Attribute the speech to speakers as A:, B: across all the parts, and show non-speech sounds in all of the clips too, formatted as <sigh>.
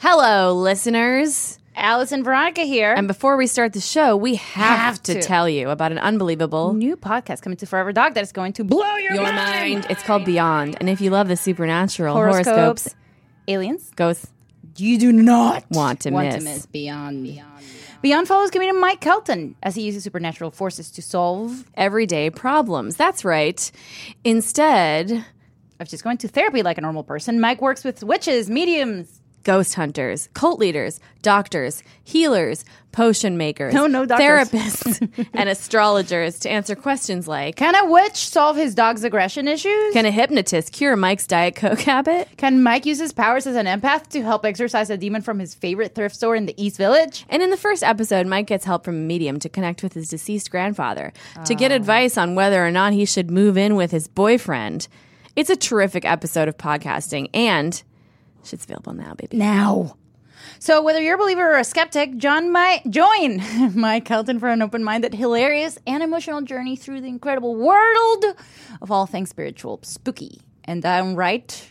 A: Hello, listeners.
B: Alice and Veronica here.
A: And before we start the show, we have,
B: Have
A: to,
B: to.
A: tell you about an unbelievable
B: new podcast coming to Forever Dog that is going to blow your,
A: your mind. It's called Beyond. And if you love the supernatural,
B: Horoscopes,
A: horoscopes,
B: aliens.
A: ghosts
B: You do not
A: want to
B: want
A: miss.
B: to miss beyond beyond. Beyond follows comedian Mike Kelton as he uses supernatural forces to solve.
A: everyday problems. That's right.
B: <laughs>
A: Instead,
B: Of just going to therapy like a normal person, Mike works with witches, mediums.
A: ghost hunters, cult leaders, doctors, healers, potion makers,
B: Oh, No, no doctors.
A: therapists, <laughs> and astrologers to answer questions like
B: Can a witch solve his dog's aggression issues?
A: Can a hypnotist cure Mike's Diet Coke habit?
B: Can Mike use his powers as an empath to help exorcise a demon from his favorite thrift store in the East Village?
A: And in the first episode, Mike gets help from a medium to connect with his deceased grandfather to get
B: Oh.
A: advice on whether or not he should move in with his boyfriend. It's a terrific episode of podcasting, and shit's available now, baby.
B: now. So, whether you're a believer or a skeptic, John might join <laughs> Mike Kelton for an open minded, hilarious, and emotional journey through the incredible world of all things spiritual, spooky, and downright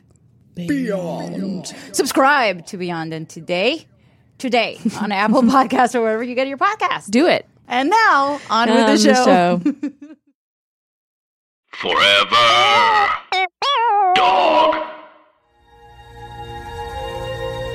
B: beyond. Subscribe to Beyond and Today, today on <laughs> Apple Podcasts or wherever you get your podcast.
A: Do it.
B: And now, on
A: Um,
B: with the show. <laughs>
C: Forever. Dog.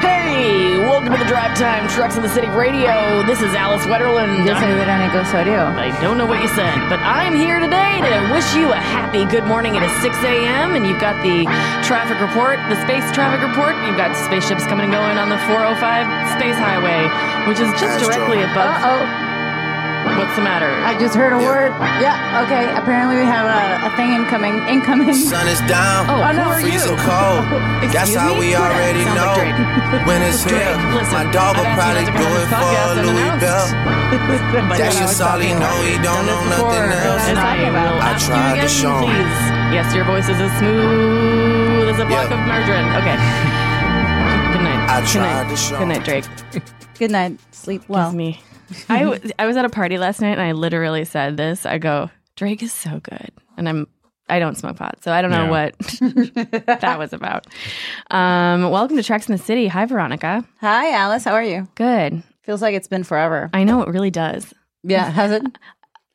D: Hey, welcome to the Drive Time Trucks in the City Radio. This is Alice Wetterland. I don't know what you said, but I'm here today to wish you a happy good morning. It is 6 a.m. and you've got the traffic report, the space traffic report. You've got spaceships coming and going on the 405 Space Highway, which is just directly above.
B: Uh oh,
D: What's the matter?
B: I just heard a word. Yeah, okay. Apparently, we have a, a thing incoming. Incoming.
E: Sun is down.
B: Oh, no, are you?
E: freezing cold.
D: <laughs>
E: That's
D: Excuse
E: how
D: me?
E: we
D: Who that?
E: already
D: Sounds
E: know.
D: like Drake.
E: <laughs> when it's
D: <laughs> Drake,
E: here,
D: listen,
E: my dog
D: I've
E: will
D: asked
E: probably
D: you not to
E: do
D: come on this podcast
E: it for a Louis
D: unannounced.
E: Bell.
D: But <laughs>
E: That's
D: now
E: just all he know. He don't know nothing else.
D: And I will
E: I
D: ask you
E: tried to
D: again,
E: show 'em.
D: please. Yes, your voice is as smooth as a block
E: Yeah.
D: of margarine. Okay. Good night.
E: I
D: Good night.
E: tried to show
D: Good
E: 'em.
D: night, Drake.
B: Good night. Sleep well.
D: It's me. I, w- I was at a party last night and I literally said this. I go, Drake is so good. And I'm I don't smoke pot, so I don't know
F: Yeah.
D: what <laughs> that was about. Um, welcome to Tracks in the City. Hi, Veronica.
B: Hi, Alice. How are you?
D: Good.
B: Feels like it's been forever.
D: I know it really does.
B: <laughs> Yeah, has it?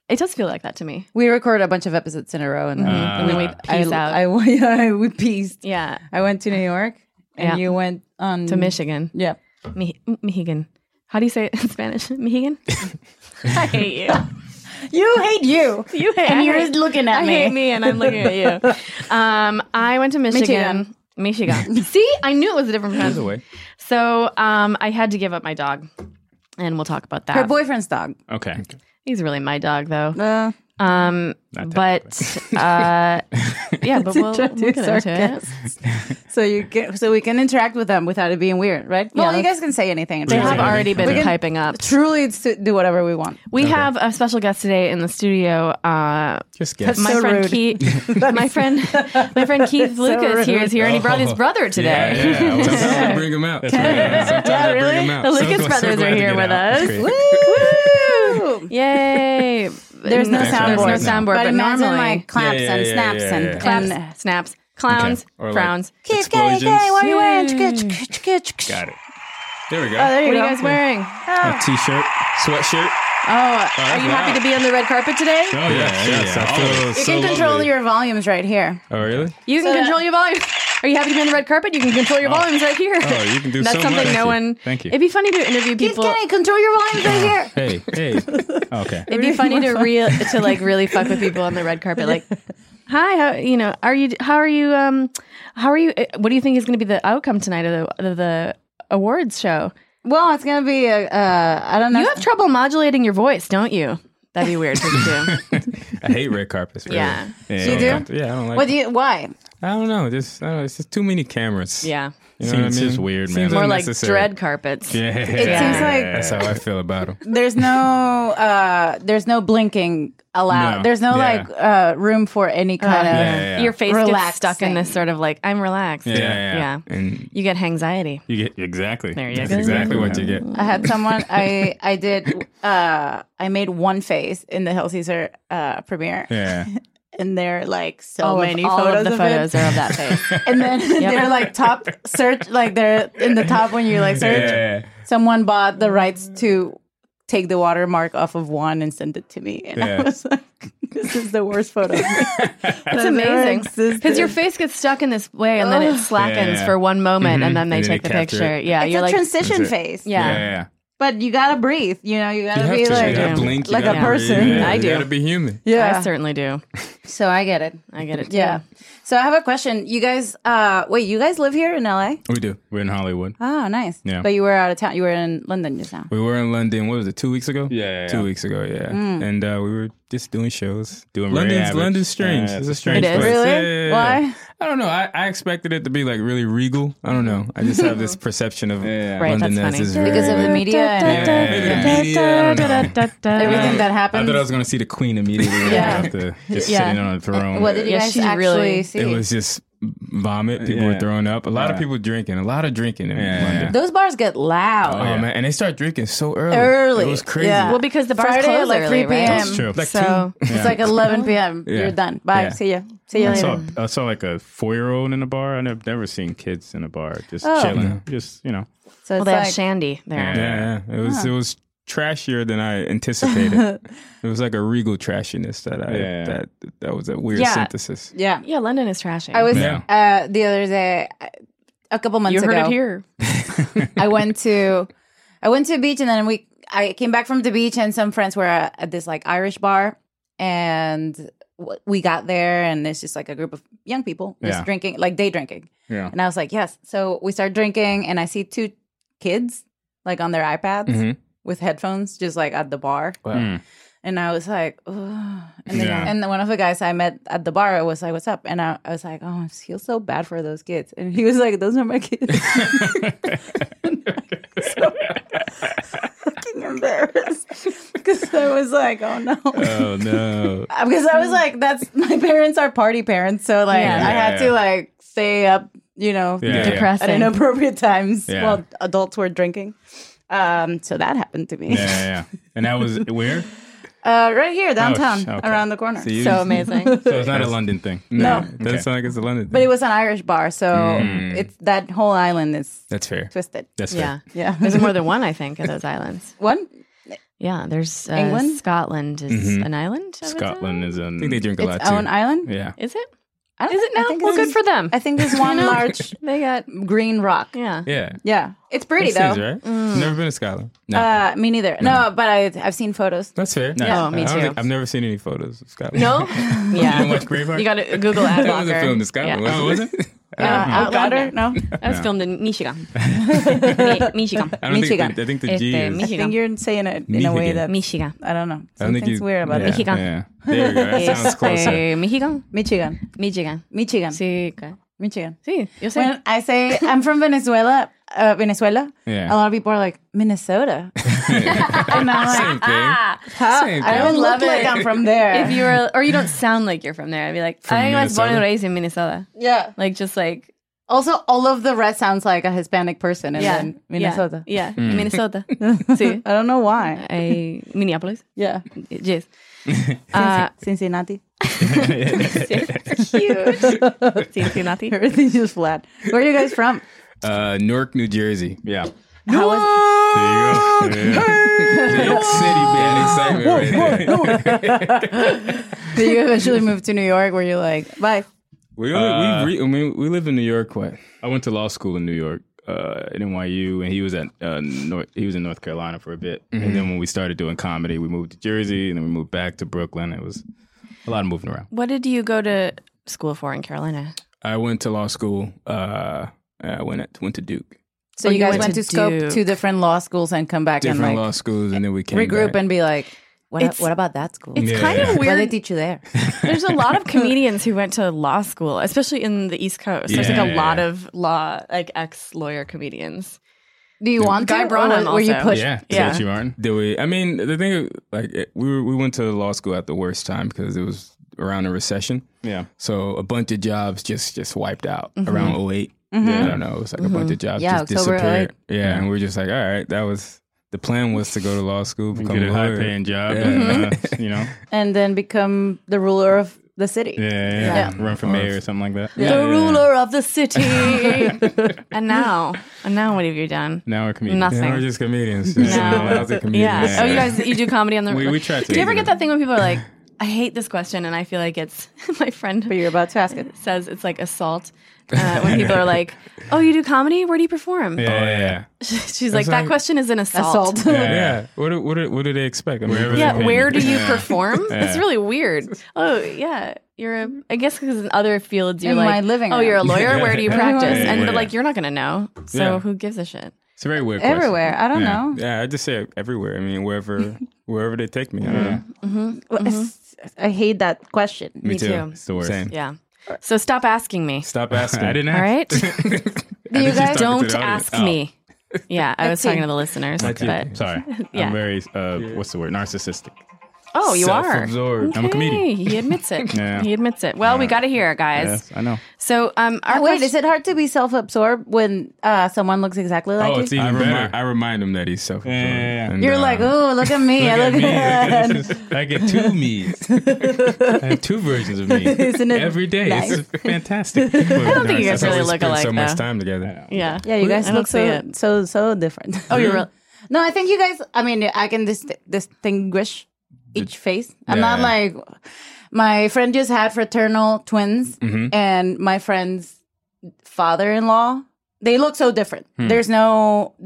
D: It does feel like that to me.
B: We record a bunch of episodes in a row, and then
D: And then we
B: I,
D: peace out.
B: I, <laughs> yeah, we pieced.
D: yeah.
B: I went to New York, and
D: Yeah.
B: you went on
D: To Michigan.
B: Yeah,
D: Me- Mehegan. How do you say it in Spanish? <laughs> Mehegan? I
G: <laughs>
D: hate
B: <laughs> you hate you.
D: you. You hate And
B: you're just looking at
D: I
B: me.
D: hate me and I'm looking at
B: <laughs>
D: you. Um, I went to Michigan. Michigan.
B: <laughs>
D: See, I knew it was a different
F: Either
D: pronunciation.
F: way.
D: So um, I had to give up my dog. And we'll talk about that.
B: Her boyfriend's dog.
F: Okay.
D: He's really my dog, though.
B: Uh,
D: Um,
F: Not
D: but uh,
B: <laughs>
D: yeah, but we'll, we'll get
B: introduce our
D: into it.
B: guests. so you can, so we can interact with them without it being weird, right? Well,
D: Yeah.
B: you guys can say anything.
F: They
D: We have
F: Yeah.
D: already been
F: We can-
D: piping up.
B: truly it's to do whatever we want.
D: We have a special guest today in the studio. Uh,
F: Just guess.
D: my
B: so
D: friend
B: rude. <laughs>
D: Keith, my friend, my friend Keith Lucas here
B: rude.
D: is here, and he brought his
G: Oh.
D: brother today.
F: Yeah,
D: <laughs>
F: yeah.
G: Sometimes I bring them out. Sometimes I bring
D: really?
G: them out.
D: The
G: So
D: Lucas
G: glad- so
D: brothers
G: glad
D: are
G: to
D: here
G: get
D: with
G: out. That's
D: us.
G: great.
B: Woo!
D: Yay!
B: There's no
G: Thanks
B: soundboard.
G: for having
D: There's
G: us.
D: no soundboard,
B: But,
D: but,
B: imagine
D: normally
B: like claps
G: Yeah, yeah,
B: and
G: yeah,
B: snaps
G: yeah,
B: and
G: yeah.
B: claps. and
D: claps, snaps, clowns,
G: Or like-
D: frowns.
B: Kids, gay, gay, what are you wearing?
G: Got it. There we
D: What
B: there
G: go.
D: are you
B: go.
D: guys wearing? Oh,
G: A t-shirt, sweatshirt.
B: Oh,
D: are you happy
G: wow.
D: to be on the red carpet today?
G: Oh yeah, yeah.
F: yes, I feel
G: Always.
B: You can control your volumes right here.
D: <laughs>
G: Oh really?
D: You can control your volume. Are you happy to be on the red carpet? You can control your volumes right here.
G: Oh, you can do
D: That's
G: so
D: something
G: much.
D: no
G: Thank you.
D: one.
G: Thank you.
D: It'd be funny to interview people.
B: Kenny, control your volumes
G: <laughs>
B: right here.
G: Hey, hey. Oh, Okay.
D: It'd be funny to real to like really fuck with people on the red carpet. Like, hi, how you know? Are you? How are you? Um, how are you? uh, What do you think is going to be the outcome tonight of the of the awards show?
B: Well, it's gonna be a. Uh, I don't know.
D: You have trouble modulating your voice, don't you? That'd be
G: <laughs>
D: weird <laughs> for me too.
G: I hate red carpets. Really.
D: Yeah.
B: You
G: yeah. I don't
B: do?
G: like- Yeah, I don't like.
B: What do you? Why?
G: I don't know. Just I don't know, it's just too many cameras.
D: Yeah.
E: Seems-
G: you know what I mean?
E: seems weird, man.
G: Seems
E: More
D: Or like
G: unnecessary.
D: dread carpets.
G: Yeah, it
B: seems like-
G: that's how I feel about them.
B: There's no, uh, there's no blinking allowed.
G: No.
B: There's no
G: Yeah.
B: like uh, room for any kind of.
G: Yeah, yeah, yeah.
D: Your face gets stuck in
B: Relaxing.
D: this sort of like I'm relaxed.
G: Yeah, yeah, yeah. And
D: You get anxiety.
G: you get exactly.
D: There you
G: that's
D: go.
G: exactly what you get.
B: Mm. I had someone. I I did. Uh, I made one face in the Hill Caesar uh, premiere,
G: Yeah,
B: and they're like so
D: Oh,
B: many
D: all of
B: photos
D: the
B: of it.
D: photos are of
B: <laughs>
D: that face. <laughs>
B: and then they're like top search, like they're in the top when you like search.
G: yeah.
B: Someone bought the rights to take the watermark off of one and send it to me, and
G: Yeah.
B: I was like, "This is the worst
G: <laughs>
B: photo."
D: It's
B: That's
D: amazing because your face gets stuck in this way and then it slackens
G: yeah. Mm-hmm.
D: for one moment and then they
G: And then
D: take
G: they
D: the
G: capture
D: picture.
G: it.
D: Yeah,
B: It's
D: you're
B: a
D: like
B: transition
G: That's it.
B: phase,
D: yeah.
G: yeah, yeah.
B: but you gotta breathe. You know, you gotta
G: You have
B: be
G: to,
B: like,
G: you gotta
D: Yeah.
G: blink, you
B: like a
G: gotta breathe.
B: person.
G: Yeah,
D: I do.
G: You gotta be human.
D: I certainly do.
B: so I get it.
D: I get it. Too.
B: Yeah. So I have a question. You guys, uh, wait, you guys live here in LA?
G: We do. We're in Hollywood.
B: Oh, nice.
G: Yeah.
B: But you were out of town. You were in London just now.
G: We were in London. What was it? Two weeks ago.
E: Yeah, yeah,
G: two
E: yeah.
G: weeks ago. Yeah,
B: Hmm.
G: and uh, we were just doing shows.
E: Doing very
G: London's
E: average.
G: London's strange.
E: Yeah,
G: it's a
E: it's
G: strange
D: It is?
G: place.
D: Really?
G: Yeah, yeah, yeah, yeah.
B: Why?
G: I don't know. I, I expected it to be like really regal. I don't know. I just have
B: <laughs>
G: this perception of
E: yeah.
D: Right,
G: London
D: that's
G: as
D: funny.
G: is very
B: Because of the media <laughs> and
G: Yeah, maybe the media, I don't know.
B: everything that
G: <laughs> I
B: happened.
G: thought I was going to see the queen immediately
B: Yeah.
G: after just
B: Yeah. Uh,
G: sitting on the throne.
B: what did you
D: Yeah,
B: guys
D: she
B: actually
D: really-
B: see?
G: it was just vomit. People were
E: Yeah.
G: throwing up. A lot of
E: Yeah.
G: people drinking. A lot of drinking in
E: Yeah.
G: London.
B: Those bars get loud.
G: Oh,
E: yeah.
G: man, and they start drinking so early.
B: Early.
G: Oh, It was crazy.
B: Yeah.
D: Well, because the bars
B: Friday
D: close
B: at like
D: early,
B: 3 p.m.
D: right?
G: That's true. Like
B: so
G: two?
B: it's
G: Yeah.
B: like 11 p.m.
G: Yeah.
B: You're done. Bye.
G: Yeah.
B: See ya. See you
E: I
B: later.
E: saw, I saw like a four year old in a bar. I never, never seen kids in a bar just
B: Oh.
E: chilling,
G: Yeah.
E: just you know.
B: So
D: Well,
B: it's
D: they have
B: like-
D: Shandy there.
G: Yeah, yeah. it was it was trashier than I
B: <laughs>
G: anticipated. it was like a regal trashiness that I
E: Yeah.
G: that that was a weird
D: Yeah.
G: synthesis.
B: yeah.
D: Yeah, London is trashing.
B: I was
G: Yeah.
B: uh, the other day, I- a couple months
D: you
B: ago.
D: heard it here.
B: I went to I went to a beach and then we I came back from the beach and some friends were at, at this like Irish bar and w- we got there and it's just like a group of young people just
E: Yeah.
B: drinking like day drinking
E: Yeah.
B: and I was like yes so we start drinking and I see two kids like on their iPads
G: Mhm.
B: with headphones just like at the bar
G: Wow.
E: Mm.
B: and I was like, Ugh. and then,
E: Yeah.
B: and then one of the guys I met at the bar was like, "What's up?" And I, I was like, "Oh, I feel so bad for those kids." And he was like, "Those are my kids." <laughs> so fucking embarrassed because I was like, "Oh no,"
E: Uh,
G: Oh no!
B: because <laughs> I was like, "That's my parents are party parents," so like
D: Yeah.
B: I had
E: Yeah.
B: to like stay up, you know,
G: Yeah, yeah.
D: Depressing.
B: at inappropriate times
E: Yeah.
B: while adults were drinking. Um, so that happened to me.
E: <laughs> Yeah, yeah, yeah. And that was where? Oh,
B: Uh, right here downtown,
E: sh- okay.
B: around the corner.
G: you-
D: So
E: <laughs>
D: amazing.
G: <laughs> So it's not a London thing.
B: No.
G: it doesn't
E: Okay.
G: sound like it's a London. Thing.
B: <laughs> But it was an Irish bar, so it's that whole island is
G: that's fair.
B: twisted.
G: Mm. That's
D: yeah.
G: fair.
B: Yeah.
D: There's more
B: <laughs>
D: than one, I think, of those islands.
B: One?
D: Yeah, there's uh,
B: England?
D: Scotland is an island. of its
E: Mm-hmm. Scotland
D: own?
E: is
G: I
E: in.
G: think they drink a
B: Its
G: lot
B: own
G: too.
B: island?
G: yeah,
D: Is it?
B: I
D: Is it
B: I
D: now?
B: think
D: Well,
B: there's-
D: good for them.
B: I
D: <laughs>
B: think there's one
G: <laughs>
B: large
D: They got
B: green rock. Yeah.
D: yeah.
G: yeah.
B: It's pretty,
G: Makes
B: though.
G: sense, right?
D: Mm.
G: Never been to Scotland. No,
B: Uh, me neither. No, but I, I've seen photos.
G: that's fair.
D: Yeah. Oh, me
G: I don't
D: too.
G: I've never seen any photos of Scotland.
D: No. <laughs>
G: <laughs> you don't
D: yeah.
G: watch Braveheart.
D: You got to Google ad
G: that was a
D: blocker.
G: film in Scotland.
D: <laughs> Yeah.
G: wasn't it? Wasn't it?
B: Uh, Outlawed? No.
D: <laughs> That was filmed in
G: <laughs>
D: Michigan. Michigan.
G: I don't think.
B: Michigan.
G: The, I think the
D: Este,
G: G is.
B: I
D: Michigan. <laughs>
B: think you're saying it in a way
G: Michigan.
B: that
D: Michigan.
B: I don't know.
G: I don't think
B: Something's
G: you-
B: weird about
G: yeah,
B: it.
D: Michigan.
G: Yeah, there we go. That sounds closer.
D: Este, Michigan.
B: Michigan,
D: Michigan.
B: Michigan,
D: Sí. ca-
B: Michigan.
D: Sí. Yo sé.
B: When I say I'm from Venezuela, uh, Venezuela,
G: Yeah.
B: a lot of people are like Minnesota.
D: <laughs>
B: and I'm like,
G: Same thing.
B: How?
G: Same
B: <laughs> I
G: thing.
B: don't love
D: Look
B: it.
D: like-
B: I'm from there.
D: if you were, or you don't sound like you're from there, I'd be like, I was born and
G: Minnesota?
D: raised in Minnesota.
B: yeah.
D: Like, just like, <laughs>
B: Also, all of the rest sounds like a Hispanic person, and
D: yeah.
B: then Minnesota.
D: Yeah. yeah.
G: Hmm.
B: <laughs>
D: Minnesota. sí.
B: I don't know why.
D: Eh, Minneapolis.
B: Yeah,
G: <laughs>
D: Yes. <laughs> Uh, <laughs>
B: <laughs> Cincinnati. <laughs>
D: huge. Cincinnati.
B: Everything's just flat. Where are you guys from?
G: Uh, Newark, New Jersey.
E: Yeah.
B: How was
E: There you go.
D: <laughs>
E: Yeah.
G: New York City, man. Excitement right there. <laughs>
D: <laughs>
B: did you eventually move to New York? Where you're like, bye.
G: We,
E: Uh,
G: we, re, I mean, we live in New York, what?
E: I went to law school in New York, uh, at NYU, and he was at uh, North. He was in North Carolina for a bit,
G: Mm-hmm.
E: and then when we started doing comedy, we moved to Jersey, and then we moved back to Brooklyn. It was a lot of moving around.
D: What did you go to school for in Carolina?
G: I went to law school. Uh, I went at, went to Duke.
B: So
D: Oh,
B: you
D: you
B: guys
D: went
B: went
D: to
B: to scope
D: Duke.
B: two different law schools and come back
G: Different
B: and like
G: law schools, and then we came
B: regroup
G: back.
B: and be like, What,
D: It's-
B: what about that school?
D: It's kind of
B: What do they
D: weird.
B: teach you
H: <laughs>
B: there?
D: There's a lot of comedians who went to law school, especially in the East Coast. There's like a
G: Yeah.
D: lot of law, like ex lawyer comedians.
B: Do you want
D: Guy
B: to?
D: Branum
B: or were you
D: also.
B: pushed?
G: Yeah,
D: Yeah.
G: Stacey Martin. Did we? I mean, the thing like it- we were, we went to law school at the worst time because it was around the recession.
H: Yeah.
G: So a bunch of jobs just just wiped out
D: Mm-hmm.
G: around 8 I don't know. It was like a bunch of jobs
B: Yeah,
G: just
B: October
G: disappeared. Yeah,
D: Mm-hmm.
G: and we were just like, all right, that was the plan was to go to law school, become
H: Get a high
G: lawyer.
H: paying job.
G: Yeah. <laughs>
H: And, uh, you know?
B: <laughs> And then become the ruler of the city.
H: Yeah, yeah,
B: Yeah.
H: yeah. Run for mayor or something like that. Yeah.
B: The ruler of the city.
H: <laughs>
D: And now, and now, what have you done?
H: Now we're comedians.
D: Nothing.
H: Now we're just comedians. Just,
D: No.
H: you know, lousy
D: Yeah.
H: comedians.
D: Oh, you guys, you do comedy on the.
H: <laughs> We- we try to.
D: Do you ever get that thing when people are
H: <laughs>
D: like, "I hate this question," and I feel like it's <laughs> my friend
B: but you're about to ask it.
D: says it's like assault uh, when
H: <laughs>
D: people are like, "Oh, you do comedy? Where do you perform?"
H: Yeah, yeah, yeah.
D: <laughs> She's like,
H: That's
D: "That
H: like-
D: question is an assault."
B: <laughs> Assault.
H: yeah. <laughs>
D: <laughs>
H: yeah. What, do, what, do, what do they expect? I mean,
G: Wherever
D: Yeah,
G: Yeah.
D: where do you perform? It's really weird. Oh, yeah, you're. A, I guess because in other fields you're
B: In
D: like,
B: my living
D: oh,
B: room.
D: you're a lawyer. Where do you practice?
H: Yeah,
D: And
H: yeah,
D: but
H: yeah.
D: like you're not gonna know. So
H: Yeah.
D: who gives a shit?
H: It's a very weird question.
B: Everywhere. I don't
H: yeah.
B: know.
H: Yeah, I just say everywhere. I mean,
D: <laughs>
H: wherever wherever they take me. I don't know.
B: Mm-hmm.
D: Mm-hmm.
B: Well, it's- I hate that question.
D: Me too. too.
H: It's the worst. Same.
D: Yeah. So stop asking me.
H: Stop asking. <laughs> I didn't
D: All
H: ask. Oh.
D: right. <laughs>
H: <laughs>
B: Do you guys?
D: Don't ask me. Yeah,
B: <laughs>
D: I was
B: see.
D: talking to the listeners, but
H: <laughs>
D: <laughs>
G: Sorry.
D: Yeah.
G: I'm very, uh, what's the word? Narcissistic.
D: oh, you are.
H: Self-absorbed. I'm a comedian.
D: Okay, He admits it.
H: <laughs> Yeah.
D: He admits it. Well, we got to hear, guys.
H: Yes, I know.
D: So, um, our
B: Wait,
D: question-
B: is it hard to be self-absorbed when uh, someone looks exactly like
H: Oh,
B: you?
H: it's even
G: I remi-
H: better.
G: I remind him that he's self
H: Yeah, yeah, yeah.
B: You're like, oh, look at me. I look at
H: <laughs> I get two
D: <laughs>
H: me's. I have two versions of me
B: Isn't it
H: every day.
B: nice?
H: It's
D: <laughs>
H: fantastic. I don't
D: think you guys really look alike,
H: So much
D: though.
H: time together.
D: Yeah.
B: Yeah, you
D: I
B: guys
D: don't
B: look
D: see
B: so
D: it.
B: so so different.
D: Oh, you're real.
B: <laughs> no, I think you guys. I mean, I can dis- distinguish each face. I'm not
H: Yeah.
B: like my friend just had fraternal twins,
H: Mm-hmm.
B: and my friend's father-in-law. They look so different. There's no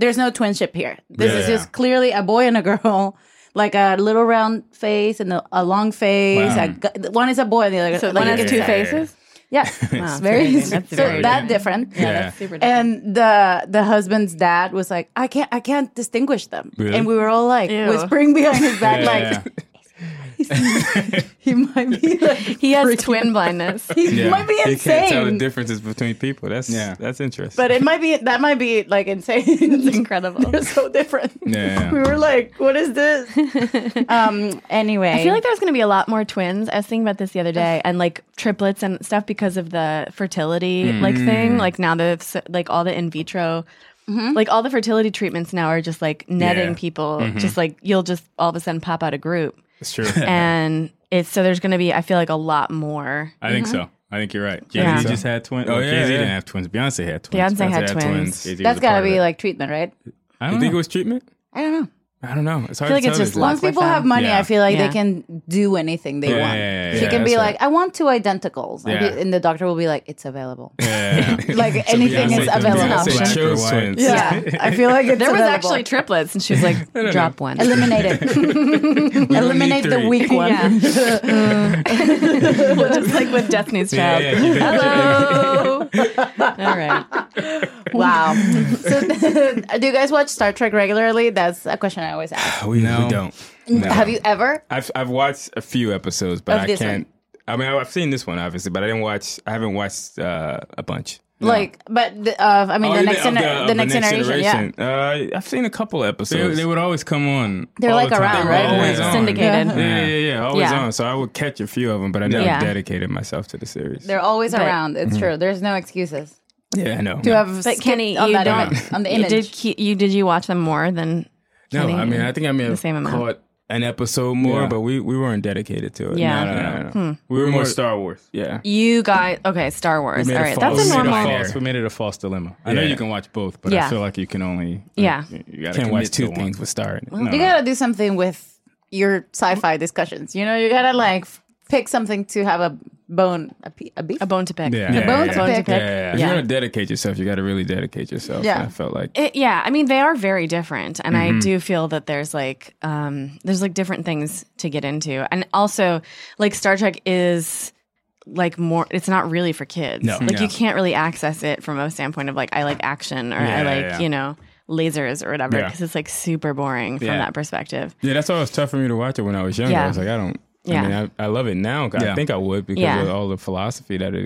B: there's no twinship here. This is
H: Hmm. Yeah.
B: just clearly a boy and a girl. <laughs> Like a little round face and a, a long face.
H: Wow.
B: A gu- one is a boy and the other.
D: So
B: like
D: one has
B: it's-
D: two
H: yeah, yeah. <laughs>
D: faces.
B: Yeah, it's very
D: That's very
B: <laughs> so
D: different.
B: that different.
H: Yeah.
D: That's super different.
B: And the the husband's dad was like, I can't I can't distinguish them.
H: Really?
B: And we were all like
D: Ew.
B: whispering behind
H: <laughs>
B: his back,
H: Yeah,
B: like
H: yeah.
B: he might be like
D: He has twin blindness.
B: <laughs> he
H: Yeah.
B: might be
H: You can't tell the
B: insane.
H: differences between people. That's
G: Yeah.
H: that's interesting.
B: But it might be that might be like insane. <laughs> It's
D: incredible.
B: They're so different. <laughs>
H: Yeah.
B: We were like, what is this? um anyway.
D: I feel like there's going to be a lot more twins. I was thinking about this the other day, and like triplets and stuff because of the fertility like
G: Mm.
D: thing. Like now the s- like all the in vitro,
B: Mm-hmm.
D: like all the fertility treatments now are just like netting
H: Yeah.
D: people.
G: Mm-hmm.
D: Just like you'll just all of a sudden pop out a group,
H: it's
G: <laughs>
H: true.
D: <laughs> and it's so there's going to be I feel like a lot more.
G: I
B: Mm-hmm.
G: think so.
D: Mm-hmm.
G: I think you're right. Jay-Z
D: Yeah.
G: just had twins.
H: Oh,
G: Oh,
H: yeah,
G: Jay-Z
H: yeah.
G: didn't have twins. Beyonce had twins.
D: Beyonce had twins.
G: Jay-Z was
B: that's
G: a part
B: gotta
G: of
B: be
G: it.
B: like treatment, right?
G: I
H: you
G: don't
H: think it
G: know.
H: was treatment?
B: I don't know.
H: I don't know. It's hard
D: I feel like
H: to
D: it's
H: tell
D: just
H: these
D: lots
B: Once
H: days.
D: with
B: people
D: them.
B: have money,
H: Yeah.
B: I feel like
D: Yeah.
B: they can do anything they
H: Yeah,
B: want.
H: yeah, yeah,
B: she
H: yeah,
B: can be
H: that's right.
B: like, I want two identicals. And
H: Yeah.
B: the- And the doctor will be like, it's available.
H: Yeah.
B: <laughs> like anything
H: Beyonce
B: is
H: chose-
B: available.
H: Beyonce
B: option.
H: chose
G: Black or
H: twins.
B: Yeah, I feel like
D: <laughs>
B: it's
D: There was
B: available.
D: actually triplets, and she was like, drop one.
B: eliminate
H: <laughs>
B: it. eliminate the
H: three.
B: weak one. <laughs>
D: Yeah. just like with Destiny's Child.
H: yeah, you think-
B: <laughs>
D: Hello. all right.
B: Wow. So, <laughs> do you guys watch Star Trek regularly? That's a question I always ask.
H: We, no.
G: Oh, We don't.
B: Have you ever?
H: I've I've watched a few episodes, but
B: Of
H: I
B: this
H: can't. I mean, I've seen this one obviously, but I didn't watch. I haven't watched uh, a bunch.
B: Like, but the, uh,
H: Oh,
B: I mean, the, next gener- the, next generation.
H: Yeah, uh, I've seen a couple
G: They,
H: episodes.
G: they would always come on.
B: They're
G: all
B: like
G: the
B: around,
G: time. They were
B: right?
G: always on.
D: Syndicated.
H: yeah, yeah, yeah, yeah, always
D: Yeah.
H: on. So I would catch a few of them, but I never
D: Yeah.
H: dedicated myself to the series.
B: They're always around. It's true. There's no excuses.
H: yeah, I know.
B: You have
D: But
B: skipped
D: Kenny,
B: on
D: you
B: that
D: don't.
B: image- on the
D: you
B: image.
D: did. Keep, you did. You watch them more than.
H: no, I
D: Kenny
H: mean,
D: and
H: I think I may have
D: same amount.
H: caught an episode more,
G: Yeah.
H: but we, we weren't dedicated to it.
D: Yeah.
H: no, no, no, no.
B: Hmm.
G: We were more Star Wars.
H: Yeah,
D: You guys. Okay, Star Wars.
H: We made
D: All
H: a
D: right,
H: false-
D: that's a
H: we made a
D: normal.
H: false-
G: False, we made it a false dilemma. I know
H: Yeah.
G: you can watch both, but
D: Yeah.
G: I feel like you can only
D: Yeah.
G: You, you gotta
H: can't watch
G: commit to
H: two
G: one.
H: things with Star in it.
B: You gotta do something with your sci-fi discussions. You know, you gotta like f- pick something to have a bone, a, pe- a beef.
D: A bone to pick.
G: Yeah. Yeah,
B: bone to
D: yeah,
B: pick.
D: yeah.
H: Yeah, if
D: Yeah.
H: you're gonna dedicate yourself, you got to really dedicate yourself.
B: Yeah.
H: Yeah, I felt like
D: It- yeah, I mean they are very different, and I do feel that there's like um, there's like different things to get into, and also like Star Trek is like more. It's not really for kids.
G: No.
D: like
G: No.
D: you can't really access it from a standpoint of like I like action or I
G: Yeah,
D: like
G: yeah.
D: you know lasers or whatever
G: Yeah.
D: because it's like super boring from
I: Yeah.
D: that perspective.
G: Yeah, that's why it was tough for me to watch it when I was younger.
D: Yeah.
G: I was like, I don't.
D: Yeah.
G: I mean, I, I love it now. 'cause
I: Yeah.
G: I think I would because
D: Yeah.
G: of all the philosophy that it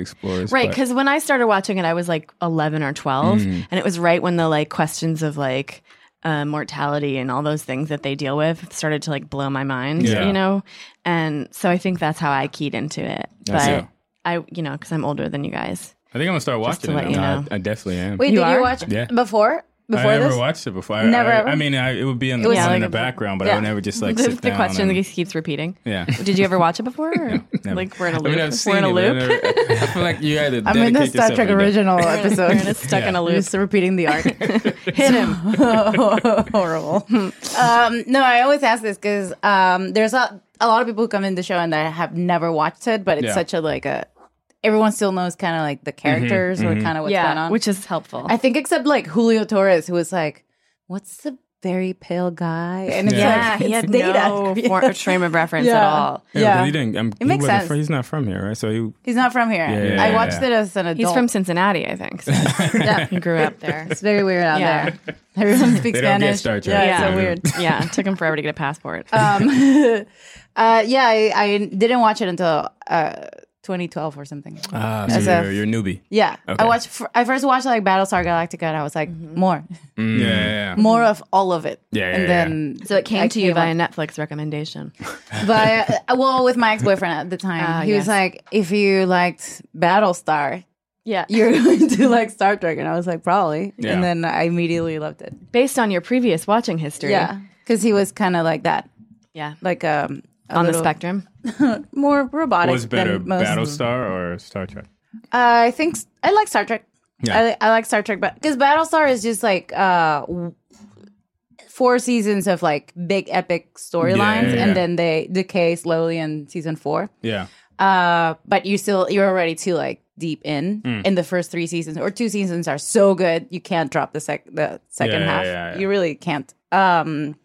D: Right,
G: explores. but- Mm-hmm.
D: because when I started watching it, I was like eleven or twelve, and it was right when the like questions of like uh, mortality and all those things that they deal with started to like blow my mind,
G: Yeah.
D: you know. And so I think that's how I keyed into it.
G: That's
D: but
G: it.
D: I, you know, because I'm older than you guys.
G: I think I'm gonna start watching
D: to
G: it.
D: let you
G: now.
D: know.
G: I, I definitely am.
B: Wait,
D: You
B: did
D: are?
B: you watch
G: Yeah.
B: before before
G: I never
B: this?
G: watched it before. I,
B: Never
G: I,
B: ever?
G: I mean, I, it would be in the,
B: was
D: Yeah, like
G: in the
D: a-
G: background, but I
B: yeah.
G: would never
D: <laughs>
G: just like
D: The,
G: sit
D: the
G: down
D: question
G: and-
D: that keeps repeating.
G: <laughs> yeah.
D: Did you ever watch it
G: <laughs>
D: before? Or,
G: never.
D: Like <laughs> we're in a
G: I
D: loop.
G: mean, I've
D: we're in
G: seen
D: a
G: it. but I
D: loop.
G: never- I feel like
D: <laughs>
G: you either.
B: I'm in the
G: dedicate
B: Star
G: yourself
B: Trek
G: or you don't.
B: original episode.
D: We're just stuck in a loop.
B: Just repeating the
D: <laughs>
B: arc.
D: Hit him.
B: <laughs> horrible. um, no, I always ask this because um, there's a, a lot of people who come in the show and that have never watched it, but it's
G: Yeah. Mm-hmm,
B: such a like a everyone still knows kind of like the characters or kind of what's going
D: yeah,
B: on.
D: which is helpful.
B: I think except like Julio Torres, who was like, "What's the very pale guy?" And it's
D: yeah,
B: like,
D: he
B: it's
D: had
B: data. <laughs>
D: no for- frame of reference at
B: Yeah.
D: all.
G: Yeah,
B: Yeah.
G: because he didn't. I'm, he
B: makes
G: wasn't
B: sense.
G: From, he's not from here, right? So he.
B: He's not from here.
G: Yeah,
B: I
G: yeah,
B: watched
G: yeah.
B: it as an adult.
D: He's from Cincinnati, I
G: <laughs>
D: think. So
B: Yeah.
D: he grew up there.
B: It's very weird out
D: Yeah.
B: there. Everyone speaks
G: They don't
B: Spanish.
G: get Star Trek.
B: Yeah, it's
D: Yeah.
B: so weird.
D: yeah, it took him forever to get a passport.
B: um, <laughs> uh, yeah, I, I didn't watch it until uh, 2012 or something.
G: Ah,
B: As
G: so
B: a-
G: you're, you're a newbie.
B: yeah, I
G: okay.
B: watched. fir- I first watched like Battlestar Galactica, and I was like,
D: Mm-hmm.
B: more,
G: Mm. Yeah, yeah, yeah.
B: more of all of it.
G: Yeah, yeah,
B: and
G: yeah.
B: then so it
D: Came to you by a Netflix
B: <laughs>
D: recommendation.
B: But uh, well, with my ex boyfriend at the time,
D: Ah,
B: he
D: yes.
B: was like, if you liked Battlestar,
D: Yeah.
B: you're <laughs> going to like Star Trek, and I was like, probably.
G: Yeah.
B: And then I immediately loved it.
D: Based on your previous watching history.
B: Yeah, because he was kind of like that,
D: Yeah.
B: like um. a
D: on the
B: little
D: spectrum.
B: <laughs> more robotic.
G: Was better
B: than most.
G: Battlestar or Star Trek?
B: Uh, I think s- I like Star Trek.
G: Yeah.
B: I, li- I like Star Trek, but because Battlestar is just like uh, w- four seasons of like big epic storylines,
G: yeah, yeah.
B: and then they decay slowly in season four.
G: Yeah.
B: Uh, but you still you're already too like deep in
G: Hmm.
B: in the first three seasons or two seasons are so good you can't drop the sec the second
G: Yeah, yeah,
B: half.
G: yeah, yeah.
B: You really can't. Um,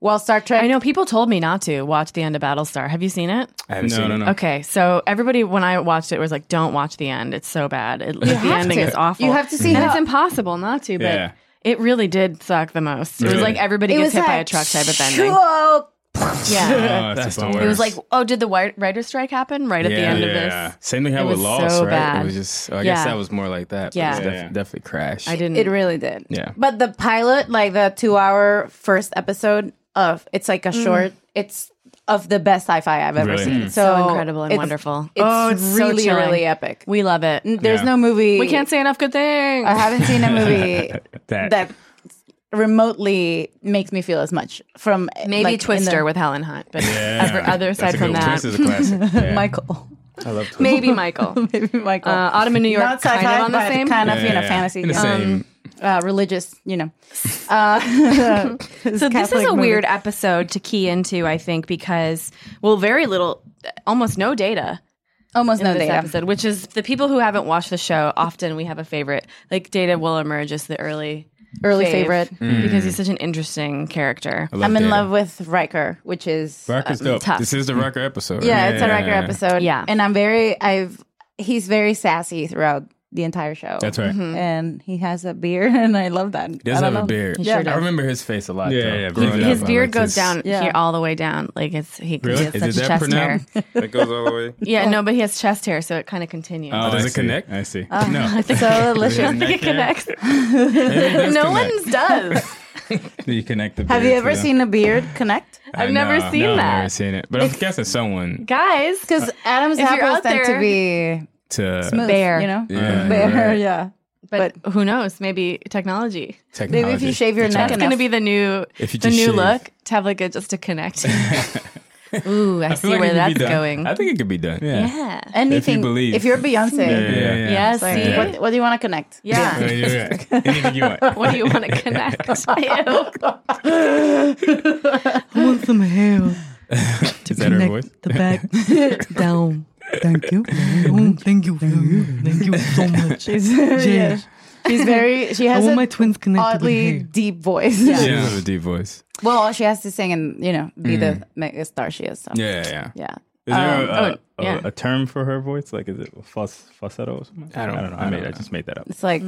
B: well, Star Trek.
D: I know people told me not to watch the end of Battlestar. Have you seen it?
G: I haven't no,
I: seen
G: no,
I: it.
G: no.
D: Okay, so everybody when I watched it was like, "Don't watch the end; it's so bad. It, the
B: have
D: ending
B: to.
D: is awful.
B: You have to see
D: and
B: how-
D: it's impossible not to." But
G: Yeah.
D: it really did suck the most. It was
G: Really?
D: like everybody
B: It
D: gets
B: was
D: hit by
B: like,
D: a truck type of ending.
B: Whoa!
D: Yeah,
G: <laughs> Oh, that's the
D: it was like, "Oh, did the wi- writer's strike happen right at the end of this?"
G: Same thing
D: It
G: how with
D: was
G: Lost,
D: so
G: right?
D: bad.
G: It was just. I guess
D: Yeah.
G: that was more like that. but
D: Yeah. Yeah,
G: it's def-
I: yeah.
G: definitely crashed.
D: I didn't.
B: It really did.
G: Yeah.
B: But the pilot, like the two hour first episode of it's like a short, it's of the best sci fi I've ever
G: Really?
B: seen.
D: Mm. So incredible and
B: it's-
D: wonderful.
B: Hmm. It's
D: Oh, it's so
B: really,
D: chilling.
B: really epic.
D: we love it.
B: There's
G: Yeah.
B: no <laughs> movie
D: We can't say enough good things.
B: I haven't seen
D: <laughs>
B: a movie <laughs>
G: That.
B: that remotely makes me feel as much from
D: Maybe
B: like, in
D: Twister
B: the-
D: with Helen Hunt, but
G: Yeah.
D: other, other
G: That's
D: aside
G: a
D: from
G: good one.
D: that,
G: Twist is a
D: <laughs>
G: classic. Yeah.
B: Michael.
G: I love Twist.
D: maybe
G: <laughs>
D: Michael.
B: <laughs> Maybe
D: Uh,
B: Michael.
D: Autumn in New York,
B: Not
D: kind
B: sci-fi,
D: of on the
B: but
D: same.
B: kind of
G: Yeah,
B: you know
G: yeah.
B: fantasy,
G: In the
B: yeah.
G: same.
B: uh, religious, you
G: <laughs>
B: know. Uh, <laughs>
D: So this is
B: Catholic
D: a
B: movie.
D: weird episode to key into, I think, because well, very little, almost no data
B: almost
D: in
B: no
D: this
B: data.
D: episode, which is the people who haven't watched the show. Often we have a favorite, like data will emerge as the early
B: Early
D: fave
B: favorite.
D: because he's such an interesting character.
G: I love
B: I'm in
G: Data.
B: love with Riker, which is
G: Riker's
D: um,
G: dope.
D: tough.
G: This is the Riker episode. right?
B: yeah, it's a Riker episode.
D: Yeah.
B: and I'm very I've he's very sassy throughout the entire show.
G: That's right.
D: Mm-hmm.
B: and he has a beard, <laughs> and I love that.
G: He does
B: I don't
G: have a
B: know.
G: beard.
B: sure Yeah. does.
G: I remember his face a lot.
I: Yeah,
G: though.
I: yeah,
G: Growing
I: his-
G: up,
D: His
G: I
D: beard
G: liked
D: goes
G: his-
D: down
B: Yeah.
D: here all the way down. Like it's he,
G: Really?
D: he has
G: Is
D: such
G: it that
D: chest
G: pronounced?
D: hair.
I: That goes all the
B: <laughs>
I: way.
D: <laughs> Yeah, no, but he has chest hair, so it kind of continues.
G: Oh, does
I: I
G: it
I: see.
G: connect?
I: I see.
D: Uh,
G: No. <laughs>
B: So delicious.
D: it connects.
G: Maybe it
D: <laughs>
G: does
D: no
G: connect.
D: one's does.
G: <laughs> You connect the
B: have you
G: beard
B: ever
G: to the-
B: seen a beard connect?
G: I
D: I've never
G: know.
D: seen
G: No,
D: that.
G: I've never seen it. But I'm guessing someone
D: Guys,
B: Because Adam's
D: If you're
B: apples
D: out
B: tend
D: there-
B: to be
G: to
B: smooth,
D: Bear.
B: you know,
G: Yeah,
B: bear.
G: right.
B: Yeah,
D: but, who knows? Maybe technology.
G: technology.
B: maybe if you shave your neck,
D: That's going to
B: enough-
D: be the new
G: If you
D: the
G: just
D: new
G: shave.
D: look to have like a just to
G: <laughs>
D: connect. Ooh, I,
G: I <laughs>
D: see
G: feel
D: where
G: like it could be
D: that's
G: done.
D: going.
G: I think it could be done. Yeah.
D: yeah.
B: anything.
G: believe.
B: if you're Beyonce,
G: Yeah, yeah, yeah.
D: Yeah,
B: like,
D: see?
B: What, what do you want to connect?
D: Yeah.
G: Yeah, you're
D: <laughs>
G: right. Anything you want.
D: What do you want to
B: <laughs>
D: connect? Ew. I want some hair
G: Is that her voice?
D: the back
G: <laughs>
D: down. Thank you. thank you. Thank you <laughs> so much.
B: <laughs> yeah. She's very. She has an
D: twins connected.
B: oddly deep voice. <laughs>
G: She does have a deep voice.
B: Well, she has to sing and you know be the mega star she is. So.
G: Yeah, yeah, yeah.
B: Yeah.
G: Is there a,
D: oh,
G: a,
D: yeah.
G: a, term for her voice? Like, is it fuss, falsetto or something? I don't, know. I, made, I just made that up.
B: It's like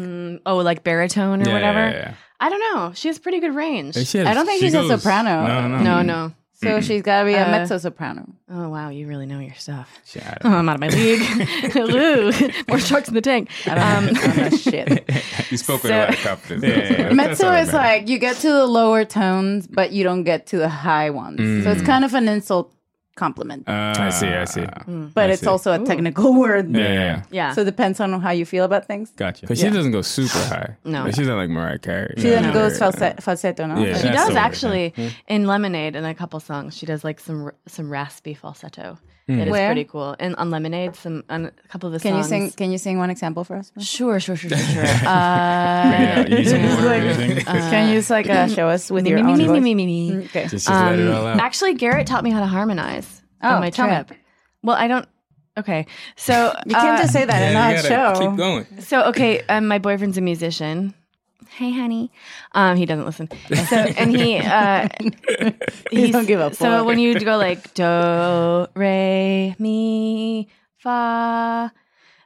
D: Oh, like baritone or
G: Yeah,
D: whatever.
G: yeah, yeah.
D: I don't know. She has pretty good range.
G: She has-
B: I don't think
G: she
B: she's
G: goes-
B: a soprano.
G: No, Mm.
D: No,
G: no.
D: no.
B: So she's got to be a
D: Uh,
B: mezzo soprano.
D: Oh wow, you really know your stuff.
G: Yeah, I
D: Oh, I'm out of my league.
B: <laughs>
D: Woo. More sharks in the tank. Um,
B: <laughs> shit.
G: <laughs>
H: You spoke with a lot of
B: <laughs>
H: confidence. Yeah,
B: Mezzo is like you get to the lower tones, but you don't get to the high ones. So it's kind of an insult compliment,
G: Ah,
H: I see, I see.
G: Uh, mm.
B: but it's
H: see.
B: also a technical <laughs> word.
H: Yeah, yeah.
D: yeah.
B: So it depends on how you feel about things.
H: Gotcha. Because she doesn't go super high.
D: No.
H: Like, she's not like Mariah Carey.
B: She then
H: Yeah.
B: goes false- falsetto, no?
H: Yeah. Hmm.
D: she
H: That's
D: does
H: the word,
D: actually
G: Mm-hmm.
D: in Lemonade in a couple songs. She does like some r- some raspy falsetto. It is
B: Where?
D: pretty cool. And on Lemonade, some on a couple of the
B: Can you
D: songs.
B: sing? Can you sing one example for us?
D: Sure, sure, sure,
H: <laughs>
D: sure, <laughs> sure. Uh,
H: Yeah, you
B: <laughs>
H: some water or anything?
D: <laughs>
B: can you just like uh, show us with your
D: me,
B: own
D: me, me,
B: voice?
D: me, me, me.
B: Okay.
H: Just, just let it all out.
D: Mm, Um, Actually, Garrett taught me how to harmonize
B: Oh,
D: on my
B: tell me.
D: trip. Well, I don't. Okay, so uh,
B: You can't just say that and
H: Yeah,
B: not
H: you gotta
B: show.
H: Keep going.
D: So okay, um, my boyfriend's a musician. Hey, honey. Um, he doesn't
H: <laughs>
D: listen. So and he uh, he's-
B: don't give up,
D: So
B: boy.
D: when you go like do re mi fa,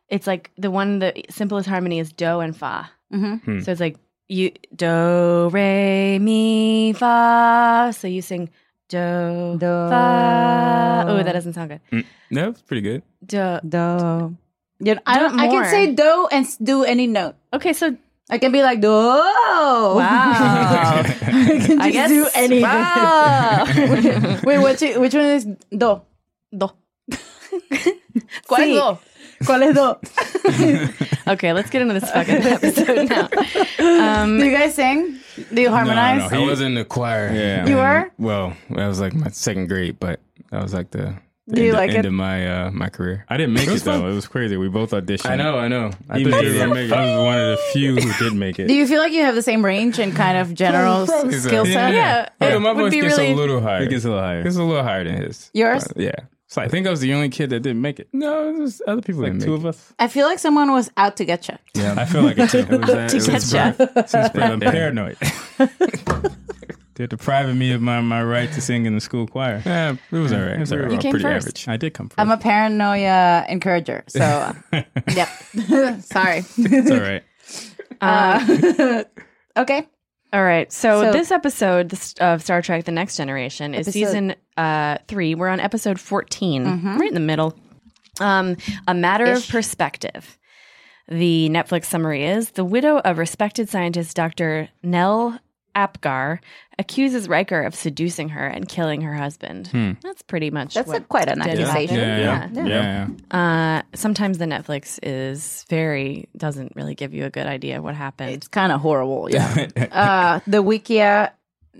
D: it's like the one the simplest harmony is do and fa.
B: Mm-hmm.
D: So it's like you do re mi fa. So you sing do,
B: Do.
D: fa. Oh, that doesn't sound good.
H: No, it's Hmm. pretty good.
D: Do.
B: Do. You know, I
D: Do
B: don't. I can
D: more.
B: say do and s- do any note.
D: Okay, so
B: I can be like do.
D: wow.
B: <laughs> I can just
D: I guess
B: do anything.
D: wow.
B: <laughs> Wait, which which one is do? <laughs>
D: Do.
B: ¿Cuál
D: Sí.
B: es do? ¿Cuál
D: <laughs>
B: es do?
D: Okay, let's get into this
B: <laughs>
D: fucking episode now.
B: Um, do you guys sing? Do you harmonize?
H: No, no, he was in the choir. Yeah.
B: You
H: I mean,
B: were?
H: Well, that was like my second grade, but that was like the, the
B: Do you
H: end,
B: like
H: end
B: it?
H: of my uh, my career.
G: I didn't make
H: It
G: it,
H: was fun.
G: though. It was crazy. We both auditioned.
H: I know, I know. I
G: Even
H: thought
G: though
H: you were gonna make it.
G: I was one of the few who did make
B: Do
G: it.
B: you feel like you have the same range and kind
D: <laughs>
B: of general
H: Probably
B: s-
H: so.
B: skill set?
D: Yeah,
H: Yeah,
D: it
H: my
D: would
H: voice
D: be
H: gets
D: really.
H: a little higher.
G: It gets a little higher.
H: It's a little higher than his.
B: Yours?
H: But, yeah. So I think I was the only kid that didn't make it. No, it was other people.
G: Like
H: didn't
G: two
H: make
G: of
H: it.
G: us.
B: I feel like someone was out to get you.
H: Yeah, I feel like it too. <laughs> It was, that- it was
D: Gotcha.
H: birth. since birth, I'm <laughs> paranoid.
G: They're depriving me of my, my right to sing in the school choir.
H: Yeah, it was all right. It was all
G: You
H: right.
D: came
H: pretty
D: first.
H: average. I did come first.
B: I'm a paranoia encourager,
H: <laughs>
B: so uh, yep. Sorry. Uh,
G: It's all right.
D: Uh,
B: <laughs> Okay.
D: All right, so,
B: So-
D: this episode this- of Star Trek: The Next Generation is
B: Episode- Mm-hmm.
D: season uh, three. We're on episode 14 right in the middle. Um, a matter of perspective. The Netflix summary is the widow of respected scientist Dr. Nell Apgar accuses Riker of seducing her and killing her husband. That's pretty much
B: That's
D: what
B: a, quite an
D: did
B: accusation.
D: happen.
H: Hmm. yeah.
G: Yeah.
D: Uh, sometimes the Netflix is very doesn't really give you a good idea of what happened.
B: It's kind of horrible. Yeah.
H: <laughs>
B: uh, the Wikia.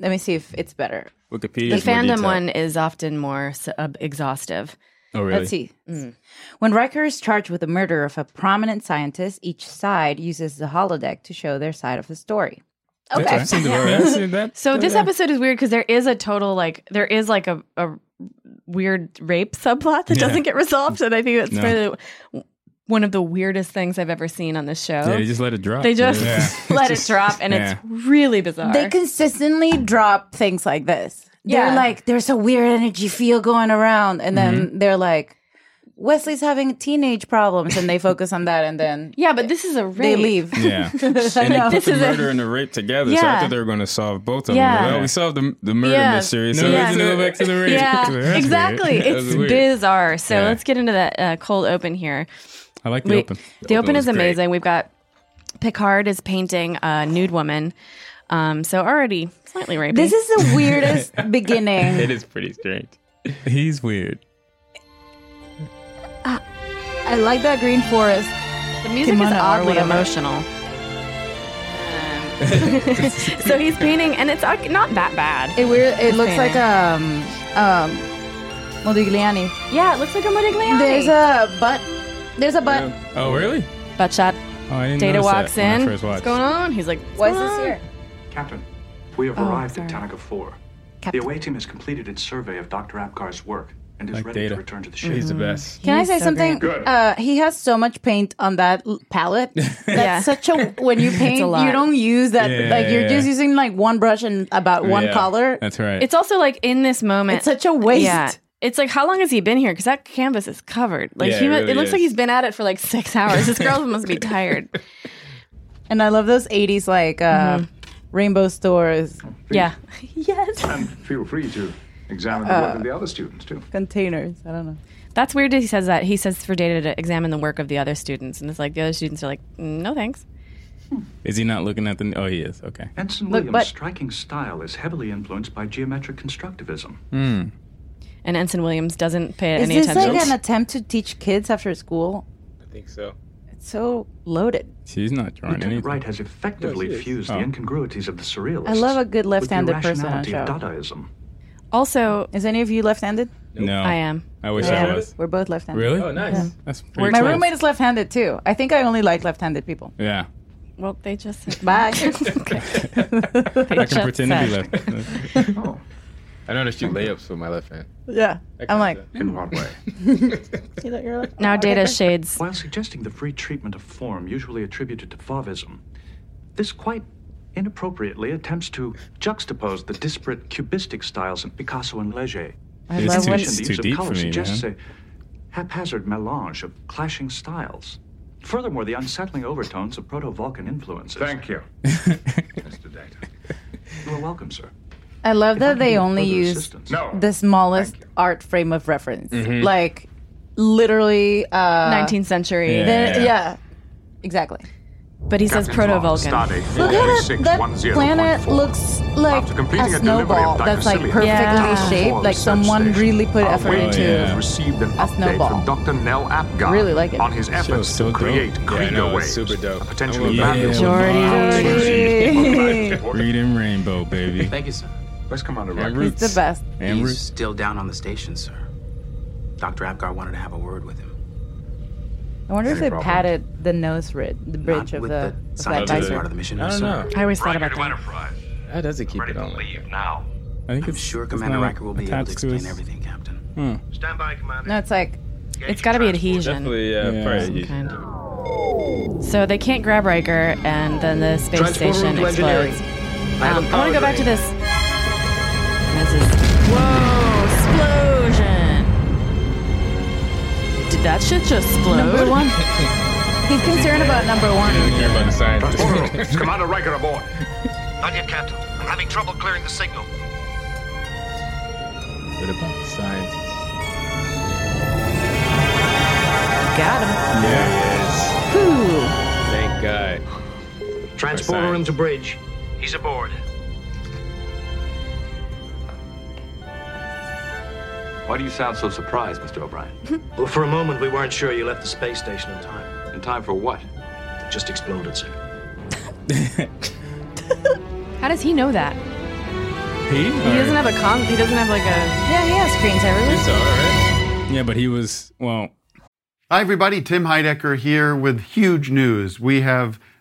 B: Let me see if it's better.
H: Wikipedia.
D: The fandom one is often more sub- exhaustive.
H: Oh, really?
B: Let's see. Mm. When Riker is charged with the murder of a prominent scientist, each side uses the holodeck to show their side of the story. Okay.
H: I've seen
B: <laughs>
H: the I've seen that.
D: <laughs> So this episode is weird because there is a total like there is like a, a weird rape subplot that doesn't get resolved, and I think that's probably one of the weirdest things I've ever seen on this show.
H: Yeah, they just let it drop.
D: They just
H: Yeah.
D: <laughs> let it drop, and
H: yeah.
D: it's really bizarre.
B: They consistently drop things like this. They're
D: Yeah.
B: like, there's a weird energy field going around. And then
D: Mm-hmm.
B: they're like, Wesley's having teenage problems. And they focus on that. And then
D: <laughs> yeah, but this is a rape.
B: they leave.
H: <laughs>
D: <laughs>
B: <laughs>
H: Yeah. And they put
D: This
H: the
D: is a-
H: murder and the rape together. So I
D: Yeah.
H: thought they were going to solve both of
D: Yeah.
H: them. Well, we solved the, the murder
D: Yeah.
H: mystery. So
D: No
H: we
D: reason
H: can
D: to
H: go back to the <laughs> rape. That's
D: Yeah,
H: weird.
D: exactly.
H: That was
D: It's
H: weird.
D: bizarre. So
H: Yeah.
D: let's get into that uh, cold open here.
H: I like the
D: We-
H: open.
D: The open
H: was
D: is
H: great.
D: amazing. We've got Picard is painting a nude woman. Um, so already slightly rapey.
B: This is the weirdest
D: <laughs>
B: beginning.
H: It is pretty strange. He's weird.
B: I like that green forest.
D: the music is
B: Kimono or
D: oddly
B: whatever.
D: emotional. Um, <laughs> so he's painting, and it's uh, not that bad.
B: It weird. It looks
D: painting.
B: like um um Modigliani.
D: yeah, it looks like a Modigliani.
B: There's a butt. There's a butt.
H: Oh, really?
D: butt shot.
H: Oh, I didn't
D: Data
H: notice
D: walks
H: that when I
D: in.
H: first
D: What's
H: watched.
D: going on? He's like,
B: Why
D: "What's
B: is this here?
C: Captain, we have arrived at
D: sorry.
C: Tanaka 4.
B: Captain.
C: The away team has completed its survey of Dr. Apgar's work and is
H: Like
C: ready
H: data.
C: to return to the ship.
H: He's the best.
B: Can I say
D: so
B: something?
C: great. Good.
B: Uh, he has so much paint on that l- palette. That's
D: Yeah.
B: such a when you paint,
D: lot.
B: you don't use that.
H: Yeah,
B: like you're
H: yeah,
B: just
H: yeah.
B: using like one brush and about one
H: Yeah.
B: color.
H: That's right.
D: It's also like in this moment.
B: It's such a waste.
D: Yeah, It's like, how long has he been here? Because that canvas is covered. Like,
G: Yeah,
D: he
G: it
D: mu-
G: really
D: it looks like
G: is.
D: he's been at it for like six hours. This girl must be
B: <laughs>
D: tired.
B: And I love those 80s, like, uh, rainbow stores,
D: Mm-hmm. Yeah.
J: <laughs>
B: Yes.
C: And feel free to examine the work of the other students, too.
B: <laughs> containers. I don't know.
D: That's weird that he says that. He says for data to examine the work of the other students. And it's like, the other students are like, "Mm, no thanks.
G: Is he not looking at the? Oh, he is. Okay.
C: Henson
B: Look,
C: Williams'
B: but-
C: striking style is heavily influenced by geometric constructivism.
H: Hmm.
D: And Ensign Williams doesn't pay
B: Is
D: any
B: this
D: attention.
B: like an attempt to teach kids after school?
G: I think so.
B: It's so loaded.
G: She's not drawing
C: Lieutenant
G: anything.
C: Wright has effectively
G: Yes, he is.
C: fused
G: Oh.
C: the incongruities of the surrealists.
B: I love a good
C: with the
B: left-handed person on a
C: irrationality
B: show.
C: of Dadaism.
D: also,
B: Is any of you left-handed?
G: No,
D: I am.
G: I wish I was.
B: We're both left-handed.
G: Really?
H: Oh, nice.
D: <laughs>
H: <laughs>
G: That's pretty
D: We're
B: My
G: close.
B: roommate is left-handed too. I think I only like left-handed people.
G: Yeah.
D: Well, they just said <laughs>
G: <laughs>
B: Bye. <laughs>
G: I can
D: just
G: pretend to be
D: said.
H: <laughs>
G: left.
H: Oh.
J: <laughs>
K: I know to shoot layups with my left hand.
B: yeah. I'm like,
C: In what way?
D: <laughs> now data shades.
C: While suggesting the free treatment of form usually attributed to Fauvism, this quite inappropriately attempts to juxtapose the disparate cubistic styles of Picasso and Leger.
B: I
G: It's
B: love
G: too-
B: when
C: And
G: it's
C: the
G: too
C: use of
G: deep
C: color
G: for me,
C: suggests
G: man.
C: a haphazard melange of clashing styles. Furthermore, the unsettling overtones of proto-Vulcan influences.
J: Thank
G: <laughs>
J: you, Mr. Data.
C: you. are welcome, sir.
B: I love that they only
C: Further
B: use
C: assistance.
J: No.
B: the smallest art frame of reference.
G: Mm-hmm.
J: Mm-hmm.
B: Like literally uh
D: 19th century.
G: Yeah.
B: then- yeah. Exactly.
D: But he says proto Vulcan.
B: Look at it.
J: oh
B: That planet looks like
J: After completing a
B: a
J: delivery of
B: snowball
J: Dr.
B: that's like
J: Cillian,
B: perfectly
D: Yeah.
B: shaped.
J: Inform
B: Like
J: the
B: someone
J: search station.
B: really put
J: Our
B: effort
J: waiting
B: into
G: Oh, yeah.
J: has received an update
B: snowball.
J: from Dr. Nell Apgar
B: Really like it.
J: on his efforts
G: so
J: to
G: dope.
J: create
G: Yeah, I
J: Krieger
K: know, it's
J: waves,
K: super dope.
J: a potentially
G: Yeah.
J: valuable
D: Jordy.
G: <laughs> Reading Rainbow, baby.
L: Thank you, sir.
J: Where's Commander
G: And
J: Riker?
B: He's
G: roots.
B: the best.
G: And
L: He's
G: roots.
L: still down on the station, sir. Dr. Apgar wanted to have a word with him.
B: I wonder if
J: Any
B: they
J: problem?
B: patted the nose rid, the bridge
L: Not
B: of
L: with
B: the, of that
L: scientific
B: visor.
L: part of the mission,
K: I
L: no,
K: don't
L: sir.
K: know.
D: I always thought about that.
J: Enterprise.
K: That doesn't keep it on. like that.
J: now.
G: I think
L: I'm
G: it's
L: sure
G: it's
L: Commander
G: not
L: Riker will be able to
G: attached
L: explain
G: his- Hmm.
L: everything, Captain.
J: Stand by, Commander.
B: No, it's like
D: It's got to be adhesion.
K: Definitely, uh,
G: Yeah.
K: probably-
D: Kind of. So they can't grab Riker, and then the space station explodes. Um, I want to go back to this. This is whoa explosion. Did that shit just explode?
B: <laughs> one. He's concerned about number one.
K: Doesn't care about the science.
J: oh,
G: <laughs>
J: It's Commander Riker aboard.
C: <laughs> Not yet, Captain. I'm having trouble clearing the signal.
K: What about the science?
D: Got him.
K: Yes. Thank God.
C: Transporter
K: Science.
C: into bridge. He's aboard.
L: Why do you sound so surprised, Mr. O'Brien?
C: <laughs> Well, for a moment, we weren't sure you left the space station in time.
L: In time for what?
C: It just exploded, sir.
D: <laughs> How does he know that?
G: He?
D: He doesn't have a con. He doesn't have like a.
B: Yeah, he has screens everywhere.
K: It's all right.
G: Yeah, but he was. Well,
F: Hi, everybody. Tim Heidecker here with huge news. We have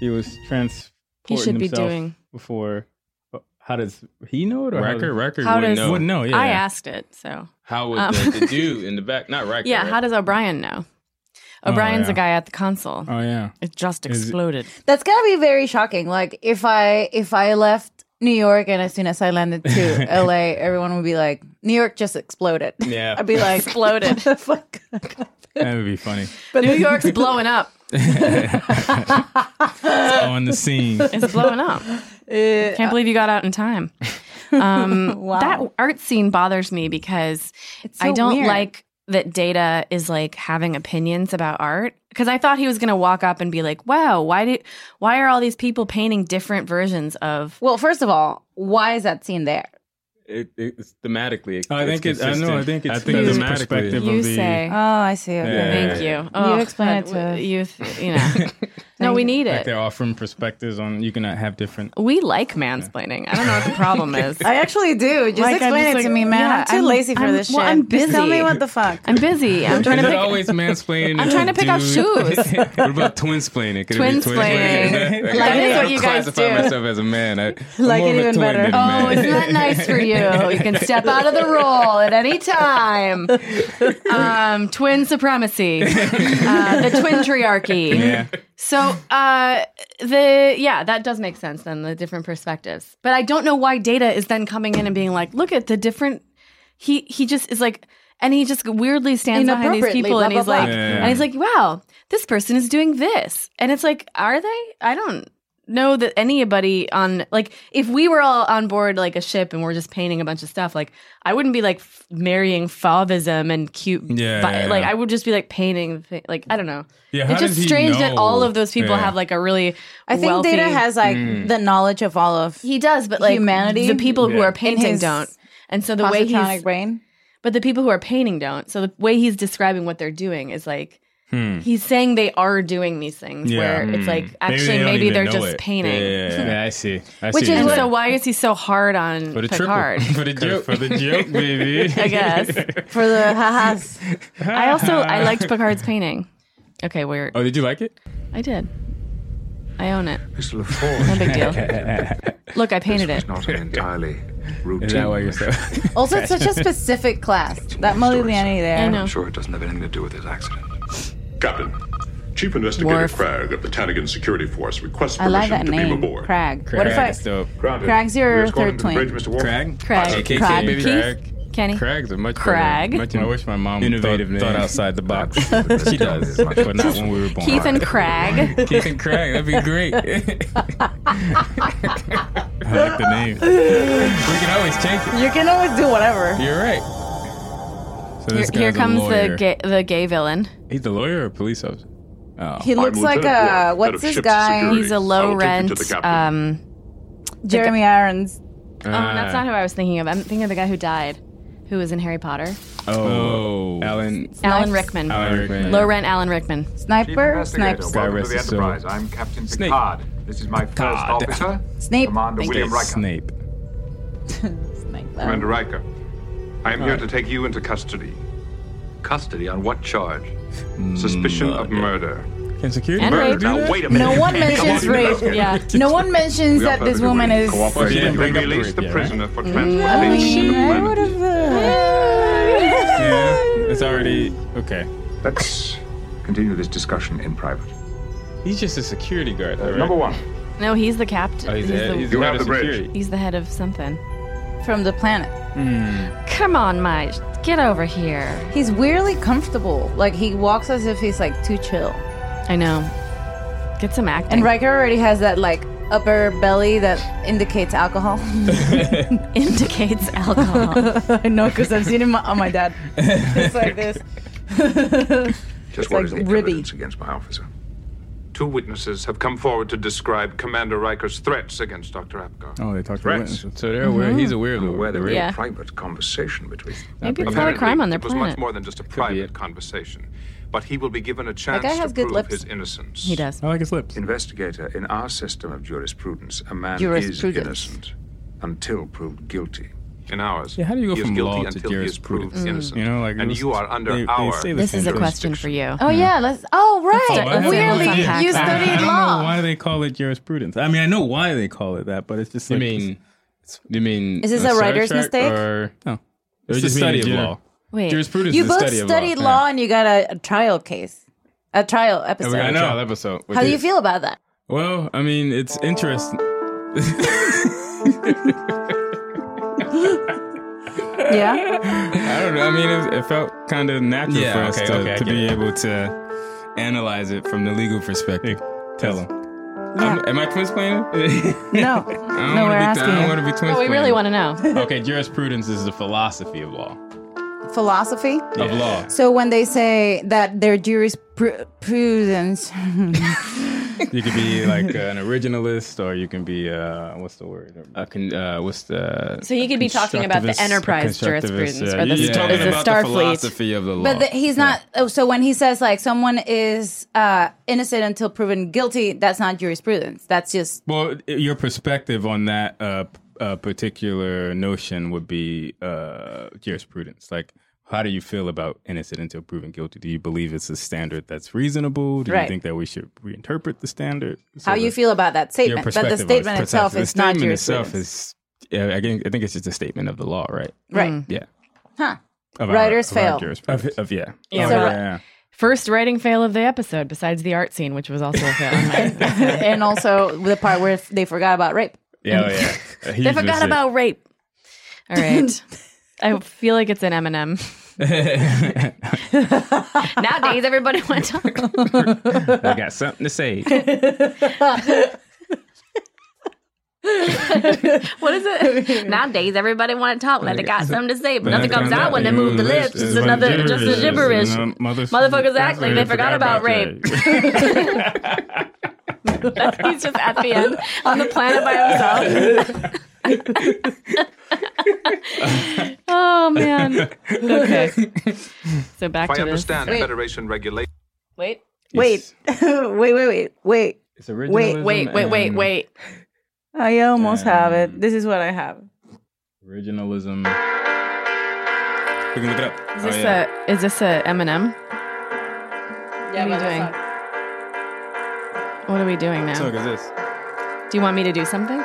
G: he was transporting
D: He should be
G: himself
D: doing-
G: before. How does he know it? Or
H: Riker, Riker
D: How
H: wouldn't
D: does-
H: know.
K: Oh,
G: Wouldn't know. Yeah.
D: I asked it, so
K: How would
D: Um, <laughs>
K: the, the dude in the back? Not Riker.
D: yeah.
K: right?
D: How does O'Brien know?
K: Oh,
D: O'Brien's the
G: yeah.
D: guy at the console.
K: <laughs>
G: Oh yeah.
D: It just
G: Is it-
D: exploded.
B: That's gotta be very shocking. Like if I if I left New York and as soon as I landed <laughs> to LA, everyone would be like, New York just exploded.
G: Yeah.
B: I'd be like
D: Exploded.
B: What the fuck?
G: That would
D: <laughs>
G: be funny.
B: But
D: New York's blowing up.
G: On the
D: <laughs>
G: scene.
D: It's blowing
B: <laughs>
D: up. Can't believe you got out in time. Um, That art scene bothers me because
B: so
D: I don't
B: weird.
D: like that Data is like having opinions about art. Because I thought he was going to walk up and be like, "Wow, why did? Why are all these people painting different versions of?"
B: Well, first of all, why is that scene there?
K: It, it's thematically. It,
G: I think
K: it's
G: it- I know,
K: consistent.
G: I think it's-
K: I think
G: You-
K: the perspective
D: you
K: of the.
D: say.
B: Oh, I see. Okay.
D: Thank you. Oh,
B: you explain it
D: God,
B: to us.
D: You, you
B: <laughs>
D: know. no, we need
G: Like
D: it.
G: they're offering perspectives on you cannot have different.
D: We like mansplaining. I don't know
G: <laughs>
D: what the problem is.
B: I actually do. Just
D: Like, I'm
B: explain
D: just
B: it
D: like,
B: to me, man.
D: yeah,
B: I'm too
D: I'm-
B: lazy for
D: I'm-
B: this shit.
D: well, I'm
B: Just Tell me
D: busy.
B: what the fuck.
D: I'm busy. I'm trying
G: Is
D: to
G: it
D: pick. <laughs>
G: always mansplaining?
D: I'm trying to pick out shoes.
G: <laughs> what about twinsplaining? Could it be
D: Twinsplaining.
G: twinsplaining?
D: Like,
G: I
D: it is what you
G: don't
D: guys
G: classify
D: do.
G: myself as a man. I, I'm
B: Like it
G: more of a
B: even
G: twin
B: better.
G: than a man.
D: Oh, isn't
B: <laughs>
D: that nice for you? You can step out of the role at any
B: <laughs>
D: time. Um, twin supremacy, uh, the twin triarchy.
G: Yeah.
D: So uh, the yeah, that does make sense then the different perspectives. But I don't know why Data is then coming in and being like, look at the different. He he just is like. And he just weirdly stands behind these
B: Inappropriately,
D: people,
B: blah,
D: and
B: blah,
D: he's
B: blah.
D: like,
B: Yeah, yeah,
D: and he's like, wow, this person is doing this, and it's like, are they? I don't know that anybody on like if we were all on board like a ship and we're just painting a bunch of stuff like i wouldn't be like f- marrying fauvism and cute
G: Yeah,
D: fi-
G: yeah, yeah.
D: like i would just be like painting thi- like i don't know
G: Yeah, how
D: it's just
G: does he
D: strange that all
G: know?
D: of those people
G: Yeah. Mm.
D: have like a really
B: I think
D: wealthy,
B: Data has like the knowledge of all of
D: he does but like
B: humanity.
D: the people who
B: Yeah.
D: are
B: in
D: painting
B: his
D: don't and so the way he's
B: positronic brain.
D: but the people who are painting don't so the way he's describing what they're doing is like
G: Hmm.
D: he's saying they are doing these things
G: Yeah.
D: where it's
G: Hmm.
D: like actually
G: they don't
D: maybe,
G: even
D: they are
G: know
D: just
G: it.
D: painting
G: Yeah, yeah, yeah. Yeah, I see. I
D: Which
G: see
D: is
G: what
D: so
G: you're
D: why is he so hard on
G: For the triple.
D: Picard?
G: <laughs> For the joke. For the joke, baby.
D: <laughs>
G: <laughs>
D: I guess.
B: For the ha-has.
D: I also I liked Picard's painting. Okay, weird.
G: Oh, did you like it?
D: I did. I own it.
L: Mr.
D: No big
G: <laughs>
D: deal.
L: LaForge.
D: Look, I painted
L: It's
D: it.
L: not an entirely routine.
G: why you're
J: <laughs>
L: mission.
B: Also, it's <laughs>
G: <laughs>
B: such a specific class. That Modigliani there.
L: I'm sure it doesn't have anything to do with his accident.
M: Captain, Chief Investigator
B: Worf.
M: Cragg of the Tanagan Security Force requests
B: I
M: permission
B: like that
M: to beam
B: name,
M: aboard.
B: Crag. What if I? Crag's your third twin.
G: Crag?
B: Crag.
G: KK,
B: Crag.
G: baby.
B: Keith?
G: Crag.
D: Kenny.
G: Crag's a much
D: Crag.
G: Better, much, I wish my mom
H: Innovative
G: thought,
H: name.
G: thought outside the box. <laughs> she does, but not when we were born.
D: Keith and Crag.
G: Keith and Crag. That'd be <laughs> great. I like the name. We can always change it.
B: <laughs> You can always do whatever.
G: You're right. So
D: Here,
G: this
D: here
G: guy's a
D: comes the
G: lawyer.
D: gay, the gay villain.
G: He's the lawyer or police officer? Oh.
B: He looks like a what's this guy?
D: He's a low rent. Um,
B: Jeremy Irons.
G: Uh,
D: oh, that's not who I was thinking of. I'm thinking of the guy who died, who was in Harry Potter.
G: Oh, Alan.
D: Alan Rickman.
G: Alan Rickman.
D: Low rent Alan Rickman.
B: Sniper. Sniper.
G: Guy
L: Welcome to
G: rest
L: the
G: his soul.
L: Enterprise. I'm Captain Picard. This is my first
G: Picard.
L: officer,
B: Snape.
L: Commander
B: Thank
L: William
B: you.
L: Riker.
G: Snape.
B: <laughs>
J: Commander Riker, I am here to take you into custody. Custody on what charge? Suspicion of murder.
G: Can security
J: And
G: guard
J: rape.
G: do
J: Now,
G: that?
J: wait a minute.
B: No one mentions
J: Come on,
B: rape.
J: you know.
B: Yeah. No one mentions that this woman is.
J: Cooperation.
G: Yeah,
J: They
G: bring up the
J: release
G: rape,
J: the
G: yeah, right?
J: prisoner for
B: I
J: transportation.
B: mean, I would have.
G: Yeah, it's already okay.
L: Let's continue this discussion in private.
G: He's just a security guard.
J: Uh,
G: though, right?
L: Number one,
D: No, he's the captain.
G: Oh, he's,
D: he's,
G: the,
D: the,
G: he's
L: You
G: the head
L: have
G: of
L: the bridge.
G: security.
D: he's the head of something.
B: From the planet.
D: Come on, Mike. Get over here.
B: He's weirdly comfortable. Like he walks as if he's like too chill.
D: I know. Get some acting.
B: And
D: <laughs>
B: Riker already has that like upper belly that indicates alcohol.
D: indicates alcohol.
B: <laughs> I know because I've seen him on my dad. It's like this.
L: just what
B: like
L: is the
B: ribby.
L: evidence against my officer?
J: Two witnesses have come forward to describe Commander Riker's threats against Dr. Apgar.
G: Oh, they talked to
J: Threats.
G: witnesses. So they're aware. He's aware of
B: Mm-hmm.
G: the
L: Where there
G: the
L: was
D: Yeah.
L: a private conversation between them.
D: Maybe it's not a
J: Apparently,
D: crime on their
J: it was
D: planet.
J: much more than just a private conversation, but he will be given a chance
B: guy
J: to
B: has good
J: prove
B: lips.
J: his innocence.
D: He does.
G: I like his lips.
L: Investigator, in our system of jurisprudence, a man is
B: Jurisprudence.
L: innocent until proved guilty.
J: In ours,
G: Yeah, how do you go
J: he is
G: from
J: guilty
G: law to
J: until he is proved
G: jurisprudence?
J: innocent.
B: Mm-hmm.
G: You know, like it
J: and
G: was-
J: you are under
G: they- they
J: our.
G: say the
D: This
G: same
D: is a
G: thing.
D: question for you.
B: Oh yeah, let's. Oh right,
D: Let's- let's-
B: weirdly
D: let's unpack
B: you
D: that.
G: I
D: <laughs>
B: studied
G: don't know
B: law.
G: why they call it jurisprudence. I mean, I know why they call it that, but it's just
K: You
G: like
K: mean? You mean?
B: Is this
K: uh,
B: a
K: Star
B: writer's
K: Trek
B: mistake?
K: Or,
G: no,
K: Or
G: it's the
K: just
G: study of
K: mean
G: law.
D: Wait.
K: Jurisprudence
B: You
K: is the
B: both
K: study of
B: studied law, and you got a, a trial case, a trial
G: Yeah,
B: episode.
G: we got a trial episode.
B: How do you feel about that?
G: Well, I mean, it's interesting.
B: Yeah,
G: I don't know. I mean, it, it felt kind of natural
K: Yeah,
G: for us
K: okay,
G: to,
K: okay, I
G: to
K: get
G: be
K: it.
G: able to analyze it from the legal perspective. Tell him.
B: Yeah.
G: am I <laughs> twinsplaining?
B: no, no,
G: I
B: we're
G: want to be, I don't
B: asking
G: want
B: you.
G: to be twinsplaining.
D: No, we really want to know.
G: <laughs> okay, jurisprudence is the philosophy of law.
B: <laughs> philosophy.
G: Of law.
B: So when they say that their jurisprudence
G: you could be like uh, an originalist, or you can be uh, what's the word? A con- uh, what's the?
D: So you could be talking about the
G: constructivist-
D: enterprise
G: constructivist,
D: jurisprudence
G: yeah.
D: or the,
G: You're talking
D: is the
G: about the
D: Starfleet.
G: philosophy of the
B: <laughs>
G: law.
B: But the, he's not. Oh, so when he says like someone is uh, innocent until proven guilty, that's not jurisprudence. That's just
G: Well, i- your perspective on that uh, p- uh, particular notion would be uh, jurisprudence. Like, how do you feel about innocent until proven guilty? Do you believe it's a standard that's reasonable? Do
B: Right.
G: you think that we should reinterpret the standard?
B: how
G: So
B: you
G: that-
B: feel about that
G: your
B: statement. But the
G: perspective on it.
B: statement itself
G: Precisely.
B: is
G: the statement
B: not
G: itself
B: jurisprudence.
G: is. Yeah, I think I think it's just a statement of the law, right?
B: Right. Mm.
G: Yeah.
B: Huh.
G: Of our-
B: Writers
G: of our
B: fail. uh,
G: jurisprudence. Of, of- yeah.
D: Yeah,
G: Oh,
D: so- uh,
G: yeah.
D: First writing fail of the episode, besides the art scene, which was also a
G: <laughs>
D: fail. <laughs> on mine.
B: and also the part where they forgot about rape.
G: Yeah,
B: <laughs>
G: oh, yeah. A huge
D: they forgot
G: mistake. <laughs>
D: about rape. All
B: <laughs>
D: right. I feel like it's an Eminem. Nowadays, everybody wants to talk.
G: I got something to
D: <laughs>
B: <laughs>
G: say.
D: what is <laughs> it? Nowadays, everybody want to talk like they got something to say, but nothing comes out when they move the lips. It's
G: It's
D: another, just a gibberish.
G: And, uh, mother-
D: Motherfuckers act like they forgot about rape. <laughs> He's just at the end on the planet by himself. <laughs> oh man. <laughs> Okay. So back
J: if I
D: to this.
J: understand
B: Wait.
J: Federation regulation.
D: Wait.
B: Wait, wait, <laughs> wait, wait, wait.
G: It's
B: originalism
D: Wait, wait, wait,
B: and-
D: wait.
B: I almost have it. This is what I have.
G: Originalism. We can look it up. Oh,
D: Is
J: Oh,
D: this a is this a Eminem? Yeah, what are you doing? What are we doing now?
G: What song is this?
D: Do you want me to do something?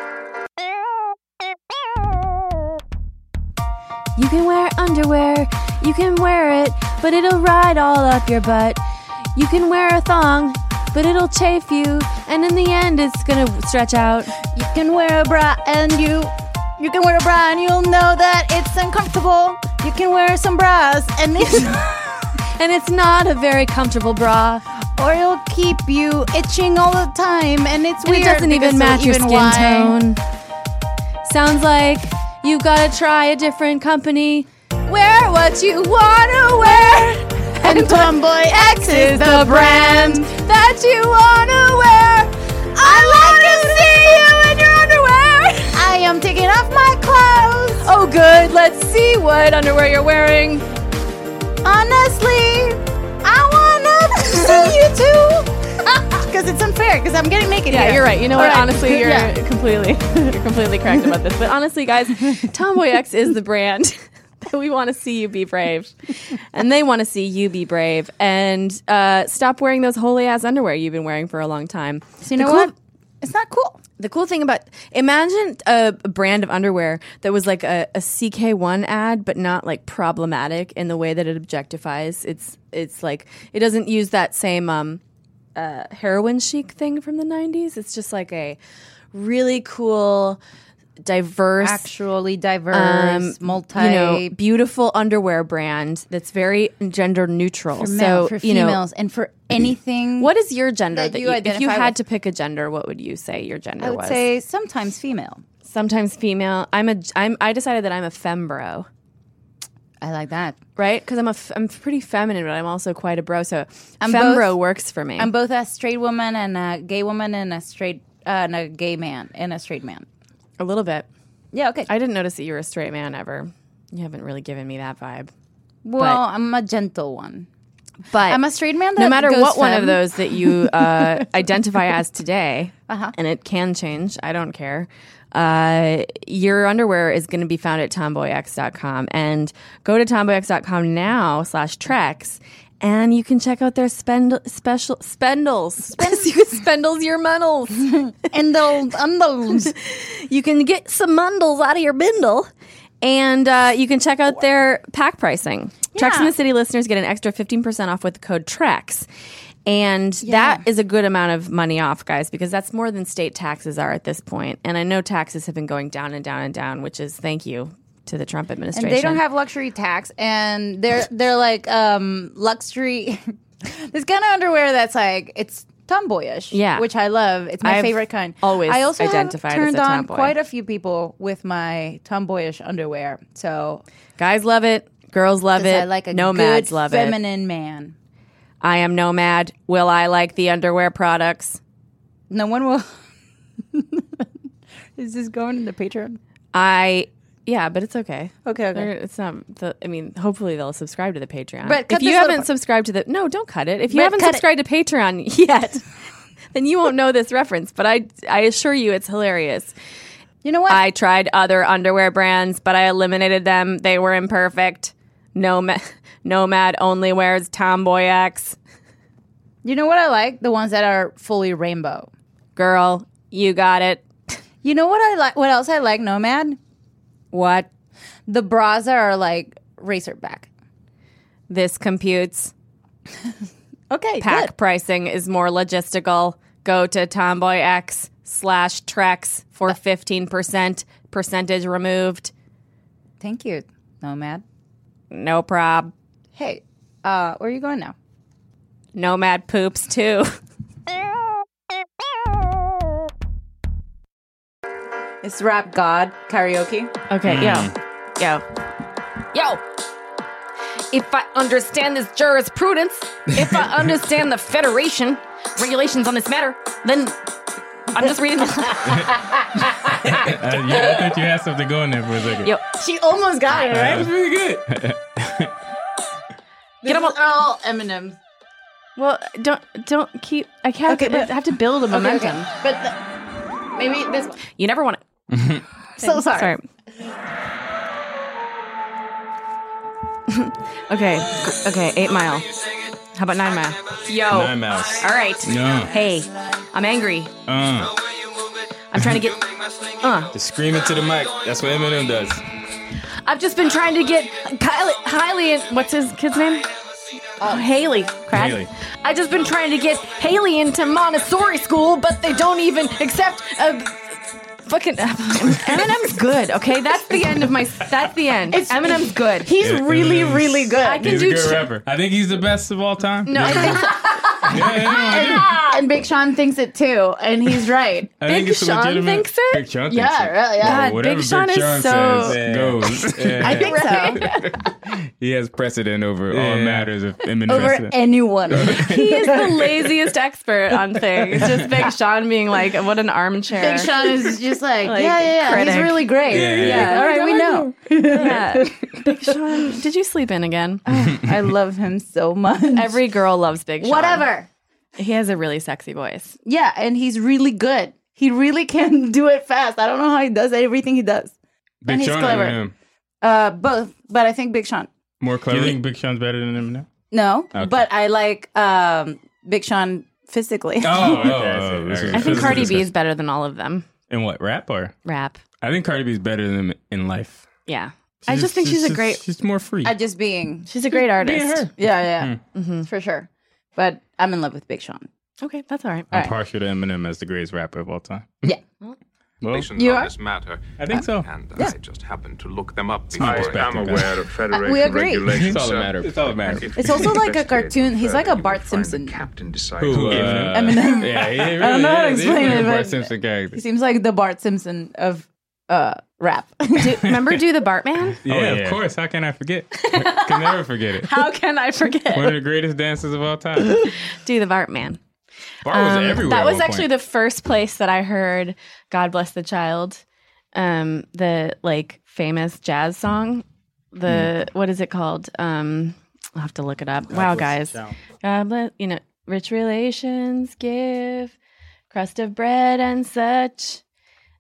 D: You can wear underwear, you can wear it, but it'll ride all up your butt. You can wear a thong, but it'll chafe you, and in the end, it's gonna stretch out.
B: You can wear a bra and you you can wear a bra and you'll know that it's uncomfortable. You can wear some bras and <laughs> it's
D: and it's not a very comfortable bra.
B: Or it'll keep you itching all the time and it's
D: And
B: weird.
D: it doesn't
B: because
D: even match your
B: even
D: skin
B: why-
D: tone. Sounds like you gotta try a different company. Wear what you wanna wear. And <laughs> Tomboy X is the brand that you wanna wear. I like to see you in your underwear.
B: I am taking off my clothes.
D: Oh, good. Let's see what underwear you're wearing.
B: Honestly, I wanna <laughs> see you <laughs> too. Because it's unfair. Because I'm getting naked.
D: Yeah,
B: here.
D: you're right. You know what?
B: All right.
D: <laughs> Honestly, you're um,
B: Yeah.
D: completely, you're completely correct about this. But honestly,
B: <laughs>
D: guys, Tomboy X is the brand <laughs> that we want to see you be brave, and they want to see you be brave, and uh, stop wearing those holy ass underwear you've been wearing for a long time. So
B: you know what? It's not cool.
D: The cool thing about imagine a brand of underwear that was like a, a CK1 ad, but not like problematic in the way that it objectifies. It's it's like it doesn't use that same um, uh, heroin chic thing from the '90s. It's just like a really cool, diverse,
B: Actually diverse, multi.
D: you know, beautiful underwear brand that's very gender neutral.
B: for
D: so
B: male, for
D: you know,
B: females,
D: <clears throat>
B: and for anything.
D: what is your gender
B: that
D: that
B: you
D: you, if you
B: identify
D: had
B: with?
D: to pick a gender? What would you say your gender
B: I would
D: was?
B: say sometimes female.
D: sometimes female. I'm a I'm I decided that I'm a fembro,
B: I like that.
D: right? Because I'm a f- I'm pretty feminine, but I'm also quite a bro. So
B: I'm
D: fembro
B: both-
D: works for me.
B: I'm both a straight woman and a gay woman and a straight uh, and a gay man and a straight man.
D: a little bit.
B: Yeah, okay.
D: I didn't notice that you were a straight man ever. You haven't really given me that vibe.
B: Well, I'm a gentle one.
D: But
B: I'm a straight man. That
D: no matter
B: goes
D: what one of
B: femme.
D: those that
B: <laughs>
D: you uh, identify as today,
B: Uh-huh.
D: and it can change, I don't care. Uh, your underwear is going to be found at tomboyx.com and go to tomboyx.com now slash treks and you can check out their spend special spendles <laughs> you can spendles your muddles
B: <laughs> and those undles
D: <laughs> you can get some mundles out of your bindle and uh, you can check out their pack pricing. Treks in the City listeners get an extra 15% off with the code TREX. And that is a good amount of money off, guys, because that's more than state taxes are at this point. And I know taxes have been going down and down and down, which is thank you to the Trump
B: and
D: administration.
B: they don't have luxury tax, and they're they're like um luxury. <laughs> this kind of underwear that's like it's tomboyish,
D: Yeah.
B: which I love. It's my
D: I've
B: favorite kind.
D: always
B: I also have
D: identified as
B: turned
D: a
B: on
D: tomboy.
B: quite a few people with my tomboyish underwear. So
D: guys love it, girls love
B: 'cause
D: it,
B: I like a
D: nomads
B: good
D: love it.
B: feminine man.
D: I am nomad. Will I like the underwear products?
B: No one will. Is this going in the Patreon?
D: I yeah, but it's okay.
B: Okay, okay.
D: They're- It's not. The, I mean, hopefully they'll subscribe to the Patreon.
B: But cut
D: if you
B: this little
D: haven't
B: part.
D: subscribed to the no, don't cut it. If you
B: But
D: haven't
B: cut it.
D: subscribed to Patreon <laughs> yet, then you won't know this reference. But I I assure you, it's hilarious.
B: You know what?
D: I tried other underwear brands, but I eliminated them. They were imperfect. Nomad, <laughs> Nomad only wears Tomboy X.
B: You know what I like? The ones that are fully rainbow.
D: Girl, you got it.
B: You know what I like? What else I like? Nomad.
D: What?
B: The bras are like racer back.
D: This computes.
B: <laughs> okay.
D: Pack pricing is more logistical. Go to Tomboy X slash Trex for fifteen percent percentage removed.
B: Thank you, Nomad.
D: No prob.
B: Hey, uh, where are you going now?
D: Nomad poops too.
B: It's rap god karaoke.
D: Okay,
G: Mm.
D: yo, yo, yo. If I understand this jurisprudence, if I <laughs> understand the Federation regulations on this matter, then I'm just reading.
G: Uh, yeah, I thought you had something going there for a second.
D: Ah. yo,
B: she almost got it
G: That was
B: right.
G: Uh, pretty good.
B: Get them all Eminems.
D: Well, don't don't keep. I can't.
B: Okay, but-
D: I have to build a
B: Okay,
D: momentum.
B: okay. But the- maybe this one.
D: You never want to.
B: So
D: <laughs>
B: sorry.
D: okay, okay, eight mile. How about nine mile? Yo.
G: Nine miles.
D: All right.
G: No.
D: Hey, I'm angry.
G: <laughs> Uh,
D: I'm trying to get. Uh,
G: just scream into the mic. That's what Eminem does.
D: I've just been trying to get Kylie, Kylie and what's his kid's name? Oh, Haley. Crap.
G: Haley.
D: I just been trying to get Haley into Montessori school, but they don't even accept a fucking <laughs> Eminem's good. Okay, that's the end of my. That's the end. Eminem's good.
B: He's
G: Yeah, really, Eminem's- really
B: good.
D: I can
G: He's a
D: do.
G: good
D: two-
G: rapper. I think he's the best of all time.
D: No, I
G: <laughs>
D: think
B: and, and Big Sean thinks it too, and
D: <laughs>
B: he's right.
G: I think it's a legitimate- Big Sean thinks
B: Yeah,
G: it.
B: really, yeah. God, Big
G: whatever
D: Sean is
G: Sean
D: so-
G: says goes.
B: I think so.
G: He has precedent over all
B: <laughs>
G: matters of Eminem.
B: Over
D: <laughs>
B: anyone.
D: he is the laziest expert <laughs> on things. Just Big Sean being like, what an armchair.
B: Big Sean is just like,
D: Like,
B: yeah, yeah, yeah. He's
D: critic.
B: really great.
D: Yeah, yeah, yeah.
B: all right, we know. <laughs>
D: Yeah. Big Sean, did you sleep in again?
B: Oh, I love him so much.
D: Every girl loves Big Sean.
B: Whatever.
D: He has a really sexy voice.
B: Yeah, and he's really good. He really <laughs> can do it fast. I don't know how he does everything he does.
G: Big
B: and he's
G: Sean or
B: clever.
G: Eminem?
B: Uh, both, but I think Big Sean.
G: More clever. You think Big Sean's better than Eminem?
B: No,
G: Okay.
B: but I like um, Big Sean <laughs> physically.
G: Oh, okay.
D: I think Cardi B is better than all of them.
G: In what rap or?
D: Rap.
G: I think Cardi B is better than him in life.
D: Yeah. I just think she's a great-
G: She's more free.
B: I just being.
D: She's a great artist. Mm-hmm.
B: Yeah, yeah,
G: Hmm.
B: for sure. But I'm in love with Big Sean.
D: Okay, that's all right.
G: I'm partial to Eminem as the greatest rapper of all time.
B: Yeah.
G: Well,
B: You
J: on
B: are?
J: this matter.
G: I think so.
J: And I just happened to look them up.
G: my
J: before.
G: perspective,
J: I'm
G: guys.
J: aware of
B: Uh, <laughs>
J: Federation
B: we agree.
G: It's
J: regulations.
G: all a
J: sir.
G: matter of- It's all a matter of-
J: If
B: It's
D: <laughs>
J: we
B: also like a
J: investigate
B: cartoon. He's
J: further,
B: like a
J: you
B: Bart
J: will find
B: Simpson.
J: The captain decides
G: Who,
J: if-
G: uh,
B: <laughs> Eminem.
G: <laughs> Yeah, he really
B: I don't know how to
G: is. He's
B: explain
G: really
B: it,
G: a Bart
B: but-
G: Simpson
B: He
G: character.
B: seems like the Bart Simpson of uh, rap.
D: <laughs> Do, remember Do the
G: <laughs>
D: Bartman?
G: Oh, Yeah, of course. How can
B: <laughs>
G: I forget? can never forget it.
D: How can I
G: One of
D: forget?
G: the greatest dances of
B: <laughs>
G: all time.
D: <laughs> Do the Bartman.
G: Bart was
D: Um,
G: everywhere.
D: That was actually the first place that I heard "God Bless the Child," um, the like famous jazz song. The
G: Hmm.
D: what is it called? Um, I'll have to look it up. wow, guys! God bless you know rich relations give crust of bread and such.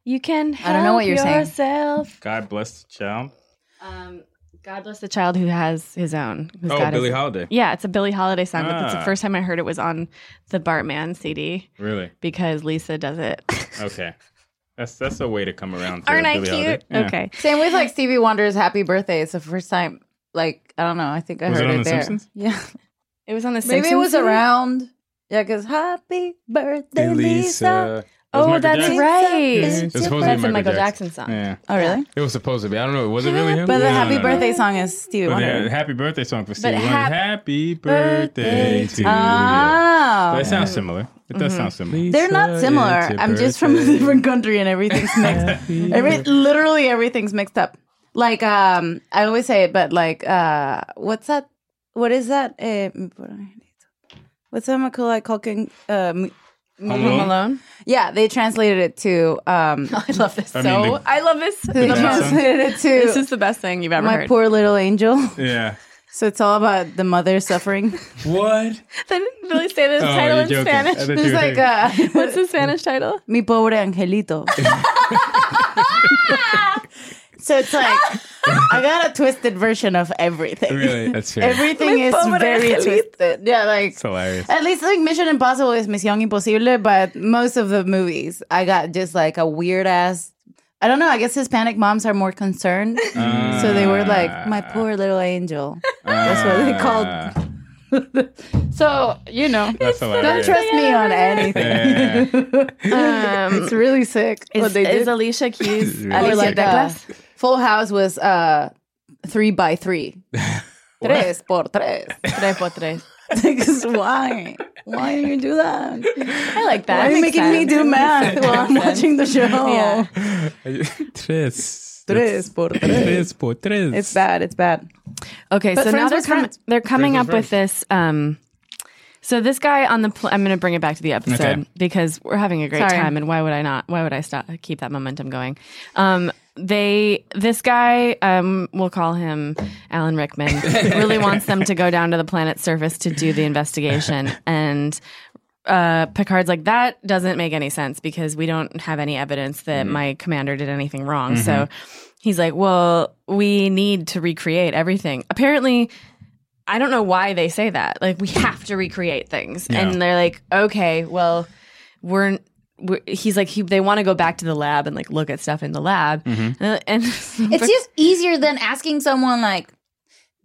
D: You can help
B: I don't know what you're saying.
D: yourself.
G: God bless the child.
D: Um, God bless the child who has his own. who's
G: Oh,
D: got
G: Billie
D: his-
G: Holiday.
D: Yeah, it's a Billie Holiday song, but that's the
G: Ah.
D: first time I heard it was on the Bartman CD
G: Really?
D: because Lisa does it. <laughs>
G: Okay. That's that's a way to come around. to
D: Aren't I
G: Billie
D: cute?
G: Holiday. Yeah.
D: Okay.
B: Same with like Stevie Wonder's "Happy Birthday." It's the first time. Like I don't know. I think I
G: Was it
B: heard
G: on The
B: there.
G: Simpsons?
B: <laughs> Yeah,
D: It was on the
B: maybe it
D: Simpsons
B: was
D: CD?
B: around. Yeah, because "Happy Birthday, Lisa."
G: Lisa.
D: Oh,
G: Michael
D: that's
G: Jackson.
D: right.
G: It's
D: It's
G: supposed to be
D: that's a Michael
G: Michael
D: Jackson,
G: Jackson.
D: song.
G: Yeah.
B: Oh, really?
G: It was supposed to be. I don't know. Was it really him?
B: But the
G: No,
B: "Happy
G: no, no.
B: Birthday" song is Stevie
G: But the
B: Wonder.
G: happy birthday song for Stevie
B: But
G: Wonder.
B: hap-
G: happy birthday to you.
B: Oh, Mm-hmm.
G: That sounds similar. It does sound similar.
B: They're not similar. I'm just from a different country and everything's mixed. Every literally everything's mixed up. Like um I always say it, but like uh what's that what is that? Eh, What's that Macaulay Culkin uh, m-
D: Home Home Alone? Alone?
B: Yeah, they translated it to. Um, I love this
D: <laughs> I mean, so- the-
B: I love this. They
D: the best.
B: translated <laughs> it to.
D: This is the best thing you've ever
B: My
D: heard.
B: poor little angel. <laughs>
G: Yeah.
B: So it's all about the mother suffering.
G: What?
D: <laughs> Then really say the
B: Oh,
D: title
B: you're
D: in
B: joking.
D: Spanish.
B: I thought you It's were like, joking.
D: <laughs> what's the Spanish title?
B: Mi pobre
D: <laughs>
B: angelito. so it's like I got a twisted version of everything.
G: Really? That's fair.
B: Everything
D: Mi
B: is
D: pobre
B: very
D: angelito.
B: twisted. Yeah, like
G: It's hilarious.
B: at least like Mission Impossible is Misión Imposible, but most of the movies I got just like a weird ass. I don't know. I guess Hispanic moms are more concerned, so they were like,
D: Ah.
B: "My poor little angel." That's what they
G: Ah.
B: called. so you know,
D: That's
B: don't
D: hilarious.
B: trust me on anything.
D: Um,
B: it's really sick
D: Is,
B: what they
D: is
B: did. <laughs>
D: Alicia Keys
B: Or
D: Alicia
B: like, uh,
D: Teclas?
B: Full House was uh, three by <laughs> three. tres por tres.
D: Tres por
B: <laughs>
D: tres.
B: Because why? Why do you do that?
D: I like that.
B: Why are you making me <laughs> do math while I'm watching the show? <laughs>
D: Yeah.
G: <laughs> tres.
B: Tres por tres.
G: Tres por tres.
B: It's bad. It's bad.
D: Okay,
B: But
D: so now
B: friends
D: they're
B: with
D: com-
B: friends.
D: they're coming
B: Friends
D: up
B: with
D: with this. Um, so this guy on the pl- I'm going to bring it back to the episode
N: Okay.
D: because we're having a great
N: Sorry.
D: time, and why would I not? Why would I stop? Keep that momentum going. Um, they this guy um, we'll call him Alan
B: <laughs>
D: Rickman really wants them to go down to the planet's surface to do the investigation, and uh, Picard's like that doesn't make any sense because we don't have any evidence that my commander did anything wrong. So he's like, well, we need to recreate everything. Apparently, I don't know why they say that. Like, we have to recreate things.
N: Yeah.
D: And they're like, okay, well, we're. we're he's like, he, they want to go back to the lab and like look at stuff in the lab. And, and <laughs>
B: It's just easier than asking someone like,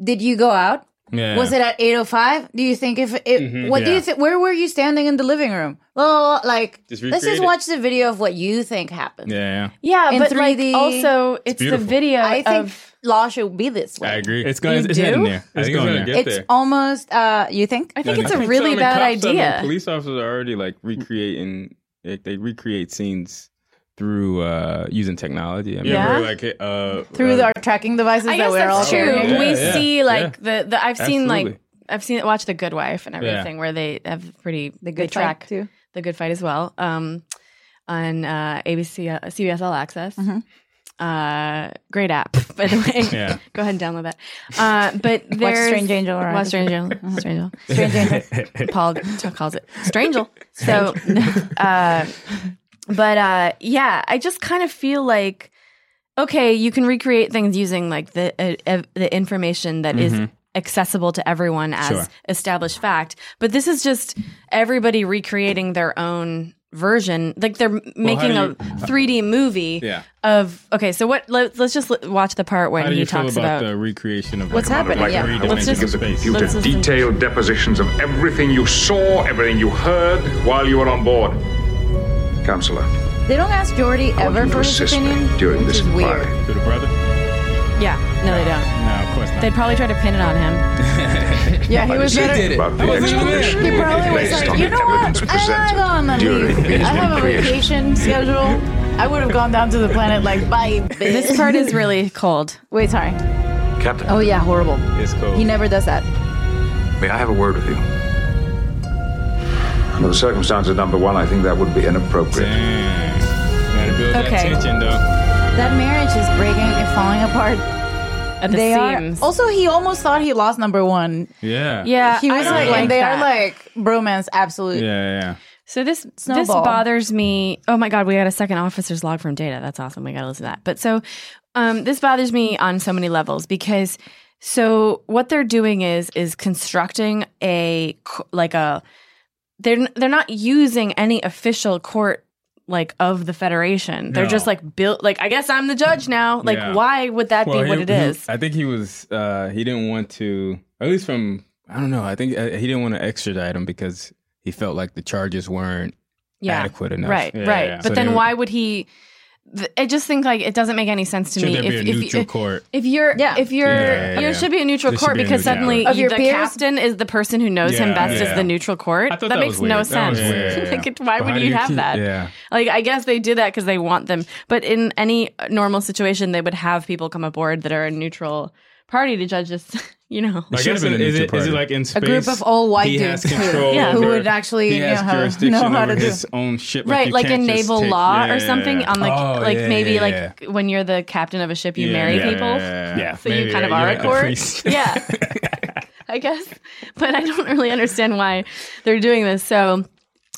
B: "Did you go out?
D: Yeah.
B: Was it at eight oh five? Do you think if it?
D: Mhm.
B: what do you
D: Yeah.
B: think? Where were you standing in the living room? Well, like,
D: Just recreate
B: let's just
D: it.
B: watch the video of what you think happened.
G: Yeah.
D: Yeah,
B: In
D: but like
B: 3D.
D: also it's, the
G: beautiful.
D: video
B: I think
D: of
B: law should be this way.
G: I agree. It's going.
D: You
G: It's heading
D: do?
G: there.
K: I think it's gonna get
B: It's almost. uh You think?
D: I
K: Yeah, so. I mean, cops, I mean, police officers are already like recreating. Like, they recreate scenes
G: through uh, using technology. I mean,
B: Yeah.
G: we're like uh,
B: Through our tracking devices
D: I
B: that
D: guess
B: we're all
D: that's true.
B: carrying.
D: we
G: Yeah, yeah,
D: see like the, the I've seen like
G: Absolutely.
D: I've seen watch The Good Wife and
G: Yeah.
D: everything where they have pretty the
B: Good Fight,
D: track
B: too.
D: the Good Fight as well um, on uh, ABC uh, CBS All Access.
B: Mm-hmm.
D: Uh, great app, <laughs> by the way.
B: Yeah.
D: <laughs> Go ahead and download that. Uh, but
B: Watch
D: there's
B: Strange Angel or-
D: Watch Strange
B: <laughs>
D: Angel. Strange Angel.
B: Strange
D: Angel. <laughs> Paul t- calls it Strange Angel. So, <laughs> uh, but uh, yeah, I just kind of feel like okay, you can recreate things using like the uh, ev- the information that is
N: Mhm.
D: accessible to everyone as
N: Sure.
D: established fact. But this is just everybody recreating their own version. Like they're m-
N: Well, how
D: making
N: do
D: a
N: you-
D: 3D movie
G: Yeah.
D: of okay. So what? Let, let's just l- watch the part when
G: How do
D: he
G: you feel
D: talks
G: about,
D: about.
G: the recreation of
D: What's
G: like,
D: happening?
G: Like
D: Yeah.
G: three
D: Let's
G: dimensions
D: just-
G: of
D: let's
G: space?
O: Computer
D: listen.
O: detailed depositions of everything you saw, everything you heard while you were on board. Counselor,
B: They don't ask Jordy
O: I want
B: ever
O: you to
B: for his
O: assist
B: opinion.
O: me during this
B: which is weird.
O: inquiry.
G: To the brother?
D: yeah, no, they don't.
G: No, of course not.
D: They'd probably try to pin it on him. Yeah, he
G: <laughs>
O: But
D: was
O: it's
D: better-
O: stated About the explanation
B: Oh, He probably was
O: based
B: like,
O: on
B: "You
O: the
B: know what?
O: evidence
B: I gotta go
O: presented
B: on the
O: during
B: leave.
O: his
B: I have a
O: recreation.
B: vacation schedule. I would have gone down to the planet like <laughs> bye. bitch."
D: This part is really cold.
B: Wait, sorry.
C: Captain.
B: Oh yeah, horrible.
C: It's
B: He never does that.
C: May I have a word with you?
O: Under the circumstances, number one, I think that would be inappropriate.
G: Gotta build that
B: Okay.
G: tension, though. <laughs>
B: That marriage is breaking and falling apart.
D: the
B: they
D: seams.
B: are. Also, he almost thought he lost number one.
G: Yeah.
B: he was
D: I don't
B: like,
D: like
B: and they
D: that.
B: are like bromance, absolute.
G: Yeah,
D: So this this
B: Snowball.
D: bothers me. Oh my god, we got a second officer's log from data. That's awesome. We got to listen to that. But so um, this bothers me on so many levels because so what they're doing is is constructing a c- like a they're they're not using any official court like of the federation. They're
G: No.
D: just like built like I guess I'm the judge now. Like
G: Yeah.
D: why would that
G: Well,
D: be what
G: he-
D: it
G: he-
D: is?
G: I think he was. Uh, he didn't want to. At least from I don't know. I think uh, he didn't want to extradite him because he felt like the charges weren't
D: Yeah.
G: adequate enough.
D: Right,
G: Yeah,
D: right.
G: yeah.
D: But
G: So
D: then
G: they-
D: why would he th- I just think like it doesn't make any sense to
G: Should
D: me
G: there be a neutral
D: <laughs>
G: court?
D: If you're, yeah. if you're,
G: Yeah, yeah,
D: there
G: yeah.
D: should be a neutral
G: There should
D: court
G: be a
D: because
G: neutral
D: suddenly
G: court. Of
D: the
G: your peers?
D: captain is the person who knows him
G: Yeah,
D: best
G: yeah.
D: as the neutral court.
G: I thought
D: That,
G: that
D: makes
G: was
D: no
G: weird. That
D: sense.
G: was weird, yeah, yeah.
D: <laughs> Like, it- why
G: But
D: would
G: how
D: you,
G: do you
D: have
G: keep-
D: that?
G: yeah.
D: Like, I guess they do that because they want them. But in any normal situation, they would have people come aboard that are a neutral party to judge this <laughs> you know.
G: Like, is, it, is, it, is it like in space?
B: A group of all white
G: he has
B: dudes who-
G: control
B: yeah, who
G: over-
B: would actually
G: he has
D: <laughs>
B: know how-
G: jurisdiction
B: know how
G: over
B: to do-
G: his own shit.
D: right,
G: you
D: like in
G: can't just
D: naval
G: take-
D: law
G: yeah,
D: or something.
G: yeah,
D: On like,
G: yeah.
D: like
G: Oh,
D: maybe
G: yeah,
D: like
G: yeah.
D: when you're the captain of a ship, you
G: Yeah,
D: marry
G: yeah,
D: people.
G: yeah, yeah.
D: so
G: Maybe,
D: you kind of
G: yeah,
D: are
G: you're
D: a
G: like a priest.
D: court. <laughs> yeah,
B: <laughs>
D: I guess. But I don't really understand why they're doing this. So.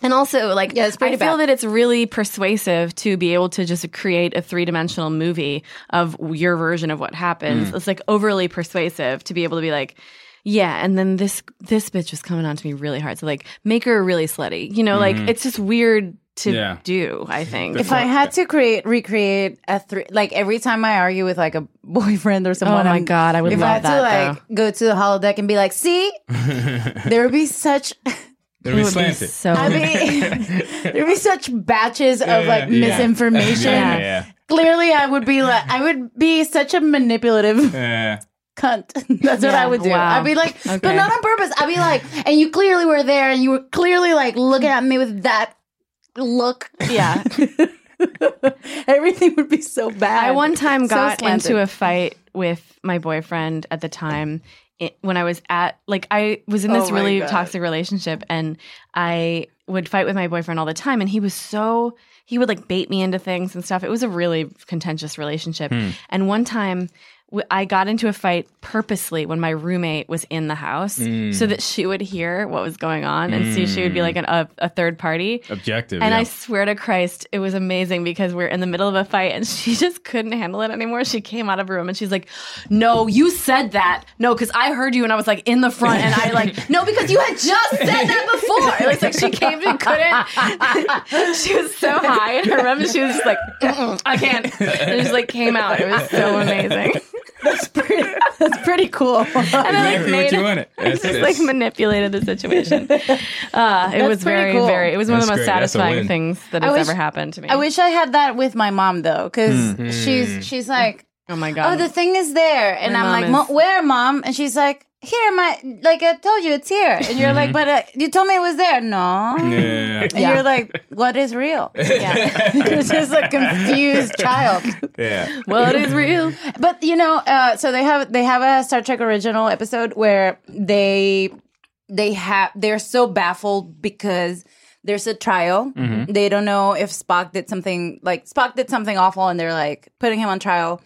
D: And also, like, yeah, I
B: pretty
D: feel that it's really persuasive to be able to just create a three dimensional movie of your version of what happens.
B: Mm.
D: It's like overly persuasive to be able to be like, yeah, and then this this bitch was coming on to me really hard. So like, make her really slutty. You know,
B: Mhm.
D: like it's just weird to
B: Yeah.
D: do. I think
B: If I had to create recreate a three, like every time I argue with like a <laughs> boyfriend or someone,
D: Oh my
B: I'm-
D: God, I would
B: if I
D: love
B: had to
D: that,
B: like go to the holodeck and be like, see,
D: <laughs>
B: there would be such <laughs>
D: It would be slanted. so-
B: I mean, there'd be such batches of
D: Yeah,
B: like
D: yeah, yeah.
B: misinformation.
D: Yeah, yeah, yeah.
B: Clearly, I would be like, I would be such a manipulative. Cunt. <laughs> That's what
D: Yeah,
B: I would do.
D: wow.
B: I'd be like,
D: Okay.
B: but not on purpose. I'd be like, and you clearly were there, and you were clearly like looking at me with that look.
D: Yeah.
B: <laughs> Everything would be so bad.
D: I one time
B: So
D: got
B: slanted.
D: into a fight with my boyfriend at the time it, when I was at like I was in
B: Oh
D: this
B: my
D: really
B: God.
D: toxic relationship and I would fight with my boyfriend all the time and he was so he would like bait me into things and stuff. It was a really contentious relationship.
N: Hmm.
D: And one time w- I got into a fight purposely when my roommate was in the house
G: Mm.
D: so that she would hear what was going on and so she would be
G: Mm.
D: like an, a, a third party.
G: Objective.
D: And
G: yeah.
D: I swear to Christ, it was amazing because we're in the middle of a fight and <laughs> she just couldn't handle it anymore. She came out of her room and she's like, No, you said that. No, because I heard you and I was like in the front and I
B: <laughs>
D: like, No, because you had just said that before. It's like she came and couldn't. <laughs> she was so high in her room and she was just like, "Mm-mm, I can't. And it just like came out. It was
B: <laughs>
G: <laughs>
D: so amazing.
B: That's pretty cool.
D: And I like made it. <laughs> I just like manipulated the
B: <laughs>
D: situation. Uh, it
B: <laughs> That's
D: was
B: pretty
D: very,
B: cool.
D: very. It was one of the most
B: That's great. That's a
D: satisfying
B: win.
D: things that
B: I
D: has
B: wish-
D: ever happened to me.
B: I wish I had that with my mom though, because
D: Hmm.
B: she's she's like,
D: oh my god,
B: oh, the thing is there, and
D: My
B: I'm
D: mom
B: like,
D: is-
B: "Mo- where, mom? And she's like, here, my like I told you, it's here, and you're like,
G: Mhm.
B: but uh, you told me it was there, no,
G: Yeah.
B: and you're like, what is real? <laughs> Yeah, you're just a confused child.
G: <laughs>
P: <laughs>
G: yeah.
B: <laughs> What is real? But you know, uh, so they have they have a Star Trek original episode where they they have they're so baffled because there's a trial.
N: Mhm.
B: They don't know if Spock did something like Spock did something awful, and they're like putting him on trial.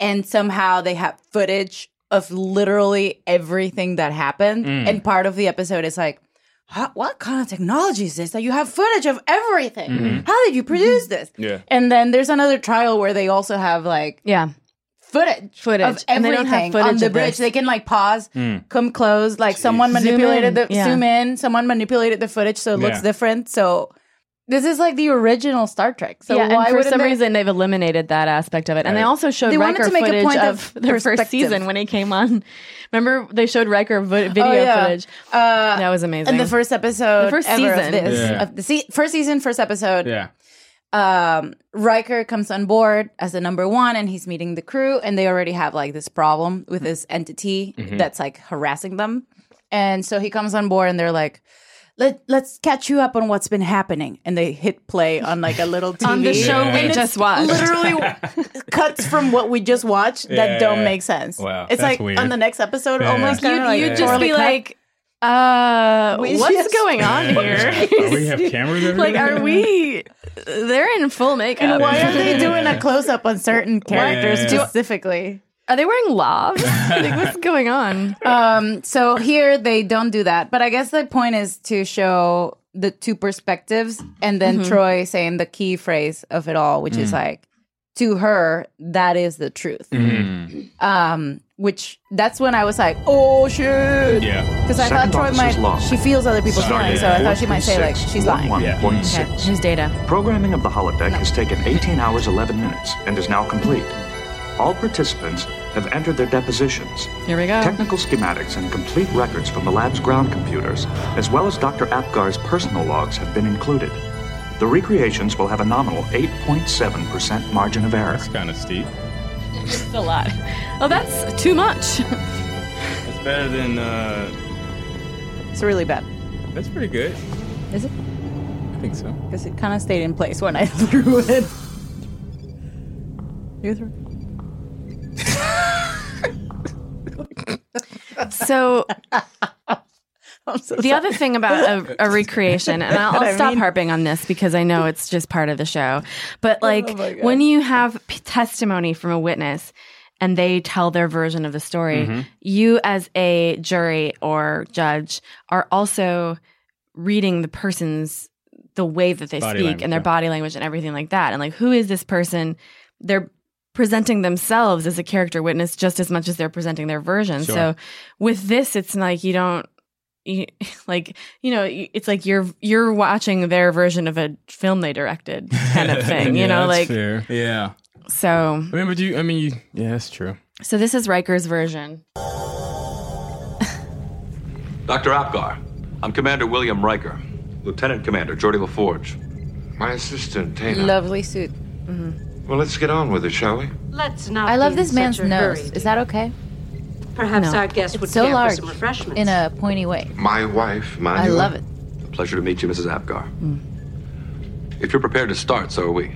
B: And somehow they have footage of literally everything that happened.
N: Mm.
B: And part of the episode is like. "Huh, What kind of technology is this that you have footage of everything?
N: Mhm.
B: How did you produce this?
G: Yeah.
B: And then there's another trial where they also have like
D: yeah
B: footage
D: footage
B: of everything
D: And they don't have
B: on
D: footage
B: the
D: of
B: bridge.
D: this.
B: They can like pause,
D: Hmm.
B: come close. Like someone
D: Zoom
B: manipulated
D: in,
B: the
D: yeah.
B: zoom in. Someone manipulated the footage so it looks
D: Yeah.
B: different. So this is like the original Star Trek. So
D: yeah,
B: why
D: and for
B: wouldn't
D: some
B: they-
D: reason they've eliminated that aspect of it. And they
B: Right.
D: also showed
B: They wanted
D: Riker
B: to make a
D: footage
B: point
D: of,
B: of
D: <laughs> their first
B: perspective.
D: season when he came on. Remember they showed Riker vo- video
B: Oh, yeah.
D: footage.
B: Uh,
D: that was amazing.
B: in the first episode,
D: The first
B: ever
D: season.
B: of this,
D: Yeah.
B: of the se- first season, first episode. um, Riker comes on board as the number one, and he's meeting the crew, and they already have like this problem with this entity
D: Mm-hmm.
N: Mhm.
B: that's like harassing them, and so he comes on board, and they're like. Let, let's catch you up on what's been happening. And they hit play on like a little TV.
D: <laughs> On the show we
B: And it's
D: just watched. <laughs>
B: Literally cuts from what we just watched
D: Yeah.
B: that don't make sense.
D: Wow,
B: It's
D: that's
B: like
D: weird.
B: on the next episode,
D: Yeah.
B: almost
D: You'd-
B: kind of like.
D: you'd just
B: poorly
D: be
B: cut.
D: like, uh,
B: We
D: what's
B: just-
D: going on here?
G: Are we have cameras. everywhere?
D: like, are we? They're in full makeup.
B: and why are they doing a close up on <laughs> certain characters
D: Do-
B: specifically?
D: Are they wearing
B: <laughs>
D: lobs? like, what's going on?
B: um so here they don't do that but i guess the point is to show the two perspectives and then
N: Mhm.
B: troy saying the key phrase of it all which is
N: Mm.
B: like to her that is the truth <laughs>
N: Mm.
B: um which that's when i was like oh shit
G: Yeah.
B: because i thought
C: Second
B: troy
C: officer's
B: might
C: log.
B: she feels other people's
C: Started
B: feelings so
C: at
B: i thought she might say like she's lying
C: 436.11.6.
D: Here's data.
C: Programming of the holodeck has taken 18 hours 11 minutes and is now complete. All participants have entered their depositions.
D: Here we go.
C: Technical schematics and complete records from the lab's ground computers, as well as Dr. Apgar's personal logs, have been included. The recreations will have a nominal 8.7% margin of error. That's
G: kind of steep.
D: It's a lot. Oh, that's too
B: <laughs>
D: much.
G: It's better than. Uh,
B: it's really bad
G: that's pretty good.
B: is it
G: I think so.
B: because it kind of stayed in place when i <laughs> threw it <laughs> you threw <laughs>
D: So the other thing about
G: <laughs>
N: <laughs>
D: a, a recreation, and I'll, I'll
N: I
D: stop
N: mean-
D: harping on this because I know it's just part of the show, but like
N: Oh my God.
D: when you have p- testimony from a witness and they tell their version of the story,
N: Mhm.
D: you as a jury or judge are also reading the person's the way that they
N: Body
D: speak
N: language,
D: and their
N: yeah.
D: body language and everything like that, and like who is this person? They're presenting themselves as a character witness just as much as they're presenting their version.
N: Sure.
D: So with this, it's like you don't you, <laughs> like you know y- it's like you're you're watching their version of a film they directed kind
G: <laughs>
D: of thing you
G: Yeah,
D: know
G: that's
D: like
G: fair. yeah.
D: so
G: I mean, but you, I mean, you, yeah, that's true.
D: so this is Riker's version
J: Dr. Apgar, I'm Commander William Riker, Lieutenant Commander Jordy LaForge.
Q: My assistant, Dana.
B: Lovely suit.
Q: well, let's get on with it, shall we?
R: Let's not.
B: I love
R: be
B: this
R: in
B: man's
R: such a
B: nose.
R: hurry.
B: Is that okay?
R: Perhaps
B: No.
R: our guest
B: It's
R: would
B: so
R: care
B: large
R: for some refreshments.
B: in a pointy way.
Q: My wife, my.
B: I love it. Mm.
J: A pleasure to meet you, Mrs. Apgar. If you're prepared to start, so are we.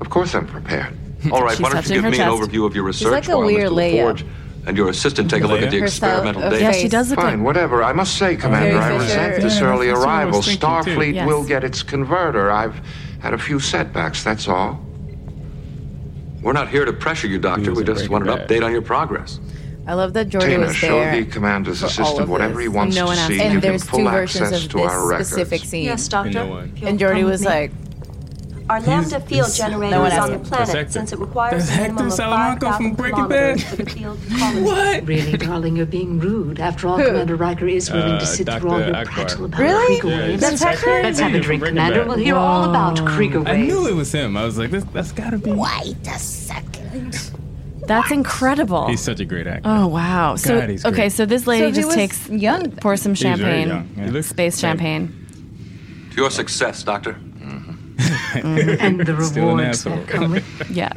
Q: Of course
B: <laughs>
Q: I'm prepared.
J: All right,
Q: She's
J: why don't you
Q: touching
J: give
Q: her
J: me an
Q: chest.
J: overview of your
Q: She's
J: research
Q: like a
J: while
Q: weird
J: Mr.
Q: Leia.
J: LaForge and your assistant take a look at the
Q: Leia?
J: experimental
L: uh,
J: data.
Q: Fine, whatever. I must say, Commander, I
J: Very
Q: resent
J: fair.
Q: this
J: Yeah,
Q: early
J: that's what I
Q: arrival.
J: was thinking, too.
Q: Starfleet
J: Yes.
Q: will get its converter. I've had a few setbacks, that's all.
J: We're not here to pressure you, Doctor. We just want an update on your progress.
B: I love that Jordy
Q: Dana,
B: was
Q: show
B: there.
Q: the commander's
B: for all
Q: assistant
B: of
Q: whatever
B: this.
Q: he wants to see.
B: And
Q: you can
B: there's
Q: full
B: two
Q: access
B: versions of
Q: to our
B: this
Q: records.
B: specific scene.
R: Yes, Doctor. No one.
B: And Jordy was
R: Come
B: like,
R: Our lambda field
B: he's-
R: generator
B: no one
R: is on the
B: asked.
R: planet
B: That's
R: since it
B: Hector.
R: requires
B: That's
R: a minimum
B: Hector
R: of
B: Salamanca from
R: 5,000
B: Breaking
R: kilometers for the field to
B: <laughs>
R: colonize.
P: Really, darling, you're being rude. After all,
R: Who?
P: Commander Riker is willing
R: Uh,
P: to sit
R: Dr.
P: through all your
R: Akbar.
P: prattle about
R: Really?
P: Krieger
R: Yeah,
P: waves.
R: that's Hector?
P: Let's have a drink,
G: Breaking
P: Commander.
G: Bad.
P: We'll hear all about Krieger
G: I
P: waves.
G: knew it was him. I was like, this, that's got to be.
P: Wait a second.
D: that's incredible
G: He's such a great actor.
D: oh wow so
G: God, he's great.
D: okay so this lady
B: So he
D: just
B: was
D: takes
B: young
D: pour some
G: He was very
D: champagne
G: young, yeah. He looks
D: space
G: <laughs>
D: champagne
J: To your success, Doctor.
B: Mm-hmm.
P: and the
G: Still an
P: rewards
G: asshole.
P: that come with
D: yeah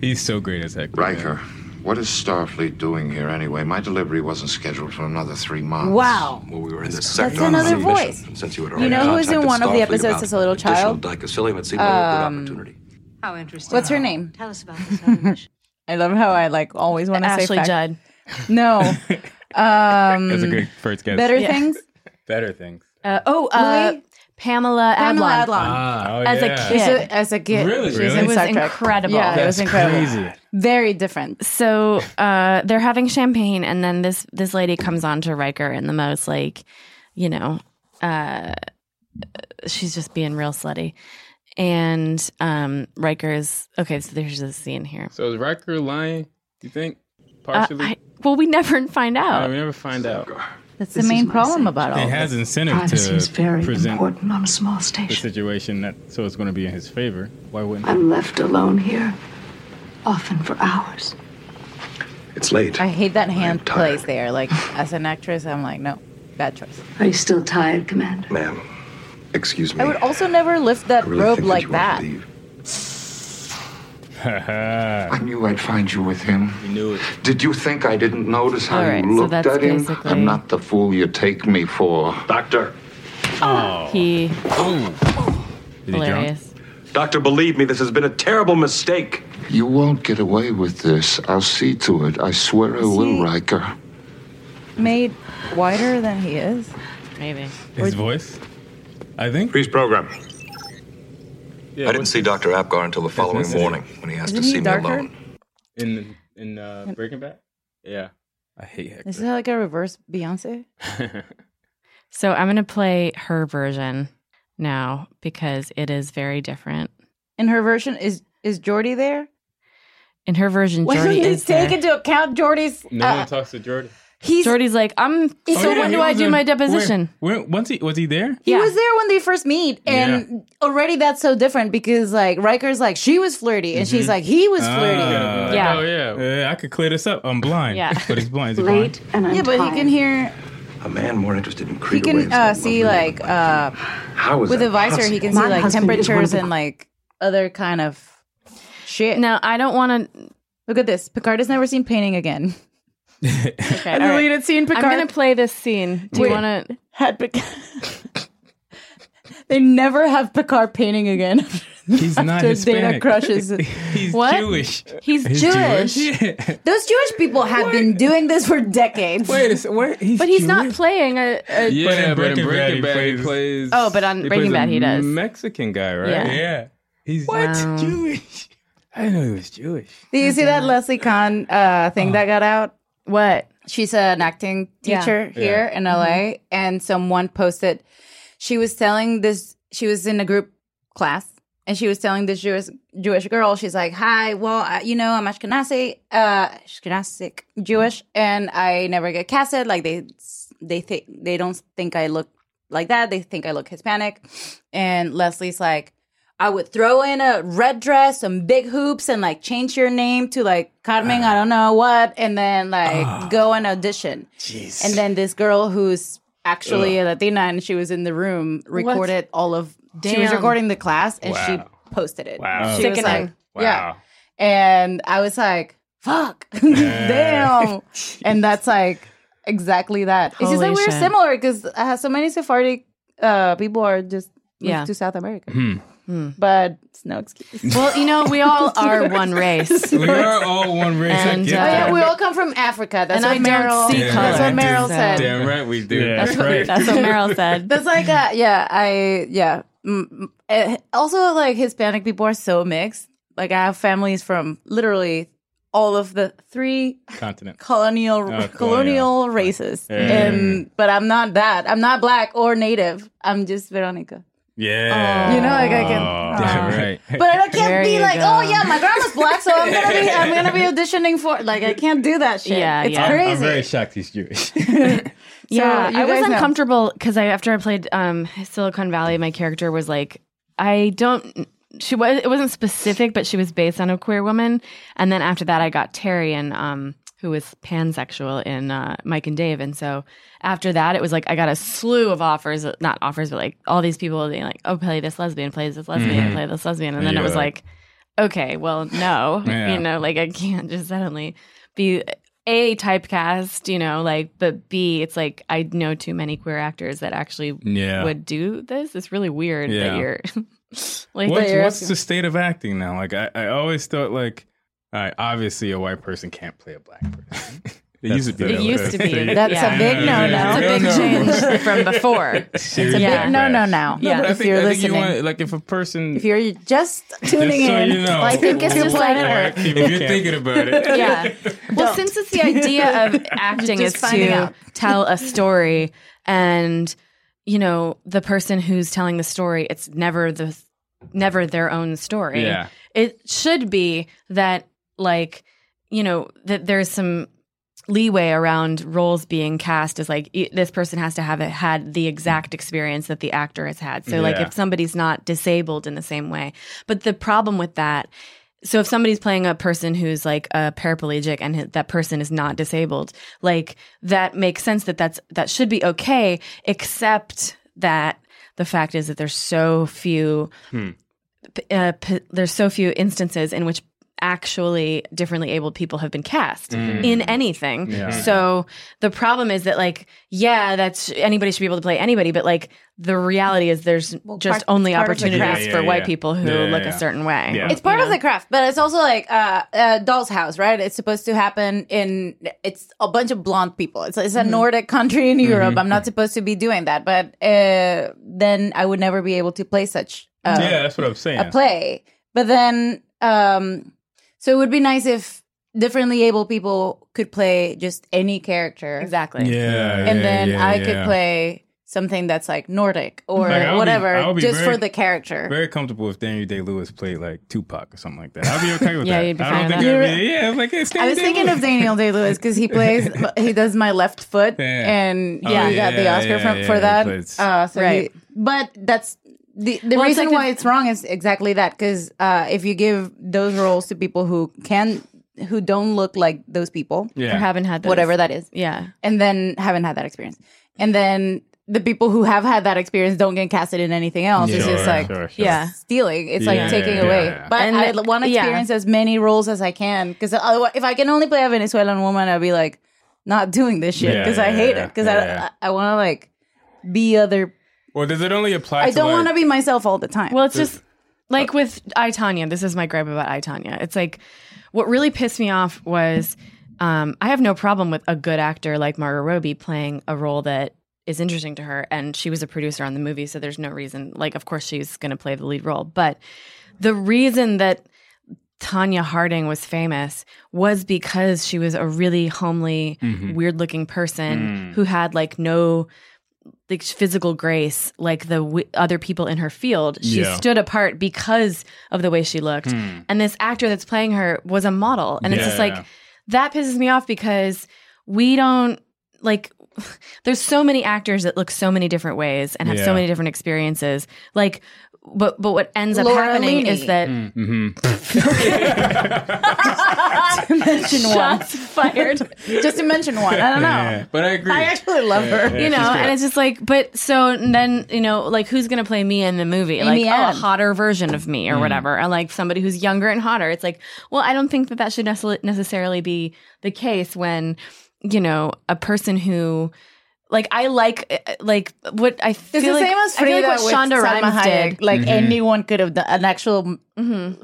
G: He's so great as heck.
Q: Riker, what is Starfleet doing here anyway? My delivery wasn't scheduled for another three months.
B: Wow.
Q: Well, we were
J: in the
B: That's another voice.
J: Since you had
B: You
J: already
B: know who was in
J: contacted
B: one of the
J: Starfleet
B: episodes
J: about
B: as a little
J: additional
B: child?
J: Dicasilium, it seemed like a good
B: Um,
J: opportunity.
R: How interesting.
B: What's her name?
R: Tell us about this.
B: I love how I like always want to say
D: Ashley
B: fact.
D: Judd.
R: <laughs>
B: No. Um,
G: That's a great first guess.
B: Better things.
G: Better things.
D: Uh, oh, uh, Pamela,
B: Pamela
D: Adlon.
B: Adlon.
G: Ah, oh,
D: As a
G: yeah.
D: kid.
B: So, as a kid,
D: Really?
B: she was
D: Really?
B: in
D: It was
B: Star Trek.
D: incredible.
B: Yeah, it
D: That's
B: was incredible.
D: crazy.
B: Very different.
D: So uh, they're having champagne, and then this this lady comes on to Riker in the most like, you know, uh, she's just being real slutty, and um, Riker's okay. So there's this scene here.
K: So is Riker lying? You think
D: Uh,
K: partially?
D: I- well, we never find
K: Uh,
D: out.
K: we never find out.
B: That's the main problem about all.
G: He has incentive to
P: Privacy is very
G: present
P: important on a small
G: the
P: station.
G: situation that so it's going to be in his favor. Why wouldn't? he?
P: I'm left alone here, often for hours.
J: It's late.
B: I hate that hand plays there. Like as an actress, I'm like, no, bad choice.
P: Are you still tired, Commander?
J: Ma'am, excuse
B: I would also never lift that
Q: really
B: robe
Q: think that
B: like
Q: you
B: that.
Q: I knew I'd find you with him. You knew it. Did you think I didn't notice how
D: All right, so
Q: you looked
D: that's
Q: at him?
D: basically-
Q: I'm not the fool you take me for.
J: Doctor.
Q: Oh.
D: He
G: Oh.
Q: he drunk?
D: hilarious.
J: Doctor, believe me, this has been a terrible mistake.
Q: You won't get away with this. I'll see to it. I swear I will, Riker.
B: Made wider than he is.
D: Maybe.
G: His voice. I think.
J: Freeze program. I didn't see Dr. Apgar until the following
G: Ethnicity.
J: morning when he asked
B: Isn't
J: to
B: he
J: see me
B: darker?
J: alone.
K: In in uh, Breaking Bad. Yeah.
G: I hate Hector. <laughs>
B: Is that like a reverse Beyonce?
D: So I'm gonna play her version now because it is very different.
B: In her version, is is Jordy there?
D: In her version,
B: Why don't
D: Jordy
B: you
D: is there.
B: take into account Jordy's?
K: No
B: uh,
K: one talks to Jordan.
B: he's
D: Jordy's like, I'm.
B: so when do I do my deposition?
G: Where, once he was he there?
B: He was there when they first meet, and already that's so different because like Riker's like she was flirty, and she's like he was flirty.
G: Ah,
B: Yeah.
G: Oh yeah. Uh, I could clear this up. I'm blind.
B: Yeah.
G: But he's blind. Is he blind?
P: and
B: yeah, but he can hear,
J: A man more interested in
B: he
J: Krieger
B: can
J: waves
B: uh,
J: than
B: see
J: lovely-
B: like uh,
J: How is
B: with
J: that
B: a visor, he
J: possible?
B: can see
J: My
B: like
J: husband is one of
B: temperatures
J: the
B: and like other kind of shit.
D: No, I don't want to.
B: Look at this. Picard has never seen painting again. <laughs>
D: Okay,
B: A
D: all right.
B: deleted scene. Picard.
D: I'm gonna play this scene. Do
B: Wait.
D: you want to?
B: <laughs> had Picard. they never have Picard painting again.
G: He's not
B: After data
G: Hispanic. <laughs>
B: crushes.
G: He's
B: What?
G: Jewish.
B: He's
G: He's
B: Jewish.
G: <laughs> Yeah.
B: Those Jewish people have been doing this for decades.
G: Wait a second.
D: but he's not playing a. a
G: Yeah,
K: but in
G: Breaking Bad, he
K: Breaking Bad,
G: plays-
K: he plays.
D: Oh, but on
K: he
D: Breaking
K: plays a
D: Bad, he does.
K: Mexican guy, right?
D: Yeah.
G: He's
D: What?
G: Jewish. I didn't know he was Jewish.
B: Do you see that Leslie Kahn uh,
G: Uh-huh.
B: thing that got out? What? She's an acting
D: Yeah. Mm-hmm.
B: teacher
D: Yeah.
B: here in LA, and someone posted. She was telling this. She was in a group class, and she was telling this Jewish Jewish girl. She's like, "Hi, well, uh, you know, I'm Ashkenazi, uh, Ashkenazic Jewish, and I never get casted. Like they they think they don't think I look like that. They think I look Hispanic." And Leslie's like. I would throw in a red dress, some big hoops, and like change your name to like Carmen, I don't know what, and then like go and audition.
G: Jeez.
B: And then this girl who's actually
D: Ugh.
B: a Latina and she was in the room recorded all of. She was
D: Damn.
B: recording the class and
D: Wow.
B: she posted it.
D: Wow.
B: She was like,
D: Sickening.
B: yeah. And I was like, fuck, <laughs>
G: <laughs>
B: damn. and that's like exactly that. it's just
D: Holy
B: like we're
D: shit.
B: similar because uh, so many Sephardic uh, people are just moved
D: Yeah.
B: to South America.
G: Hmm.
B: But it's no
G: <laughs>
B: excuse.
D: Well, you know, we
B: <laughs>
D: all are one race.
G: We are all one race.
D: And,
G: I get
D: uh,
B: Oh, yeah,
G: that.
B: we all come from Africa. That's
D: And I
B: what
D: don't
B: Meryl.
D: see
B: that's
D: color.
B: what Meryl
D: So-
B: said.
K: Damn right we do.
G: Yeah, That's that's right.
D: That's
B: <laughs>
D: what Meryl said.
B: That's like, uh yeah, I, yeah. Mm, mm. Eh, Also, like Hispanic people are so mixed. Like I have families from literally all of the three
G: <laughs> Continent.
B: colonial colonial,
G: Oh, colonial.
B: races,
G: Yeah.
B: and but I'm not that. I'm not black or native. I'm just Veronica.
G: Yeah.
B: You know, like, I can-
G: Damn right.
B: But I can't
D: There
B: be
D: you
B: like,
D: go.
B: oh yeah, my grandma's black, so I'm gonna be I'm gonna
G: <laughs>
B: be auditioning <laughs> for like I can't do that shit.
D: Yeah,
B: it's
D: yeah.
G: I'm-
B: crazy.
G: I'm very shocked he's Jewish.
D: yeah,
B: you
D: I was
B: guys know.
D: uncomfortable because I after I played um, Silicon Valley, my character was like, I don't. She was. It wasn't specific, but she was based on a queer woman. And then after that, I got Terry and um, who was pansexual in uh, Mike and Dave. And so after that, it was like I got a slew of offers, not offers, but like all these people being like, "Oh, play this lesbian, play this lesbian,
N: Mhm.
D: play this lesbian," and
N: And
D: then
N: you
D: it
N: were
D: was
N: like-
D: like, okay, well, no, <laughs>
N: Yeah.
D: you know, like I can't just suddenly be a typecast, you know, like, but B, it's like I know too many queer actors that actually
G: Yeah.
D: would do this. It's really weird
G: Yeah.
D: that you're <laughs> like,
G: what's, what's the state of acting now? Like, I, I always thought, like, all right, obviously a white person can't play a black person.
K: <laughs>
G: It used to
D: It used to
G: <laughs>
D: be.
B: That's a big no-no.
D: That's a big change from
G: <laughs>
D: before.
B: It's a big no no
D: No,
B: now.
D: but I
B: if
D: think-
B: you're
D: I
K: think you
B: listening,
K: want- like if a person
B: if you're <laughs> just tuning
K: Just so
B: in,
K: you know.
B: like
K: If
B: it's
K: you're
B: just
K: playing
B: planet <laughs> Earth.
K: If you're thinking about
B: <laughs>
K: it.
D: <laughs> yeah.
G: <laughs>
D: Well, since it's the idea of acting is
B: Just finding
D: to
B: out.
D: tell
B: <laughs>
D: a story, and you know the person who's telling the story, it's never the never their own story.
N: Yeah.
D: It should be that like you know that there's some leeway around roles being cast as like e- this person has to have it had the exact experience that the actor has had. So like
N: Yeah.
D: if somebody's not disabled in the same way. But the problem with that so if somebody's playing a person who's like a paraplegic and hi- that person is not disabled, like that makes sense that that's that should be okay except that the fact is that there's so few
N: Hmm.
D: p- uh, p- there's so few instances in which actually differently abled people have been cast
B: Hmm.
N: Mhm.
D: in anything.
N: Yeah.
D: So the problem is that like yeah, that's anybody should be able to play anybody, but like the reality is there's just
B: part-
D: only
B: part of the
D: opportunities
B: craft.
D: for
B: Yeah, yeah,
D: white
B: yeah.
D: people who
B: Yeah, yeah,
D: look
B: yeah.
D: a certain way.
B: It's part of the craft, but it's also like uh, uh, Doll's House, right? It's supposed to happen in. It's a bunch of blonde people. It's it's a
D: Mhm.
B: Nordic country in
D: Mhm.
B: Europe. I'm not supposed to be doing that, but uh, then I would never be able to play such uh,
G: yeah, that's what I'm saying.
B: a play. But then, um, so it would be nice if differently able people could play just any character. Exactly.
G: Yeah,
B: And
G: yeah,
B: then
G: yeah,
B: I
G: yeah.
B: could play something that's like Nordic or
G: Like, I would be- I
B: whatever,
G: would be
B: just
G: very-
B: for the character.
G: Very comfortable if Daniel Day Lewis played like Tupac or something like that. I'd be okay with
B: Yeah,
G: that.
B: you'd be
G: I
B: fine
G: don't
B: with
G: think
B: that.
G: I'd be, yeah, I'm like,
B: I
G: it's
B: was
G: Daniel
B: thinking of
G: Day-Lewis.
B: Daniel Day Lewis because he
G: <laughs>
B: plays, he does my left foot,
G: Yeah.
B: and
G: Oh,
B: yeah, he got the
G: yeah,
B: Oscar
G: yeah,
B: for,
G: yeah,
B: for
G: he
B: that.
G: plays-
B: Uh, so
D: Right.
B: he- but that's the the
D: Well, it's
B: reason
D: like the-
B: why it's wrong is exactly that because uh, if you give those roles to people who can who don't look like those people
D: Yeah. Or haven't had those.
B: whatever that is,
D: Yeah.
B: and then haven't had that experience, and then. The people who have had that experience don't get casted in anything else. it's just
D: Sure,
B: like
D: sure, sure. Yeah.
B: stealing. It's
D: Yeah,
B: like taking
D: yeah,
B: away.
D: yeah.
B: But
D: And
B: I
D: the-
B: want to
D: yeah.
B: experience as many roles as I can. Because if I can only play a Venezuelan woman, I'd be like, not doing this shit
G: Yeah,
B: because I
G: yeah,
B: hate
G: yeah,
B: it. Because
G: yeah,
B: I,
G: yeah.
B: I, I want to like be other. <laughs>
G: Or does it only apply?
B: I
G: to,
B: don't
G: like,
B: want to be myself all the time. Well,
D: it's just Like with I Tanya, this is my gripe about I Tanya. It's like what really pissed me off was um, I have no problem with a good actor like Margot Robbie playing a role that is interesting to her, and she was a producer on the movie, so there's no reason. Like, of course, she's going to play the lead role, but the reason that Tanya Harding was famous was because she was a really homely,
N: Mhm.
D: weird-looking person
N: Mm.
D: who had like no like physical grace like the w- other people in her field she
N: Yeah.
D: stood apart because of the way she looked
N: Hmm.
D: and this actor that's playing her was a model and it's just like
N: Yeah.
D: that pisses me off because we don't like <laughs> there's so many actors that look so many different ways and have
N: Yeah.
D: so many different experiences like but but what ends up
N: Laura
D: happening
N: Linney.
D: is that
B: <laughs>
D: <laughs>
G: Mm. Mm-hmm.
B: to mention one.
D: Shots fired.
B: <laughs> Just to mention one. I don't know.
D: Yeah,
G: but I
B: agree. I actually love her. Yeah, yeah,
D: you know,
B: she's great.
D: and it's just like, but so and then you know, like who's gonna play me in the movie?
B: Amy
D: like oh, a
B: Adams.
D: hotter version of me or
N: Mm.
D: whatever, or like somebody who's younger and hotter. It's like, well, I don't think that that should necessar- necessarily be the case when you know a person who. Like I like uh, like what I feel
B: It's the
D: like,
B: same
D: I feel
B: as Frida
D: like what
B: with
D: Shonda
B: Salma
D: Rhimes
B: Hayek.
D: did. Mm-hmm.
B: Like
G: Mm-hmm.
B: anyone could have done an actual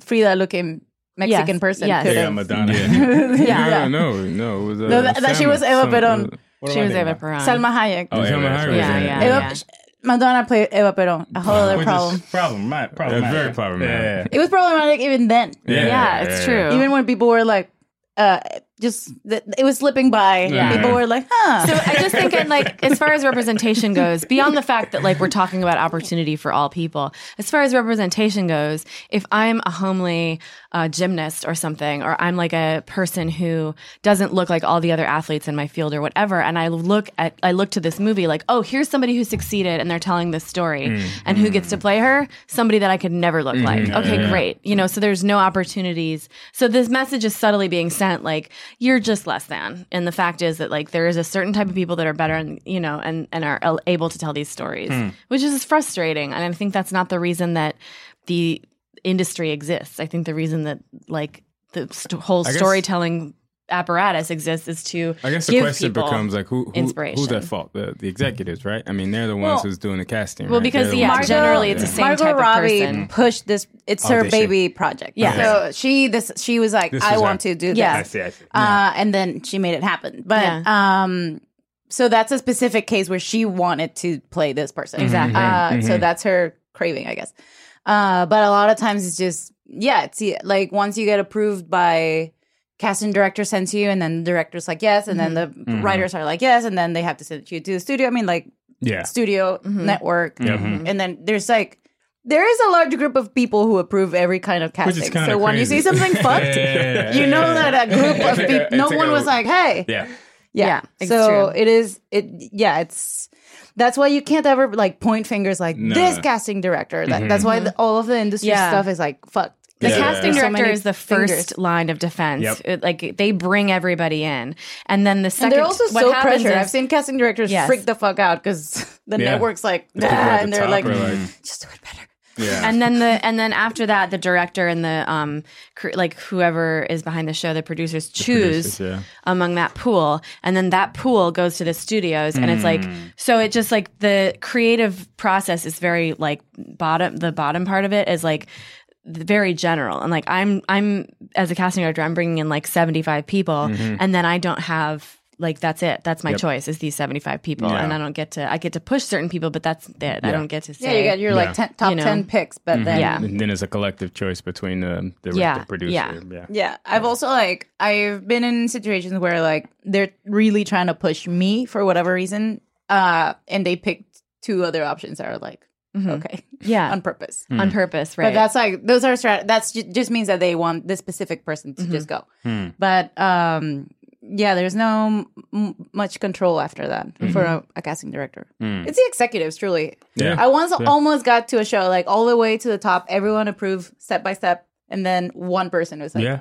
B: Frida looking Mexican
D: Yes,
B: person
D: yes.
B: could
G: Yeah,
B: have.
G: Madonna. <laughs>
B: Yeah. <laughs> Yeah.
G: No, no, no. It was, uh,
B: No, that, that she
G: Salma-
B: was Eva
G: Salma-
B: Peron.
G: What am I thinking about?
B: Salma Hayek.
G: Oh, Salma Hayek. was in it.
B: Eva, Madonna played Eva Peron. A whole other
G: Which is
B: problem.
G: Problem, my problem, very problematic.
B: It was problematic even then.
G: Yeah, Yeah, yeah, it's yeah, yeah. true.
B: Even when people were like, uh, just th- it was slipping by.
D: Yeah.
B: People were like, huh.
D: So I
B: <laughs>
D: just think, and like, as far as representation goes, beyond the fact that like we're talking about opportunity for all people, as far as representation goes, if I'm a homely uh, gymnast or something, or I'm like a person who doesn't look like all the other athletes in my field or whatever, and I look at, I look to this movie like, oh, here's somebody who succeeded, and they're telling this story,
N: Mm.
D: and who gets to play her? Somebody that I could never look
N: Mhm.
D: like.
N: Yeah,
D: Okay,
N: yeah, yeah.
D: great. You know, so there's no opportunities. So this message is subtly being sent like you're just less than. And the fact is that like there is a certain type of people that are better and you know and and are el- able to tell these stories,
N: Hmm.
D: which is frustrating. And I think that's not the reason that the industry exists. I think the reason that like the st- whole
G: I guess-
D: storytelling apparatus exists is to
G: I guess the
D: give
G: question
D: people
G: becomes like who, who
D: inspiration.
G: who's at fault? The, the executives, right? I mean, they're the ones
B: Well-
G: who's doing the casting.
D: Well,
G: right?
D: because,
G: They're the
D: yeah,
G: ones who-
D: generally it's the same
B: Margot
D: type of
B: Robbie
D: person.
B: pushed this. It's her
G: Audition.
B: baby project.
D: Yeah.
B: So she this she was like,
G: This
B: I
G: is
B: want to
G: her.
B: do
G: Yeah.
B: this.
G: I see, I see.
B: Uh, and then she made it happen. But um, so that's a specific case where she wanted to play this person.
D: Exactly.
G: Mm-hmm.
B: Uh,
D: Mhm.
B: So
D: Mhm.
B: that's her craving, I guess. Uh, but a lot of times it's just yeah. It's yeah, like once you get approved by casting director sends you, and then the director's like yes, and then
D: Mm-hmm.
B: the
G: Mm-hmm.
N: Mhm.
B: writers are like yes, and then they have to send you to the studio. I mean, like
N: Yeah.
B: studio
D: Mm-hmm.
N: Mhm.
B: network,
N: Yep.
G: Mm-hmm.
N: Mhm.
B: and then there's like. There is a large group of people who approve every kind of
N: Which
B: casting.
N: is
B: So
N: kinda
B: when you see
N: crazy.
B: something fucked,
N: <laughs> Yeah, yeah, yeah,
B: you
N: yeah,
B: know
N: yeah.
B: that a
N: <laughs>
B: group of
N: It's like a-
B: people. No
N: it's like
B: one
N: a-
B: was like, "Hey,
N: Yeah.
B: yeah."
D: it's
B: so
D: true.
B: it is. It yeah. It's that's why you can't ever like point fingers like
D: No.
B: this casting director. That,
D: Mhm.
B: That's why the, all of the industry
D: Yeah.
B: stuff is like fucked.
D: The
B: There's
D: casting
B: so many
D: director is the first
B: fingers.
D: line of defense.
B: Yep.
D: It- like they bring everybody in, and then the second.
B: and they're also
D: what
B: so
D: happens
B: pressured.
D: is-
B: I've seen casting directors
D: Yes.
B: freak the fuck out because the
D: Yeah.
B: network's like,
D: The people
B: "Ah,"
D: at the
B: and they're
D: top
B: like,
D: are
G: like,
B: just do it better.
D: and then the and then after that, the director and the um cr- like whoever is behind the show, the producers choose
N: producers, yeah.
D: among that pool, and then that pool goes to the studios, and it's
G: Hmm.
D: like
N: Mm.
D: so. It just like the creative process is very like bottom. The bottom part of it is like very general and like i'm i'm as a casting director i'm bringing in like 75 people
G: Mm-hmm.
N: Mhm.
D: and then i don't have like that's it that's my
N: Yep.
D: choice is these 75 people
N: Yeah.
D: and i don't get to i get to push certain people but that's it i
G: Yeah.
D: don't get to say
B: Yeah, you got your like
G: Yeah.
B: ten, top
D: you know?
B: ten picks, but
G: Mhm.
B: then
G: And then it's a collective choice between the director,
B: Yeah,
G: producer.
B: yeah.
G: Yeah.
B: Yeah, I've also like I've been in situations where like they're really trying to push me for whatever reason, uh, and they picked two other options that are like
D: Mhm.
B: okay,
D: Yeah.
B: on purpose,
D: Mm. On purpose,
B: Hmm. But
D: right.
B: that's like those are strat- that's ju- just means that they want this specific person to just go.
G: Hmm.
B: But um, yeah, there's no m- much control after that for a, a casting director.
N: Mm.
B: It's the executives, truly.
N: Yeah.
B: I once
N: Yeah.
B: almost got to a show like all the way to the top, everyone approved step by step, and then one person was like,
N: Yeah.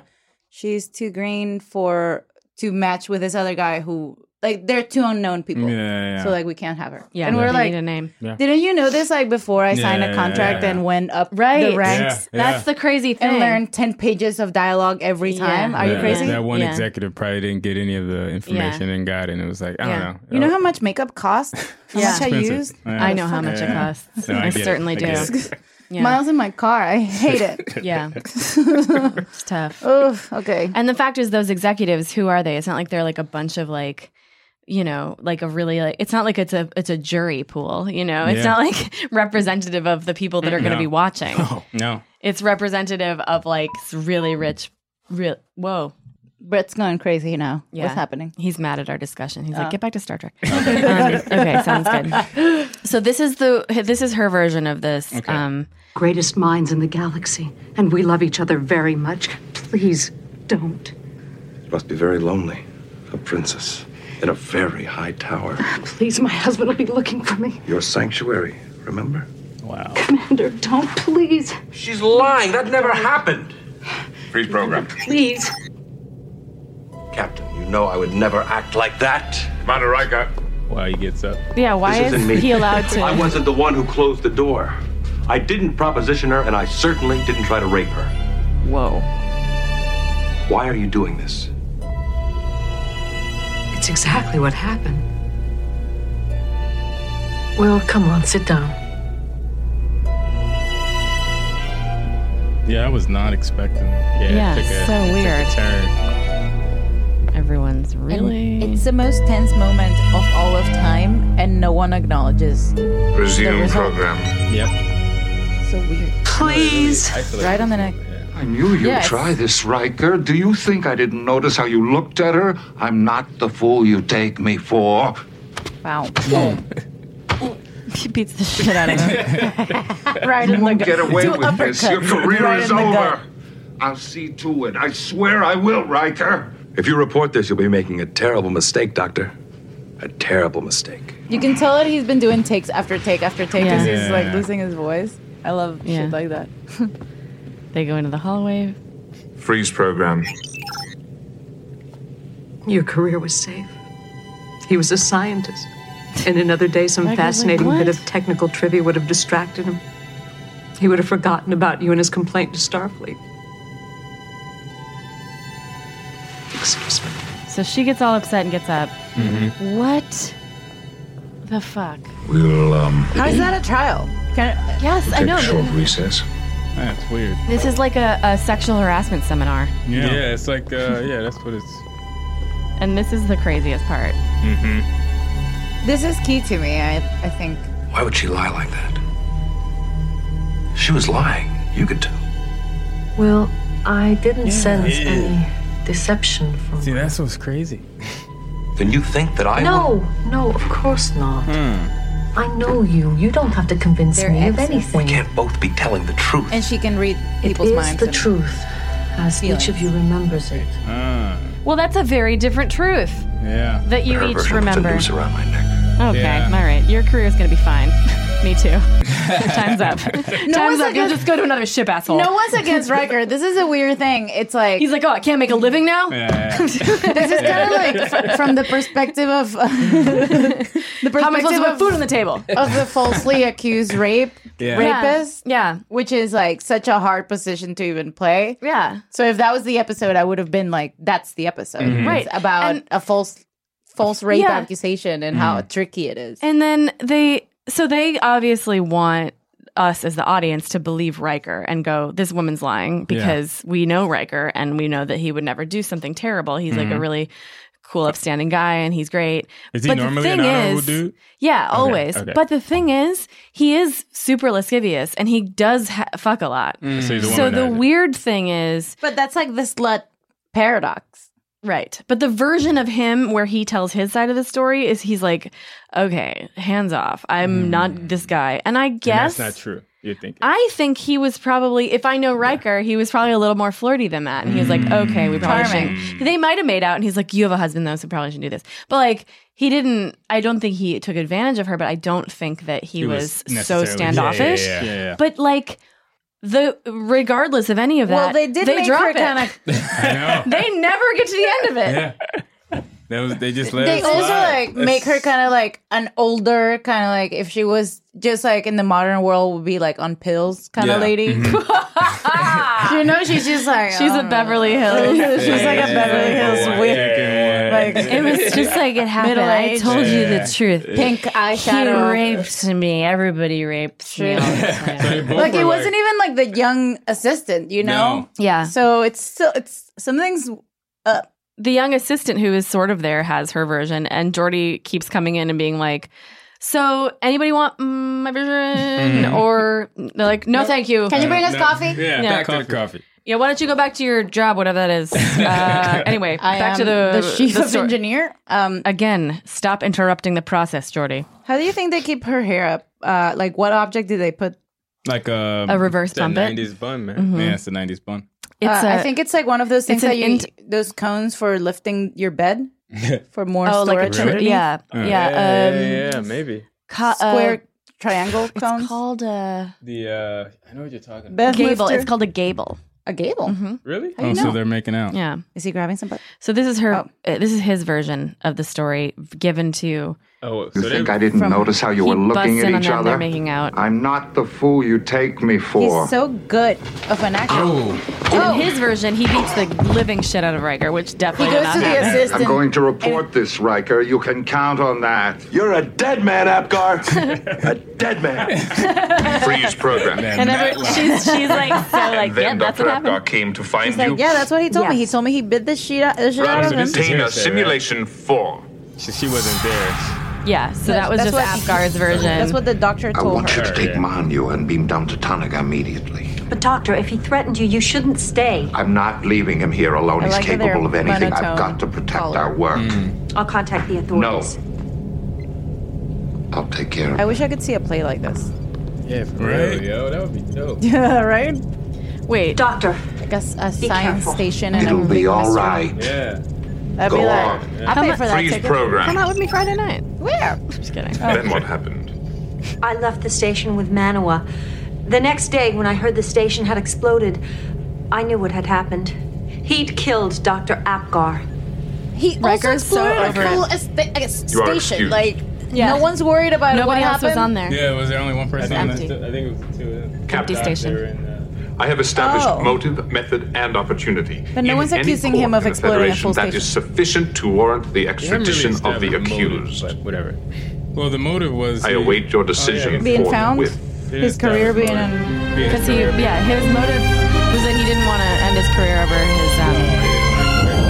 B: "She's too green for to match with this other guy who." Like they're two unknown people,
N: Yeah, yeah, yeah.
B: so like we can't have her.
D: Yeah,
B: and
D: you
B: we're like
D: need a name. Yeah.
B: Didn't you know this? Like before I
D: Yeah,
B: signed
D: yeah,
B: a
D: yeah,
B: contract
D: yeah.
B: and went up
D: Right.
B: the ranks.
G: Yeah, That's yeah. the
D: crazy
B: And
D: thing.
B: learned ten pages of dialogue every time. Um, Are you
G: That-
B: crazy?
G: That one executive probably didn't get any of the information and got it. And it was like, I
B: Yeah.
G: don't know.
B: You know how
G: <laughs>
B: much makeup costs? How
D: Yeah.
B: much I
G: Expensive.
B: used?
G: Yeah. I know how much it
B: Yeah.
G: costs. No, I I get it. certainly I get do. it.
D: Yeah.
B: Miles in my car. I hate
G: <laughs>
B: it. <laughs>
D: Yeah. it's tough.
B: Oh, okay.
D: And the fact is, those executives, who are they? It's not like they're like a bunch of like, you know, like a really like. It's not like it's a it's a jury pool. You know, it's
G: Yeah.
D: not like <laughs> representative of the people that are going to
G: No.
D: be watching.
G: No.
D: It's representative of like s- really rich. Real whoa.
B: Brett's going crazy now. What's happening?
D: He's mad at our discussion. He's
B: Oh.
D: like, "Get back to Star
B: <laughs>
D: Trek." Um, okay, sounds good. So this is the this is her version of this. Um,
P: Greatest minds in the galaxy, and we love each other very much. Please don't.
S: It must be very lonely. A princess in a very high tower.
P: Please, my husband will be looking for me.
S: Your sanctuary, remember? Wow.
P: Commander, don't. Please.
L: She's lying. That never happened.
M: Freeze program.
P: Please.
L: Captain, you know I would never act like that.
M: Commander Riker.
G: Why he gets up.
D: Yeah, why
L: This
D: is
L: isn't me.
D: he allowed to?
L: I wasn't the one who closed the door. I didn't proposition her, and I certainly didn't try to rape her.
D: Whoa.
L: Why are you doing this?
P: It's exactly what happened. Well, come on, sit down.
G: Yeah, I was not expecting. Yeah, it
D: Yeah,
G: took a,
D: so
G: it took a
D: weird.
G: turn.
D: Everyone's really.
B: It's the most tense moment of all of time, and no one acknowledges. the
T: Resume
B: result.
T: program.
G: Yep.
B: So weird.
P: Please.
B: Right on the neck.
Q: I knew you'd
B: Yes.
Q: try this, Riker. Do you think I didn't notice how you looked at her? I'm not the fool you take
D: <laughs>
Q: me for.
G: <laughs>
B: Wow. <laughs>
D: He <laughs> beats the shit out of
G: <laughs>
D: him.
B: right
Q: You won't get
D: <laughs>
Q: away with this. Your career is
D: in the gut.
Q: over. I'll see to it. I swear I will, Riker.
M: If you report this, you'll be making a terrible mistake, Doctor. A terrible mistake.
B: You can tell that he's been doing takes after take after take because
M: Yeah.
B: he's like losing his voice. I love
D: Yeah.
B: shit like that. <laughs>
D: They go into the hallway.
M: Freeze program.
P: Your career was safe. He was a scientist. And another day, some
E: Like, I was like,
P: fascinating
E: what?
P: bit of technical trivia would have distracted him. He would have forgotten about you and his complaint to Starfleet. Excuse me.
D: So she gets all upset and gets up.
Q: Mhm.
G: Mm-hmm.
D: What the fuck?
Q: We'll, um.
B: How is that a trial? Can
D: yes, I know.
Q: recess.
G: That's weird.
D: This is like a, a sexual harassment seminar,
G: Yeah. it's like <laughs> uh, yeah, that's what it's.
D: and this is the craziest part.
G: Mm-hmm.
B: This is key to me. I I think.
M: Why would she lie like that? She was lying. You could tell.
P: Well, I didn't sense
M: Yeah.
P: any deception from.
G: See, that's what's crazy.
M: Then you think that I
P: no, no, of course not.
G: Hmm.
P: I know you. You don't have to convince
B: Their
P: me of
B: exes.
P: anything.
M: can't both be telling the truth.
B: And she can read people's
P: it is
B: minds.
P: the
B: and-
P: truth, as each of you remembers it.
G: Ah,
D: Well, that's a very different truth
G: yeah.
D: that you each remember. Okay,
M: my neck.
G: Yeah.
D: all right. Your career's gonna be fine. <laughs> Me too. Time's up. Time's
B: one's
D: up. You'll
B: against-
D: just go to another ship, asshole.
B: No one's against Riker. This is a weird thing. It's like he's
D: like, oh, I can't make a living now.
B: <laughs> this is kind of like fr- from the perspective of <laughs> the
D: How am I supposed
B: perspective
D: to put
B: of,
D: food on the table?
B: of the falsely accused rape
D: Yeah.
B: rapist.
D: Yeah,
B: which is like such a hard position to even play.
D: Yeah.
B: So if that was the episode, I would have been like, "That's the episode,
D: Mhm. Right.
B: It's about a false false rape
D: Yeah.
B: accusation and how
D: Mm-hmm.
B: tricky it is."
D: And then they, so they obviously want us as the audience to believe Riker and go, this woman's lying because we know Riker and we know that he would never do something terrible. He's like a
G: Mhm.
D: really cool, upstanding guy and he's great.
G: Is he
D: the
G: normally an
D: thing
G: honorable
D: is-
G: dude?
D: Yeah,
G: Okay,
D: always.
G: okay.
D: But the thing is, he is super lascivious and he does ha- fuck a lot.
G: Mm. So he's a
D: so
G: womanizer.
D: the weird thing is,
B: but that's like the slut paradox.
D: Right. But the version of him where he tells his side of the story is he's like, okay, hands off. I'm not this guy. And I guess
G: Hmm. And that's not true. You think?
D: I think he was probably, if I know Riker, he was probably a little more flirty than that. And he was like,
G: Mm.
D: okay, we probably
B: Charming.
D: shouldn't. They might have made out, and he's like, you have a husband, though, so probably shouldn't do this. But like, he didn't, I don't think he took advantage of her, but I don't think that he,
G: He
D: was,
G: was
D: so
G: necessarily-
D: standoffish.
G: Yeah, yeah, yeah. Yeah, yeah.
D: But like, the regardless of any of that,
B: Well, they did make
D: drop
B: her
D: it. <laughs>
B: kinda-
D: they never get to the end of it.
G: Yeah. That was they just let.
B: They
G: it
B: also
G: slide.
B: like make
G: <laughs>
B: her kind of like an older kind of like if she was just like in the modern world would be like on pills kind
G: Yeah.
B: of lady. <laughs> you know, she's just like um,
D: She's a Beverly Hills.
B: <laughs> She's like a Beverly Hills weird. like-
D: it was just like it happened.
B: Middle
D: I
B: age.
D: told you the
B: Yeah.
D: truth.
B: Pink eyeshadow.
D: He raped me. Everybody rapes me.
B: <laughs> like it wasn't even like the young assistant, you know?
D: No. Yeah.
B: So it's still it's some things up.
D: e-, the young assistant who is sort of there has her version, and Jordy keeps coming in and being like, "So, anybody want mm, my version?" or they're like, "No, thank you.
B: Can you bring us Mm-hmm. No. coffee?
D: Yeah,
B: Yeah,
D: yeah.
B: back to the
G: coffee.
D: why don't you go back to your job, whatever that
B: <laughs>
D: is? Uh, anyway,
B: I
D: back to
B: am
D: the
B: the chief of
D: story.
B: engineer. Um,
D: Again, stop interrupting the process, Jordy.
B: How do you think they keep her hair up? Uh, like what object did they put?
G: Like um,
D: A reverse
G: that
D: bump it.
G: 90s bun, man.
D: Mhm.
G: Yeah, it's the 90s bun.
B: Uh, I
D: It's a-
B: think it's like one of those
D: it's
B: things
D: an
B: that you
D: int-
B: those cones for lifting your bed <laughs> for more
D: Oh, like a
B: storage.
D: tri-
B: underneath.
D: yeah,
G: Uh,
D: yeah,
G: yeah,
D: um,
G: yeah, yeah, maybe.
D: Ca- uh, <laughs>
B: square triangle cones. It's
D: called a
G: The uh, I know what you're talking about.
D: gable. It's called a gable. Mm-hmm.
B: A gable.
G: Really?
D: How do you
G: oh, so
D: know?
G: they're making out.
D: Yeah.
B: Is he grabbing Oh. somebody?
D: So this is her. uh, this is his version of the story given to.
G: Oh,
Q: You think I didn't
D: From-
Q: notice how you were
D: he
Q: looking
D: busts
Q: at
D: in on
Q: each
D: them, They're
Q: other?
D: making out.
Q: I'm not the fool you take me for.
B: He's so good of an actor.
Q: Oh.
D: And in his version, he beats the living shit out of Riker, which definitely did not happen.
Q: I'm going to report this, Riker. You can count on that. You're a dead man, Apgar. a dead man.
J: Freeze program.
D: And then she's she's
G: <laughs>
D: like so like yeah,
J: And then
D: that's
J: Dr.
D: what happened.
J: Apgar came to find
B: He's like,
J: you.
B: yeah, that's what he told me. He told me he bit the shit out, the shit out of him.
J: Dana, simulation four.
G: She, she wasn't there.
D: Yeah, so that was
B: That's
D: just
B: what-
D: Apgar's version.
B: That's what the doctor
Q: I
B: told
Q: want
B: her.
Q: you to take Manu and beam down to Tonic immediately.
R: But, Doctor, if he threatened you, you shouldn't stay.
Q: I'm not leaving him here alone.
R: I
Q: He's
R: like how they're
Q: capable of anything.
R: monotone
Q: I've got to protect our work.
R: I'll contact the
Q: No.
R: authorities.
Q: I'll take care of
B: I wish I could see a play like
G: <laughs>
B: this.
G: Yeah, for
Q: Right?
G: real, yo, that would be dope.
B: Yeah, <laughs> right?
D: Wait.
R: Doctor.
B: Like a, s- a science station and
Q: It'll
B: a big
Q: be all
B: mystery.
Q: right.
G: Yeah.
B: I'd
Q: Go
B: be like,
Q: on.
B: I'll
Q: Come
B: pay
Q: on.
B: for that
Q: Freeze
B: ticket.
Q: program.
B: Come Oh.
D: out with me Friday night.
B: Where?
D: Just kidding.
J: Then what happened?
R: I left the station with Manoa. The next day, when I heard the station had exploded, I knew what had happened. He'd killed Dr. Apgar.
B: He also
D: Riker's so
B: exploded
D: over
B: a
D: it.
B: full esta- a
G: You are
B: station.
G: excused.
B: Like,
D: Yeah.
B: no one's worried about
D: Nobody
B: what
D: else was on
B: happened.
D: there.
G: Yeah, was there only one person? on
D: empty.
G: that st- I think it was two.
J: Captain.
G: Doctor
D: station.
G: and, uh,
J: I have established
B: Oh.
J: motive, method, and opportunity.
B: But no
J: In
B: one's
J: any
B: accusing
J: court
B: him of
J: in the
B: exploiting a
J: Federation
B: full
J: That
B: station.
J: is sufficient to warrant the
G: They haven't really
J: extradition of the
G: established motive,
J: accused.
G: but whatever. Well, the motive was.
J: I
G: the-
J: await your decision
G: Oh, yeah.
B: Being found,
J: forthwith.
B: his career being in.
G: Being
D: Because he, yeah, his motive was that he didn't want to end his career over his. Um,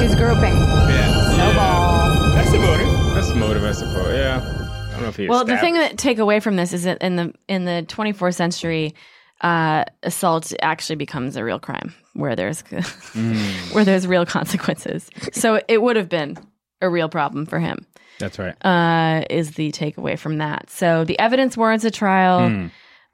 B: He's grouping.
G: Yeah.
B: Snowball.
G: That's the motive. That's the motive, I suppose. Yeah. I don't know if he.
D: well, the
G: established-
D: thing that take away from this is that in the in the 24th century, uh, assault actually becomes a real crime where there's <laughs>
G: Mm.
D: where there's real consequences. So it would have been a real problem for him.
G: That's right.
D: uh, is the takeaway from that. So the evidence warrants a trial.
G: Hmm.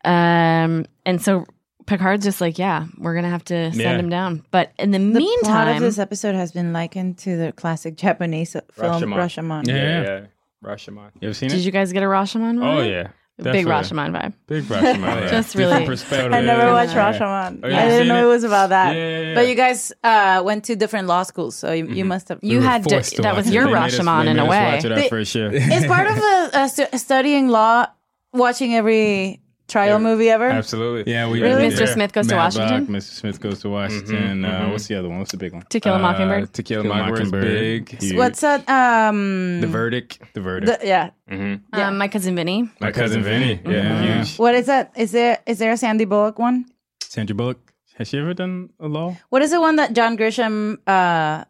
D: Um, and so Picard's just like, yeah, we're going to have to send
B: Yeah.
D: him down. But in the,
B: The plot
D: meantime,
B: of this episode has been likened to the classic Japanese film
G: Rashomon.
B: Rashomon.
G: Yeah, yeah. yeah. Rashomon. You ever seen
D: did
G: it?
D: you guys get a Rashomon vibe?
G: Oh yeah.
D: Big
G: Definitely.
D: Rashomon vibe.
G: Big
D: <laughs>
G: Rashomon. yeah.
D: Just
G: Different
D: really-
G: perspective.
B: I never
G: Yeah.
B: watched Rashomon.
G: Oh, you
B: I didn't
G: seen
B: know it? was about that.
G: Yeah, yeah, yeah.
B: But you guys uh, went to different law schools, so you, you must have.
D: You
G: We were
D: had to-
G: forced
D: that
G: watch
D: was
G: it.
D: your
G: They made us-
D: Rashomon
G: they
D: in
G: made
D: a
G: us
D: way.
G: Watch it our
B: They-
G: first year.
B: It's part of a, a stu- studying law, watching every trial movie ever.
G: Absolutely. Yeah, we
B: Really?
G: we
B: Mr.
G: did.
B: Smith Goes to
G: Mad Dog,
B: Washington?
G: Mr. Smith goes to Washington. Uh,
B: mhm.
G: what's the other one? What's the big one?
D: To Kill a Mockingbird?
G: Uh, to Kill a
K: Kill a
G: Mockingbird.
K: Mockingbird.
G: Big.
B: So What's that? Um,
G: The verdict. The
B: the-
G: verdict.
B: yeah.
G: Mm-hmm.
D: Um, my cousin Vinny.
G: My cousin Vinny. Mm-hmm. Yeah. Huge.
B: <laughs> What is that? Is there is there a Sandy Bullock one?
G: Sandra Bullock. Has she ever done a law?
B: What is the one that John Grisham? Uh,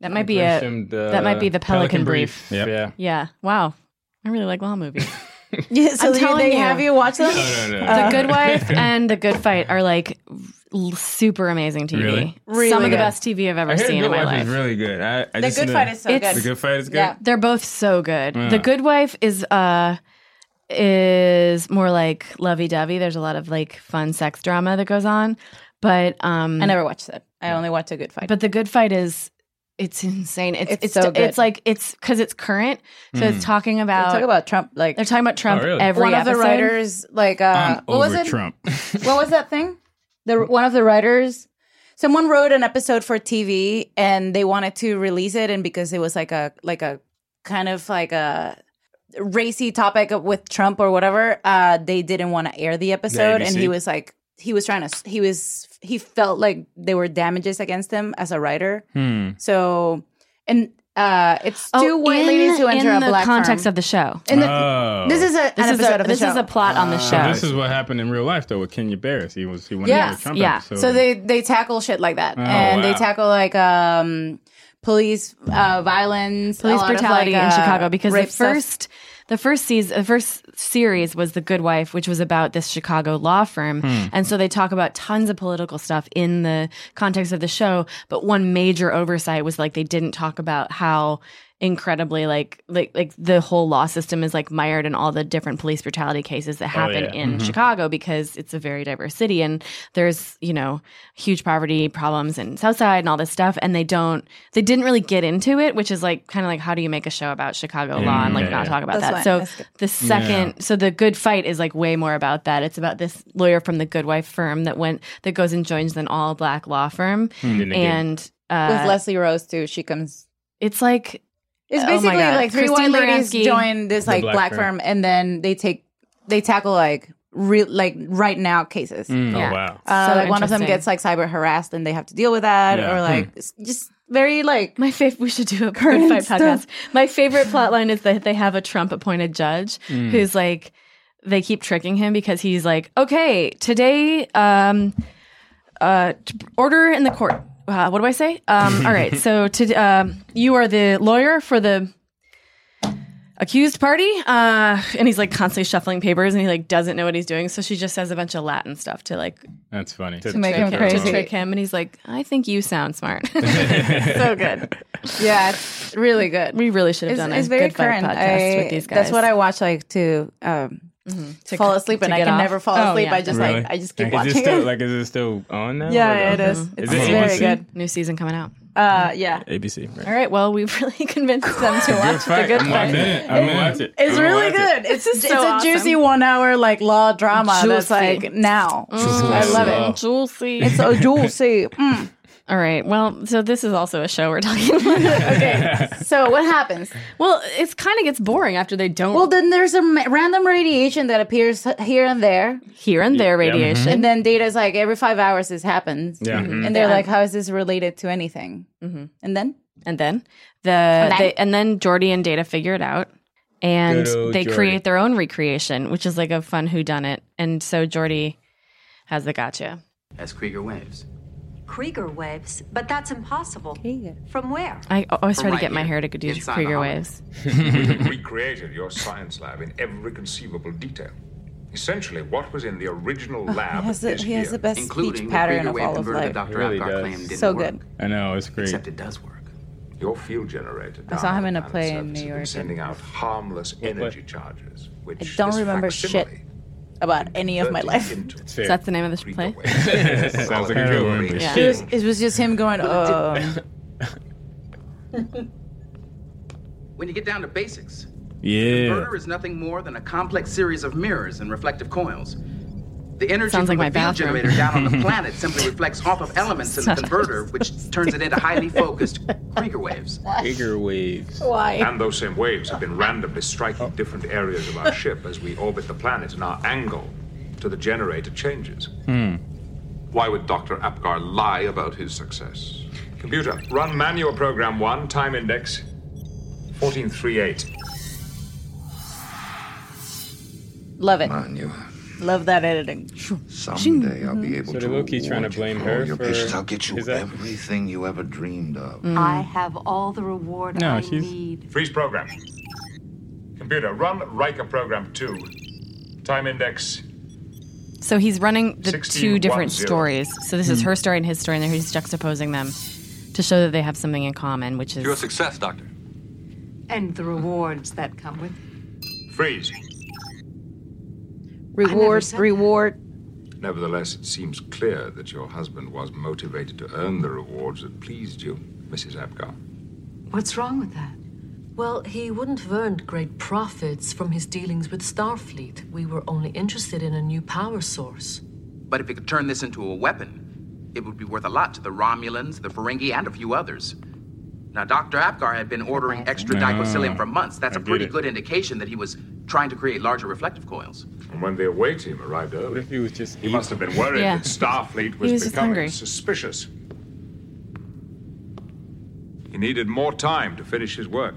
D: that might be it. That might be the Pelican, Brief.
G: Yep. Yeah.
D: Yeah. Wow. I really like law
G: <laughs>
D: movies.
B: Yeah, so
D: I'm
B: they-
D: telling
B: they
D: you.
B: have you watch them?
G: No, no, no.
D: The
B: <laughs>
G: Uh.
D: Good Wife and The Good Fight are like l- super amazing TV.
G: Really?
D: Some
B: Really
D: of the
B: good.
D: best TV I've ever
G: I heard
D: seen
G: Good
D: in my
G: Wife
D: life.
G: is really good. I,
B: The
G: I just
B: Good
G: know-
B: Fight is so good.
G: The Good Fight is good.
B: Yeah.
D: They're both so good.
G: Yeah.
D: The Good Wife is uh is more like lovey dovey. There's a lot of like fun sex drama that goes on. But um
B: I never watched that. I only watched a good fight.
D: but the good fight is it's insane. It's it's
B: It's
D: it's,
B: so good.
D: like it's because it's current, so
G: Hmm.
B: Mm.
D: it's talking about
B: They talk about Trump. Like
D: they're talking about Trump
B: Oh, really?
D: every
B: One of the
D: episode.
B: writers, like, uh, I'm what was over it? Trump. <laughs> what was that thing? The one of the writers, someone wrote an episode for TV, and they wanted to release it, and because it was like a like a kind of like a racy topic with Trump or whatever, uh, they didn't want to air the episode, and he
E: ABC.
B: was like, he was trying to, he was, Hmm. he felt like there were damages against him as a writer,
E: Hmm.
B: so and Uh, it's two white ladies who enter
D: Oh, in
B: a
D: the
B: black
D: context
B: firm.
D: of the show.
B: In the-
G: Oh.
B: This is a,
D: This
B: an
D: is a-
B: episode of the
D: this is
B: show.
D: a plot
B: Oh.
D: on the
B: Uh,
G: So
D: show.
G: This is what happened in real life, though, with Kenya Barris. He was he went
B: Yes,
G: to the Trump
B: yeah.
G: episode.
B: So they they tackle shit like that,
G: Oh,
B: and they
G: wow.
B: tackle like um police uh, violence, a
D: police
B: lot of,
D: brutality
B: like,
D: in
B: uh,
D: Chicago because the
B: rape stuff.
D: first the first season the first series was The Good Wife, which was about this Chicago law firm,
B: Hmm.
D: and so they talk about tons of political stuff in the context of the show. But one major oversight was like they didn't talk about how incredibly like like like the whole law system is like mired in all the different police brutality cases that
N: Oh,
D: happen
N: yeah.
D: in
N: Mhm.
D: Chicago because it's a very diverse city and there's, you know, huge poverty problems in Southside and all this stuff. And they don't, they didn't really get into it, which is like kind of like, how do you make a show about Chicago
N: Yeah,
D: law and like
N: yeah,
D: not
N: yeah.
D: talk about
N: That's
D: that?
N: why I
D: So
N: missed it.
D: the second,
N: Yeah.
D: so the good fight is like way more about that. It's about this lawyer from the good wife firm that went, that goes and joins an all black law firm.
B: Hmm. Didn't it get-
D: And, uh,
B: with Leslie Rose too. She comes.
D: It's like
B: It's
D: oh my
B: basically
D: God,
B: like three
D: Christine
B: white ladies
D: Baranski.
B: join this
D: The
B: like
D: black
B: black,
D: firm.
B: firm, and then they take they tackle like real like right now cases.
D: Mm. Oh, Yeah. wow.
B: Uh,
D: So
B: like one of them
D: interesting.
B: gets like cyber harassed, and they have to deal with that,
D: Yeah.
B: or like
D: Hmm.
B: s- just very like
D: my favorite. We should do a
B: current
D: Good Fight
B: stuff.
D: podcast. My favorite plot line is that they have a Trump appointed judge
N: Mm.
D: who's like, they keep tricking him because he's like, okay, today, um, uh, t- order in the court. Uh, what do I say? Um, all right, so to, um you are the lawyer for the accused party, uh, and he's like constantly shuffling papers and he like doesn't know what he's doing. So she just says a bunch of Latin stuff to like
G: That's funny.
D: to, trick to trick him, and he's like, I think you sound
B: <laughs>
D: smart. <laughs> so good.
B: Yeah, it's really good.
D: We really should have done a good fight podcast with these guys.
B: That's what I watch like to um, to fall asleep,
D: to
B: and I
D: get
B: can
D: off.
B: never fall
D: Oh,
B: asleep.
D: yeah.
B: I just
G: Really?
B: like I just keep
G: is
B: watching
G: It still,
B: it.
G: like, is it still on now?
B: Yeah,
G: Or
B: it
G: no?
B: is. It's
G: it
B: very
G: ABC?
B: good.
D: New season coming out.
B: Uh, yeah.
G: ABC, right?
D: All right. Well,
B: <laughs>
D: we've really convinced them
G: <laughs>
D: to watch the
G: fight.
D: good
G: I'm
D: fight.
G: in it. I'm gonna watch it.
B: It's
G: I'm gonna
B: really
G: watch it.
B: good. It's
D: This is
B: it's
D: so
B: a juicy one hour like law drama that's
D: Juicy. Mm,
B: like now. Mm, I love it.
D: Juicy.
B: It's so juicy. Mm.
D: <laughs> All right. Well, so this is also a show we're talking about.
B: So what happens?
D: Well, it kind of gets boring after they don't.
B: Well, then there's a ma- random radiation that appears h- here and there.
D: Here and there,
B: Yeah. Mm-hmm.
D: radiation.
B: And then Data's like, every five hours this happens.
D: Yeah. Mhm.
B: And
D: Yeah.
B: they're
D: Mm-hmm.
B: like, how is this related to anything? And then?
D: And then the
B: And then?
D: they, and then Jordy and Data figure it out, and
N: Good old
D: they
N: Jordy.
D: create their own recreation, which is like a fun who done it. And so Jordy has the gotcha.
E: as Krieger waves.
R: Krieger waves, but that's impossible. From where?
D: I
B: oh,
D: always
R: From
D: try to
R: right
D: get my
R: here,
D: hair to do
R: inside
D: Krieger
R: the
D: waves.
G: <laughs>
J: <laughs> We recreated your science lab in every conceivable detail. Essentially, what was in the original
B: Oh,
J: lab
B: he has the,
J: is
B: he has the
J: here.
B: best
J: Including
B: speech
J: the
B: pattern
J: Krieger
B: of
J: wave
B: all of
J: converter
B: life.
J: that Dr. Really Apgar does. claimed didn't
B: so
J: work.
B: good.
G: I know it's great. Except
E: it does work.
J: Your field generator.
B: I saw him in a play in New
J: has been
B: York.
J: sending out harmless energy charges, which
B: I don't
J: is
B: remember shit about any of my life.
D: So that's the name of this play.
G: <laughs> Sounds like a good one.
D: Yeah.
B: It, was, it was just him going, um,
E: When you get down to basics, the
G: Yeah.
E: converter is nothing more than a complex series of mirrors and reflective coils. The energy
D: Sounds
E: from
D: like
E: the
D: my
E: field
D: bathroom.
E: generator
D: <laughs>
E: down on the planet simply reflects off of elements in the converter, which turns it into highly focused Krieger waves.
J: Bigger waves. Oh.
E: Why?
J: And those same waves have been randomly striking different areas of <laughs> our ship as we orbit the planet, and our angle to the generator changes.
M: Hmm.
J: Why would Dr. Apgar lie about his success? Computer, run manual program one, time index 1438.
B: love it. Love that editing.
M: Someday I'll be able
G: So
M: to.
G: they're low-key trying to
M: reward you
G: blame
M: for
G: her
M: all your
G: for-
M: patience. I'll get you
G: is that-
M: everything you ever dreamed
B: Mm.
M: of.
R: I have all the reward I need.
J: Freeze program. Computer, run Riker program two, time index.
D: So he's running the
J: 16,
D: two different
J: 10.
D: stories. So this is
J: Hmm.
D: her story and his story, and then he's juxtaposing them to show that they have something in common, which is
L: You're a success, Doctor.
R: And the rewards that come with it.
J: Freeze.
B: Reward, reward.
J: Nevertheless, it seems clear that your husband was motivated to earn the rewards that pleased you, Mrs. Apgar.
A: What's wrong with that? Well, he wouldn't have earned great profits from his dealings with Starfleet. We were only interested in a new power source.
E: But if it could turn this into a weapon, it would be worth a lot to the Romulans, the Ferengi, and a few others. Now, Dr. Apgar had been ordering extra
J: Ah,
E: dicosilium for months. That's
J: I
E: a
J: get
E: pretty
J: it.
E: good indication that he was trying to create larger reflective coils.
J: And when their away team arrived early, he was just he must have been worried
E: Yeah.
J: that Starfleet
E: was
J: was,
E: just
J: becoming
E: hungry.
J: suspicious. In needed more time to finish his work.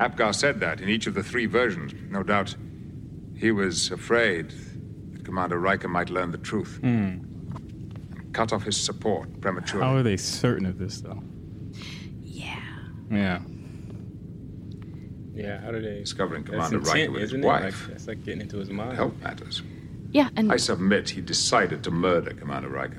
J: Apgar said that in each of the three versions. No doubt he was afraid that Commander Riker might learn the truth and cut off his support prematurely.
G: hmm, How are they certain of this, though? Yeah.
K: Yeah, how do they?
J: Discovering
K: That's
J: Commander Riker
K: intent,
J: with his
K: isn't it?
J: wife.
K: Like, that's like getting into his mind.
J: Help matters.
D: Yeah, and
J: I submit he decided to murder Commander Riker.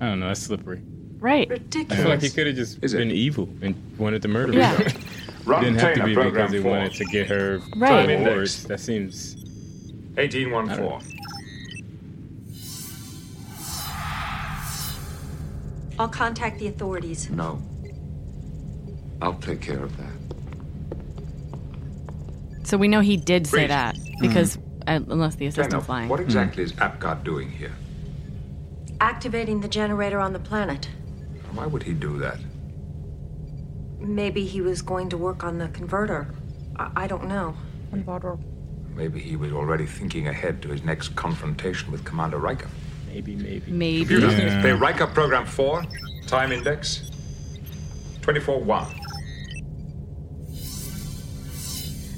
G: I don't know. That's slippery.
D: right.
G: I feel like he could have just been evil and wanted to murder
D: Yeah.
G: her.
M: <laughs>
J: Ron
G: Didn't have to
J: Taylor,
G: be
J: Program
G: because he
J: four.
G: wanted to get her
J: Right.
G: divorced.
J: Index.
G: That seems
J: 1814.
R: I'll contact the authorities.
S: No. I'll take care of that.
D: So we know he did say
J: Great.
D: that because uh, unless the assistant's lying. Hmm.
J: What exactly is Apgar doing here?
R: Activating the generator on the planet.
J: And Why would he do that?
R: Maybe he was going to work on the converter. I, I don't know. Converter.
J: Maybe he was already thinking ahead to his next confrontation with Commander Riker.
K: Maybe, maybe.
D: Maybe.
J: Computer, play Riker Program 4, time index 24 1.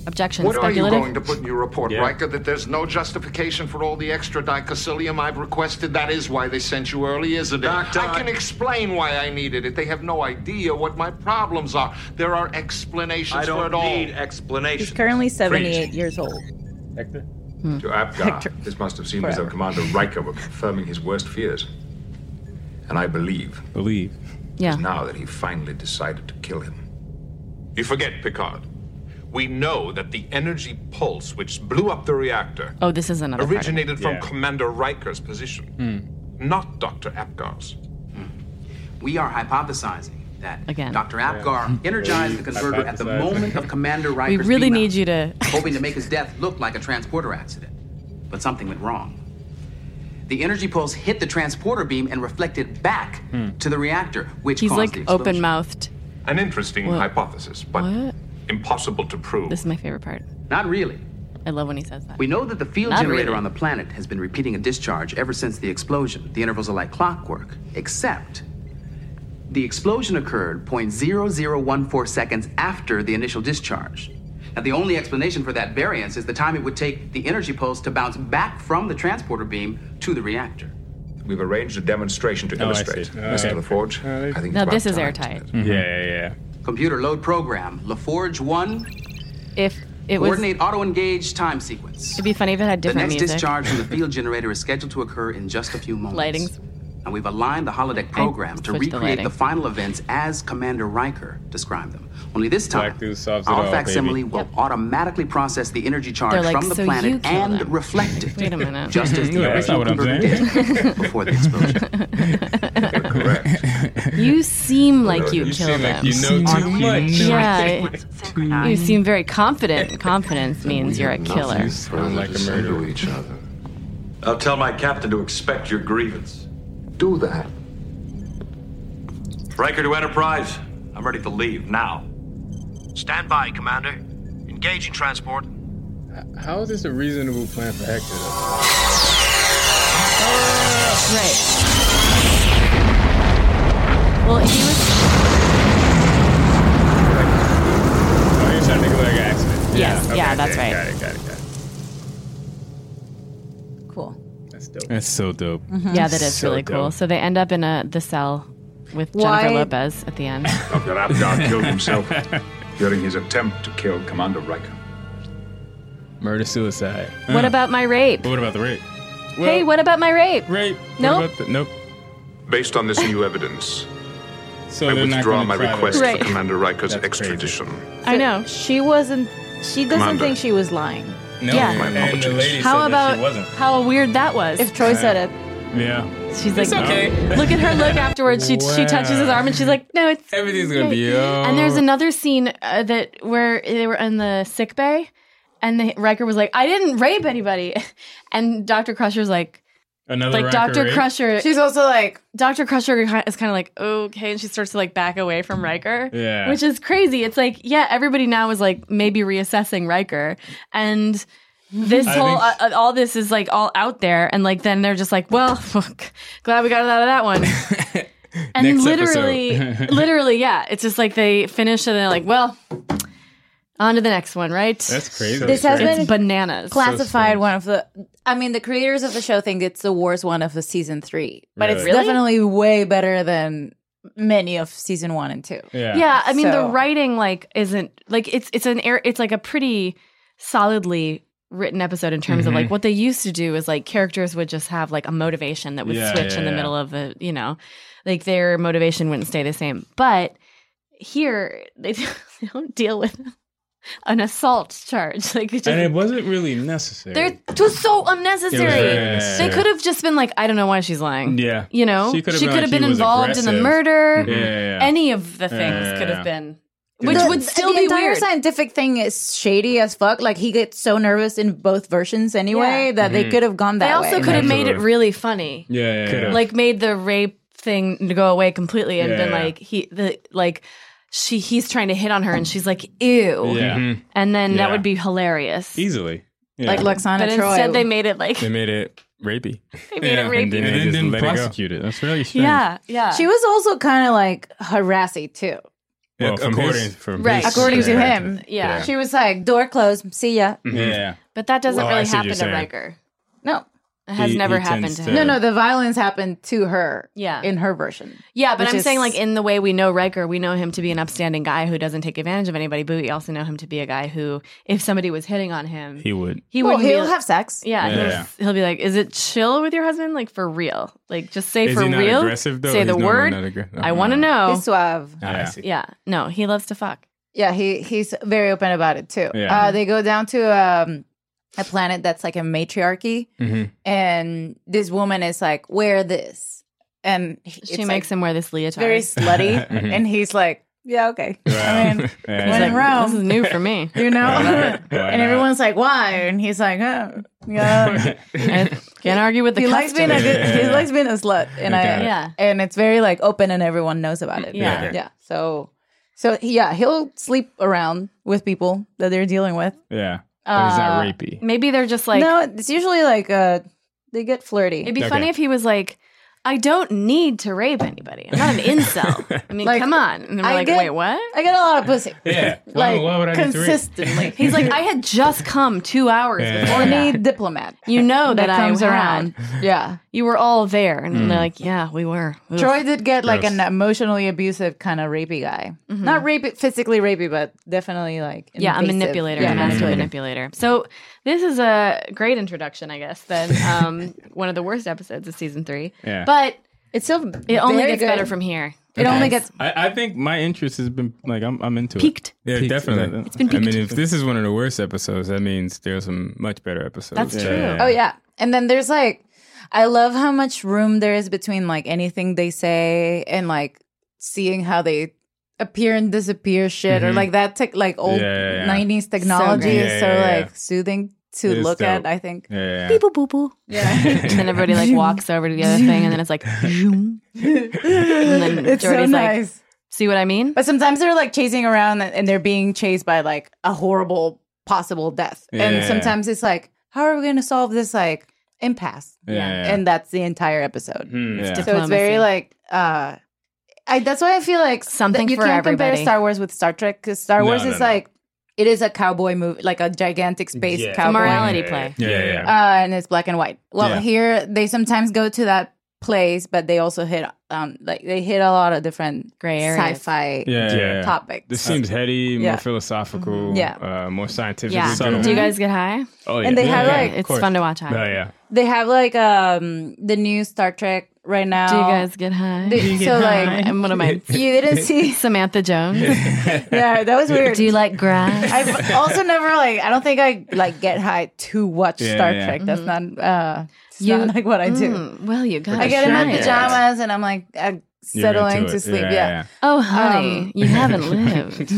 D: Objection.
U: What are you
D: Speculative.
U: going to put in your report, Riker? That there's no justification for all the extra dicosilium I've requested? That is why they sent you early, isn't it?
J: Doctor,
U: I can explain why I needed it. They have no idea what my problems are. There are explanations
L: I
U: for
L: don't
U: it all.
L: need explanations.
B: He's currently 78 years old.
J: Hector?
D: Hmm.
J: To Apgar, this must have seemed as though Commander Riker were confirming his worst fears. And I believe.
G: Believe.
D: Yeah.
J: Now that he finally decided to kill him.
V: You forget, Picard. We know that the energy pulse which blew up the reactor
D: Oh, this is another. part of it.
V: originated from Commander Riker's position, not Dr. Apgar's.
E: We are hypothesizing that
D: Again.
E: Dr. Apgar
D: Yeah.
E: energized the converter at the
D: Hypothesizing.
E: moment of Commander
D: We
E: Riker's
D: really
E: beam out,
D: need you to.
E: hoping to make his death look like a transporter accident. But something went wrong. The energy pulse hit the transporter beam and reflected back
D: Hmm.
E: to the reactor, which
D: He's
E: caused
D: like
E: the explosion.
D: open mouthed.
V: An interesting hypothesis, but impossible to prove.
D: This is my favorite part.
E: Not really.
D: I love when he says that.
E: We know that the field
D: Not
E: generator
D: really.
E: on the planet has been repeating a discharge ever since the explosion. The intervals are like clockwork, except the explosion occurred 0.0014 seconds after the initial discharge. Now, the only explanation for that variance is the time it would take the energy pulse to bounce back from the transporter beam to the reactor.
J: We've arranged a demonstration to
E: Oh, I
J: illustrate.
E: see.
J: Mr.
E: Okay.
J: LaForge, I think
D: Now
J: it's
D: this
J: about
D: is
J: time.
D: airtight.
G: Yeah, yeah,
E: Computer load program, LaForge 1,
D: If it was,
E: coordinate auto engage time sequence.
D: it'd be funny if it had
E: The
D: different
E: next
D: music.
E: discharge from
D: <laughs>
E: the field generator is scheduled to occur in just a few moments.
D: Lighting's-
E: And we've aligned the holodeck program to
D: switched the
E: recreate the,
D: lighting.
E: final events as Commander Riker described them. Only this time,
G: solves it
E: our
G: all,
E: facsimile
G: baby.
E: will automatically process the energy charge
D: They're like,
E: from the
D: "So you
E: planet
D: kill
E: and
D: them."
E: reflect it.
D: <laughs> Wait a minute.
E: Just
G: <laughs>
E: as the
G: Yeah, that's not
E: original
G: what I'm
E: Converter
D: <laughs>
E: did
G: <laughs>
E: before the explosion.
D: You seem like you,
G: You
D: kill
G: seem
D: them.
G: like you know too much.
E: <laughs>
D: Yeah. you seem very
G: <laughs>
D: confident. Confidence means you're a killer.
V: like a murderer.
S: each other.
L: I'll tell my captain to expect your grievance.
S: Do that.
L: Riker to Enterprise. I'm ready to leave now. Stand by, Commander. Engaging transport.
K: How is this a reasonable plan for Hector? Though?
D: Right. Well, he was.
G: Oh, you're trying to go like an accident.
D: Yes, yeah, that's
G: okay,
D: right.
G: Got it, got it, got it.
B: Cool.
G: That's dope. That's so dope.
D: Yeah, that is
G: So
D: really cool.
G: dope.
D: So they end up in a the cell with
B: Why-
D: Jennifer Lopez at the
G: <laughs>
D: end.
J: Dr. Apgar killed himself
D: <laughs>
J: during his attempt to kill Commander Riker.
G: Murder suicide.
D: What about my rape?
G: What about the rape?
D: hey, what about my rape?
G: Rape.
D: Nope.
G: What about the, nope.
V: Based on this new evidence,
G: So
V: I
G: they're not
V: withdraw
G: gonna
V: my
G: try to-
V: request
B: Right.
V: for Commander Riker's extradition.
B: I know. She wasn't. She doesn't
V: Commander.
B: think she was lying.
V: No,
D: yeah.
V: my apologies.
D: how about how weird that was? If
B: Troy said it.
G: Yeah.
D: She's like,
G: It's okay.
D: look at her look afterwards. She she touches his arm and she's like, no, it's
G: Everything's gonna be. Oh.
D: And there's another scene uh, that where they were in the sick bay, and the, Riker was like, "I didn't rape anybody," <laughs> and Doctor Crusher's like,
G: <laughs> another
D: like
G: Riker
D: Doctor
G: rape?
D: Crusher.
B: She's also like,
D: Doctor Crusher is kind of like, okay, and she starts to like back away from Riker,
G: Yeah.
D: which is crazy. It's like, yeah, everybody now is like maybe reassessing Riker, and this
G: I
D: whole
G: think-
D: uh, uh, all <laughs>
G: <laughs>
D: this is like all out there, and like then they're just like, well, glad we got it out of that one. And
G: Next
D: literally,
G: episode. <laughs>
D: literally, yeah. It's just like they finish and they're like, well, on to the next one, right?
G: That's crazy. So
B: This has
D: It's
B: been
D: bananas.
B: classified one of the. I mean, the creators of the show think it's the worst one of the season three, but it's
D: Really?
B: definitely way better than many of season one and two.
D: Yeah. I mean, the writing like isn't like it's it's an air. It's like a pretty solidly written episode in terms of
B: Mhm.
N: Mm-hmm.
D: like what they used to do is like characters would just have like a motivation that would
N: Yeah,
D: switch
N: yeah,
D: in the
N: yeah.
D: middle of the you know like their motivation wouldn't stay the same but here they, <laughs> they don't deal with an assault charge <laughs> like it's just
G: and it wasn't really necessary.
D: They're it was so unnecessary.
G: It was very unnecessary.
D: They could have just been like, I don't know why she's lying.
G: Yeah.
D: You know?
G: She
D: She
G: could have
D: could
G: been like,
D: have been
G: he was
D: involved in the
G: aggressive. Mm-hmm.
D: murder.
G: Yeah, yeah, yeah.
D: Any of the
G: Yeah,
D: things
G: yeah,
D: could
G: yeah.
D: have been. Which
B: The-
D: would still
B: the
D: be
B: entire
D: weird.
B: scientific thing is shady as fuck. Like he gets so nervous in both versions anyway that they
D: Mhm.
B: could have gone that
D: they also
B: way.
D: could have made it really funny.
G: Mm-hmm. Yeah, yeah, yeah.
D: Like made the rape thing to go away completely and
G: Yeah,
D: been
G: yeah.
D: like he the like she he's trying to hit on her and she's like, ew.
G: Yeah. Mhm.
D: And then that
G: Yeah.
D: would be hilarious.
G: easily.
D: Like Lexana
B: But Troy.
D: instead they made it like-
G: they made it rapey.
D: <laughs> They made it
G: And
D: rapey. And
G: then they
D: then
G: just
D: didn't
G: let
D: prosecute
G: it go. That's really strange.
D: Yeah, yeah.
B: She was also kind of like harassy too.
G: Well,
K: Ac-
G: from his-
K: according- from
B: Right. According to him.
D: Yeah.
B: She was like, door closed. See ya.
G: Yeah.
D: But that doesn't
G: Oh, I
D: really
G: see what you're
D: happen to
G: saying.
D: Riker.
B: No.
D: It has
G: He-
D: never
G: he
D: happened
G: tends
D: to
G: to-
D: him.
B: No, no, the violence happened to her.
D: Yeah.
B: In her version.
D: Yeah, but
B: Which
D: I'm
B: is-
D: saying like in the way we know Riker, we know him to be an upstanding guy who doesn't take advantage of anybody, but we also know him to be a guy who, if somebody was hitting on him,
G: He would.
D: he
B: Well,
D: would
B: he'll have sex.
D: Yeah,
G: Yeah.
D: He'll,
G: Yeah.
D: he'll be like, "Is it chill with your husband? Like for real? Like just say
G: Is
D: for
G: he not
D: real?
G: aggressive, though?
D: Say
G: He's
D: the
G: normally
D: word.
G: not aggressive.
D: I want to know.
B: He's suave.
G: Ah, I Yeah. see.
D: <laughs> Yeah, no, he loves to fuck.
B: Yeah, he he's very open about it too.
D: Yeah.
B: Uh, they go down to um, a planet that's like a matriarchy, and this woman is like, "Wear this," and he-
D: She
B: it's,
D: makes
B: like,
D: him wear this leotard.
B: very slutty,
D: Mhm.
B: and he's like, "Yeah, okay." I
D: <laughs>
B: mean,
D: He's
B: when
D: like,
B: in Rome,
D: This is new
G: <laughs>
D: for me.
B: <laughs> you know.
D: Why
B: and everyone's like, "Why?" And he's like, "Oh, yeah."
D: Can't argue with the
B: he likes being a
D: customs.
B: good, he likes being a slut, and
D: Okay.
B: I
D: Yeah.
B: and it's very like open, and everyone knows about it.
D: Yeah. Yeah.
B: yeah. So, so yeah, he'll sleep around with people that they're dealing with.
G: Yeah.
B: But he's not Uh,
G: rapey.
D: Maybe they're just like
B: no, it's usually like uh, they get flirty.
D: It'd be funny if he was like, I don't need to rape anybody. I'm not an incel. I mean, come on. And we're
B: I
D: like,
B: get-
D: wait, what?
B: I get a lot of <laughs> pussy.
G: Yeah.
B: Why- Like, why would I need to rape? consistently. <laughs>
D: He's like, I had just come two hours
B: Yeah.
D: before
B: Horny
D: that.
B: diplomat.
D: You know that,
B: that comes
D: I had.
B: around. Yeah.
D: You were all there. And
B: Mm.
D: they're like, yeah, we were. Oof.
B: Troy did get like an emotionally abusive kind of rapey guy. Not rapey, physically rapey, but definitely like
D: Mm-hmm. Yeah, a
B: invasive.
D: manipulator,
B: Yeah,
D: a masculine
B: manipulator.
D: manipulator. So this is a great introduction, I guess, than um, <laughs> one of the worst episodes of season three.
G: Yeah.
D: But
B: it's still
D: it only
B: very
D: gets
B: good.
D: better from
B: <laughs>
D: here.
B: It only gets
G: I, I think my interest has been like I'm I'm into
D: Peaked.
G: it. Yeah,
K: Peaked,
G: definitely.
K: yeah.
G: It's
D: been
G: I mean, if this is one of the worst episodes, that means there's some much better episodes.
B: That's true. Oh yeah. And then there's like I love how much room there is between like anything they say and like seeing how they appear and disappear shit or
D: Mhm.
B: like that tech like old
D: Yeah, yeah, yeah.
B: 90s
D: So
B: technology
D: good.
B: is so
D: Yeah, yeah, yeah.
B: like soothing to
D: It is
B: look at,
D: dope.
B: I think.
G: Yeah.
D: Beep boop boop boop.
B: <laughs>
D: Yeah. and then everybody like walks over to the other thing, and then it's <laughs> like, zoom. <laughs> and then
B: It's so
D: Jordy's
B: nice.
D: like, see what I mean?
B: But sometimes they're like chasing around and they're being chased by like a horrible possible death. And
D: Yeah.
B: sometimes it's like, how are we going to solve this like impasse?
D: Yeah, yeah,
B: And that's the entire episode.
D: Hmm, It's yeah.
B: So it's very
D: diplomacy.
B: like, uh, I, that's why I feel like
D: Something
B: that you
D: for
B: can't compare
D: everybody.
B: Star Wars with Star Trek because Star
D: No,
B: Wars
D: no,
B: is
D: no.
B: like it is a cowboy movie, like a gigantic space
D: It's a
B: cowboy
D: morality play.
G: Yeah, yeah. yeah.
B: uh, and it's black and white. Well,
G: Yeah.
B: here they sometimes go to that place, but they also hit um like they hit a lot of different gray
D: areas.
B: sci-fi
G: Yeah, yeah, yeah.
B: topics.
G: This seems heady,
B: yeah.
G: more philosophical,
B: Mhm. Yeah.
G: uh, more scientific.
D: Yeah.
G: subtle.
D: Do you guys get high?
G: Oh yeah,
B: And they have,
G: Yeah,
B: like-
G: of
B: It's
G: course.
B: fun to watch
G: Oh
B: high.
G: yeah,
B: They have like um the new Star Trek right now.
D: Do you guys get high?
B: Do you get So, like- high?
D: and what am <laughs> I?
B: You didn't see
D: Samantha <laughs> Jones.
B: yeah, that was weird.
D: Do you like grass?
B: I've also never like I don't think I like get high to watch
D: Yeah,
B: Star
D: yeah.
B: Trek. That's not uh it's not like what I do.
D: Mm-hmm. Mm, well, you got.
B: I get in my
D: right.
B: pajamas and I'm like uh, settling
D: into
B: to
D: it.
B: sleep.
D: Yeah,
B: Yeah. Um,
D: yeah. Oh, honey, you
B: <laughs>
D: haven't lived.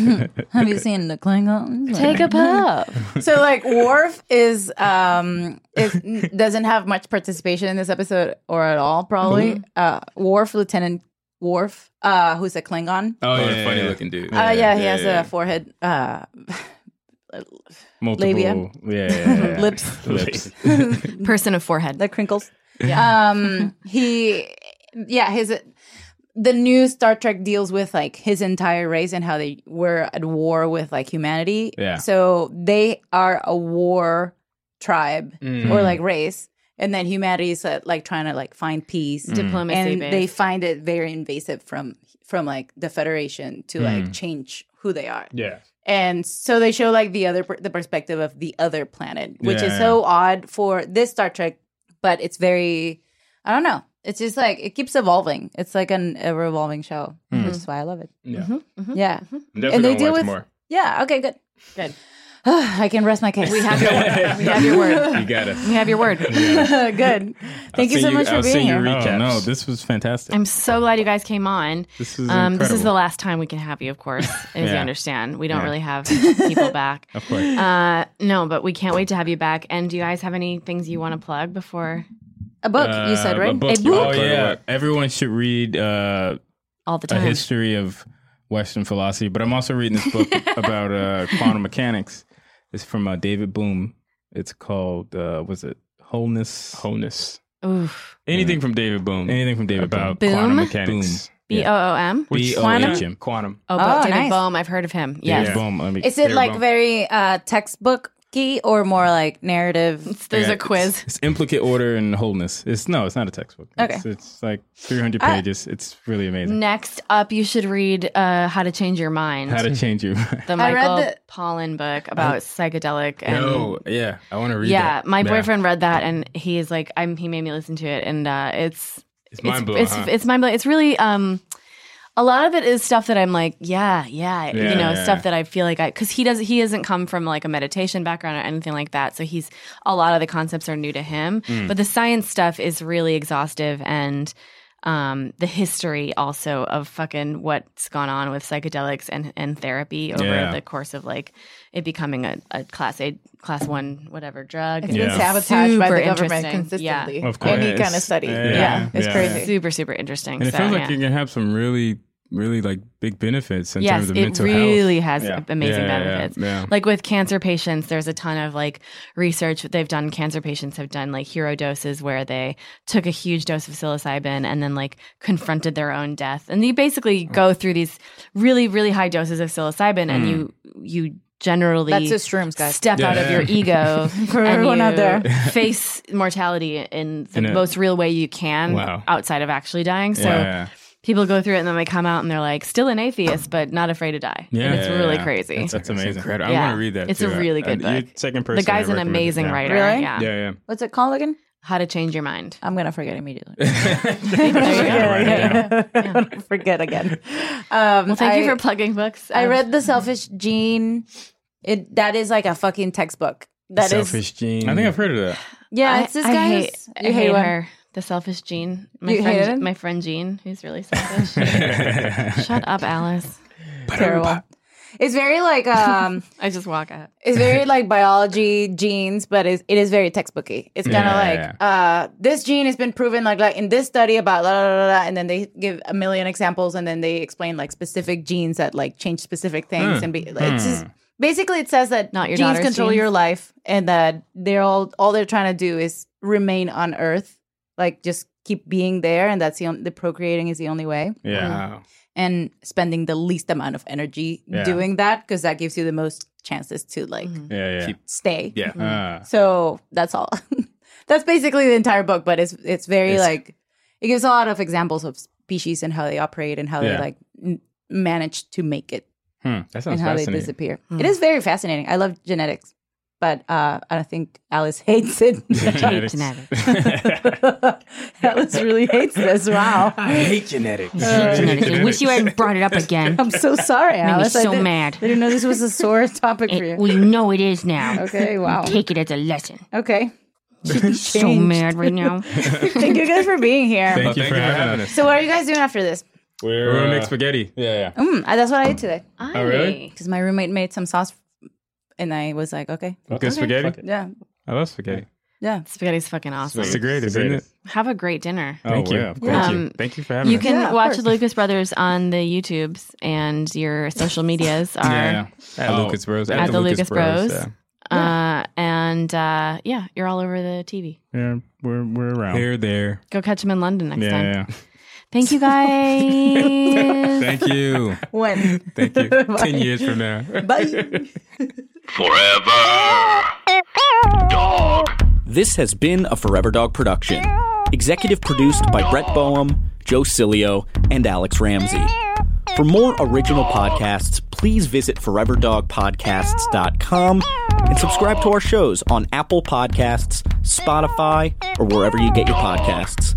B: have you seen the Klingons?
D: Take a puff.
B: <laughs> so like Worf is um is n- doesn't have much participation in this episode or at all probably.
G: Mhm.
B: Uh Worf Lieutenant Worf uh who's a Klingon.
G: Oh, yeah,
K: a
G: yeah,
K: funny
G: yeah.
K: looking dude.
B: Uh, yeah, he has
K: yeah.
B: a forehead. Uh, <laughs>
G: multiple.
B: labia.
G: Yeah, yeah, yeah,
B: <laughs>
G: yeah.
B: Lips.
G: <laughs> lips.
B: <laughs>
D: <laughs> Person of forehead.
B: The crinkles. Yeah. Um. He. Yeah. His. the new Star Trek deals with like his entire race and how they were at war with like humanity.
T: Yeah.
B: So they are a war tribe
D: Mm-hmm.
T: Mm.
B: or like race. And then humanity is uh, like trying to like find peace,
D: Mm. Diplomacy
B: and
D: based.
B: they find it very invasive from from like the Federation to like
D: Mm.
B: change who they are.
G: Yeah.
B: And so they show like the other per- the perspective of the other planet, which
T: Yeah,
B: is
T: yeah.
B: so odd for this Star Trek, but it's very I don't know. It's just like it keeps evolving. It's like an a revolving show,
T: Mhm.
B: which is why I love it.
G: Hmm. Yeah.
D: Mm-hmm,
B: Yeah.
G: Definitely gonna watch more.
B: Yeah. Okay. Good. Good. <sighs> I can rest my case. We have
G: your-
B: we have your word.
G: You got it.
B: We have your word. good. Thank you so much for being here.
G: Oh, no, this was fantastic.
D: I'm so glad you guys came on. Um,
G: This
D: this
G: is
D: is
G: incredible.
D: the last time we can have you, of
G: <laughs>
D: course, as you
G: Yeah.
D: understand. We don't
G: Yeah.
D: really
B: <laughs>
D: have people back.
G: Of course.
D: Uh, no, but we can't wait to have you back. And do you guys have any things you want to plug before?
B: A
G: Uh, A book. Oh yeah, everyone should read uh,
D: All the
G: a
D: time.
G: history of Western philosophy. But I'm also reading
B: <laughs>
G: this book about uh, quantum mechanics. It's from uh, David Bloom. It's called uh, was it Wholeness? Wholeness.
D: Oof.
G: Anything from David Bloom. Anything from David
K: About
D: Bloom.
G: quantum
D: Boom?
G: mechanics.
D: B O O M?
G: B O H M. Quantum.
D: Oh, but
B: Oh,
D: David
B: nice.
D: Bohm, <laughs> I've heard of him.
G: Yeah.
D: Yes.
G: Boom. I mean,
B: Is it
G: there
B: like
G: we go.
B: very uh, textbook key or more like narrative?
G: Yeah, it's- It's, implicate order and wholeness. It's no, it's not a textbook.
D: Okay.
G: It's, it's like 300
D: I-
G: pages. it's really amazing.
D: Next up, you should read uh, How to Change Your Mind.
G: How to change your mind.
D: the
G: I read
D: Michael
G: the-
D: Pollan book about
G: I-
D: psychedelic and
G: No, yeah, I want to read.
D: yeah,
G: that.
D: my boyfriend read that and he is like, I'm. He made me listen to it, and uh, it's
G: It's mind-blowing,
D: It's,
G: huh?
D: it's mind blowing. It's really um, a lot of it is stuff that I'm like, yeah, yeah,
T: Yeah,
D: you know,
T: yeah,
D: stuff
T: yeah.
D: that I feel like I because he does he hasn't come from like a meditation background or anything like that, so he's a lot of the concepts are new to him,
T: Mm.
D: but the science stuff is really exhaustive and. Um, the history also of fucking what's gone on with psychedelics and, and therapy over
T: Yeah.
D: the course of like it becoming a, a class A class one whatever drug.
B: It's been Yeah. sabotaged by
D: Super
B: the government
D: interesting.
B: consistently.
D: Yeah.
B: Of course. Any kind of study. Yeah, it's crazy.
D: Super super interesting.
G: And it
D: so,
G: sounds like
D: yeah.
G: you can have some really, really like big benefits in
D: yes,
G: terms of
D: it
G: mental health.
D: really has
G: Yeah.
D: amazing
G: Yeah, yeah, yeah,
D: benefits.
G: yeah.
D: Like with cancer patients, there's a ton of like research that they've done. Cancer patients have done like hero doses where they took a huge dose of psilocybin and then like confronted their own death. And you basically
G: Oh.
D: go through these really really high doses of psilocybin, and
T: Mm.
G: Hmm.
D: you you generally
B: That's just shrooms, guys.
D: step out of
B: Yeah.
G: <laughs>
D: your ego
B: For
D: and
B: everyone out
D: you
B: there.
D: face mortality in the
T: In a-
D: most real way you can
T: Wow.
D: outside of actually dying. So
T: Yeah.
D: people go through it and then they come out and they're like still an atheist but not afraid to die.
G: Yeah,
D: and it's
G: yeah,
D: really
G: yeah.
D: crazy.
G: That's, that's amazing. Incredible. I
D: Yeah.
G: want to read that.
D: It's
G: too.
D: a really
G: I-
D: good
G: I-
D: book.
G: you're second person.
D: The
G: I
D: guy's an
G: recommend it.
D: amazing
G: Yeah.
D: writer.
B: Really?
D: Yeah.
G: Yeah, yeah.
B: What's it called again?
D: How to change your mind.
B: I'm gonna forget
G: <laughs>
B: immediately.
D: Yeah.
B: forget again. Um,
D: Well, thank you
B: I-
D: for plugging books.
B: I
D: Um,
B: read The Selfish Gene. It that is like a fucking textbook. That is
G: Selfish gene. I think I've heard of
D: <sighs>
G: that.
B: yeah.
D: I-
B: It's this
D: I
B: guy.
D: hate-
B: who's-
D: I
B: you
D: hate
B: hate one.
D: her. The selfish Jean. My
B: You
D: friend,
B: hated him?
D: my friend Jean, who's
G: <laughs>
D: really selfish. Shut up, Alice.
B: Terrible. It's very like um.
D: <laughs> I just walk up. <laughs>
B: It's very like biology genes, but it's, it is very textbooky. It's kind of
D: Yeah,
B: like uh, this gene has been proven like, like in this study about la la la, la, and then they give a million examples, and then they explain like specific genes that like change specific things,
D: Hmm.
B: and be, it's just,
D: Hmm.
B: basically it says that
D: Not your
B: genes
D: daughter's
B: control
D: genes?
B: your life, and that they're all all they're trying to do is remain on Earth, like just keep being there, and that's the on- the procreating is the only way
G: Yeah.
D: Hmm.
B: and spending the least amount of energy
G: Yeah.
B: doing that because that gives you the most chances to like
G: Yeah, yeah.
B: stay.
G: Yeah.
D: Mm-hmm.
G: Mhm. Ah.
B: So that's all. <laughs> that's basically the entire book, but it's it's very
G: It's-
B: like it gives a lot of examples of species and how they operate and how they
G: Yeah.
B: like n- manage to make it
G: Hmm. That sounds
B: and how they
G: fascinating.
B: disappear.
G: Hmm.
B: It is very fascinating. I love genetics. But uh, I don't think Alice hates it.
G: <laughs> Genetics.
B: <laughs>
G: <laughs>
B: Alice really hates this. Wow.
G: I hate <laughs> genetics.
B: Uh,
D: I wish you hadn't brought it up again.
B: I'm so sorry,
D: Made me
B: Alice.
D: so
B: I did,
D: mad.
B: I didn't know this was a sore <laughs> topic for you.
D: Well, you Eh, know it is now.
B: Okay, wow.
D: Take it as a lesson.
B: Okay.
D: so mad right now.
B: <laughs> Thank you guys for being here.
G: Thank you for having us.
B: So, what are you guys doing after this?
G: We're gonna make spaghetti. Yeah, yeah.
B: Mm, I- that's what I ate today.
G: Oh, really?
B: Because my roommate made some sauce, and I was like, okay.
G: Good spaghetti? Fuck it.
B: Yeah.
G: I love spaghetti.
B: Yeah.
D: Spaghetti's fucking awesome.
G: It's the greatest, isn't it?
D: Have a great dinner.
G: Oh, Thank you. wow. Thank you. Thank you for having
D: Um, You
G: us.
D: can
G: Yeah, of
D: watch
G: course.
D: Lucas Brothers on the YouTubes and your social medias are
G: <laughs> Yeah, yeah. At Lucas Bros.
D: At, the Lucas, Bros. Uh, and uh, yeah, you're all over the TV.
G: Yeah, we're we're around. Here, there.
D: Go catch him in London next
G: yeah,
D: time.
G: yeah.
D: Thank you guys.
G: <laughs> Thank you.
B: When?
D: <laughs>
G: Thank you. Ten years from now.
B: <laughs>
G: <laughs>
B: Bye.
N: Forever Dog. This has been a Forever Dog production. Executive produced by Brett Boehm, Joe Cilio, and Alex Ramsey. For more original podcasts, please visit foreverdogpodcasts.com and subscribe to our shows on Apple Podcasts, Spotify, or wherever you get your podcasts.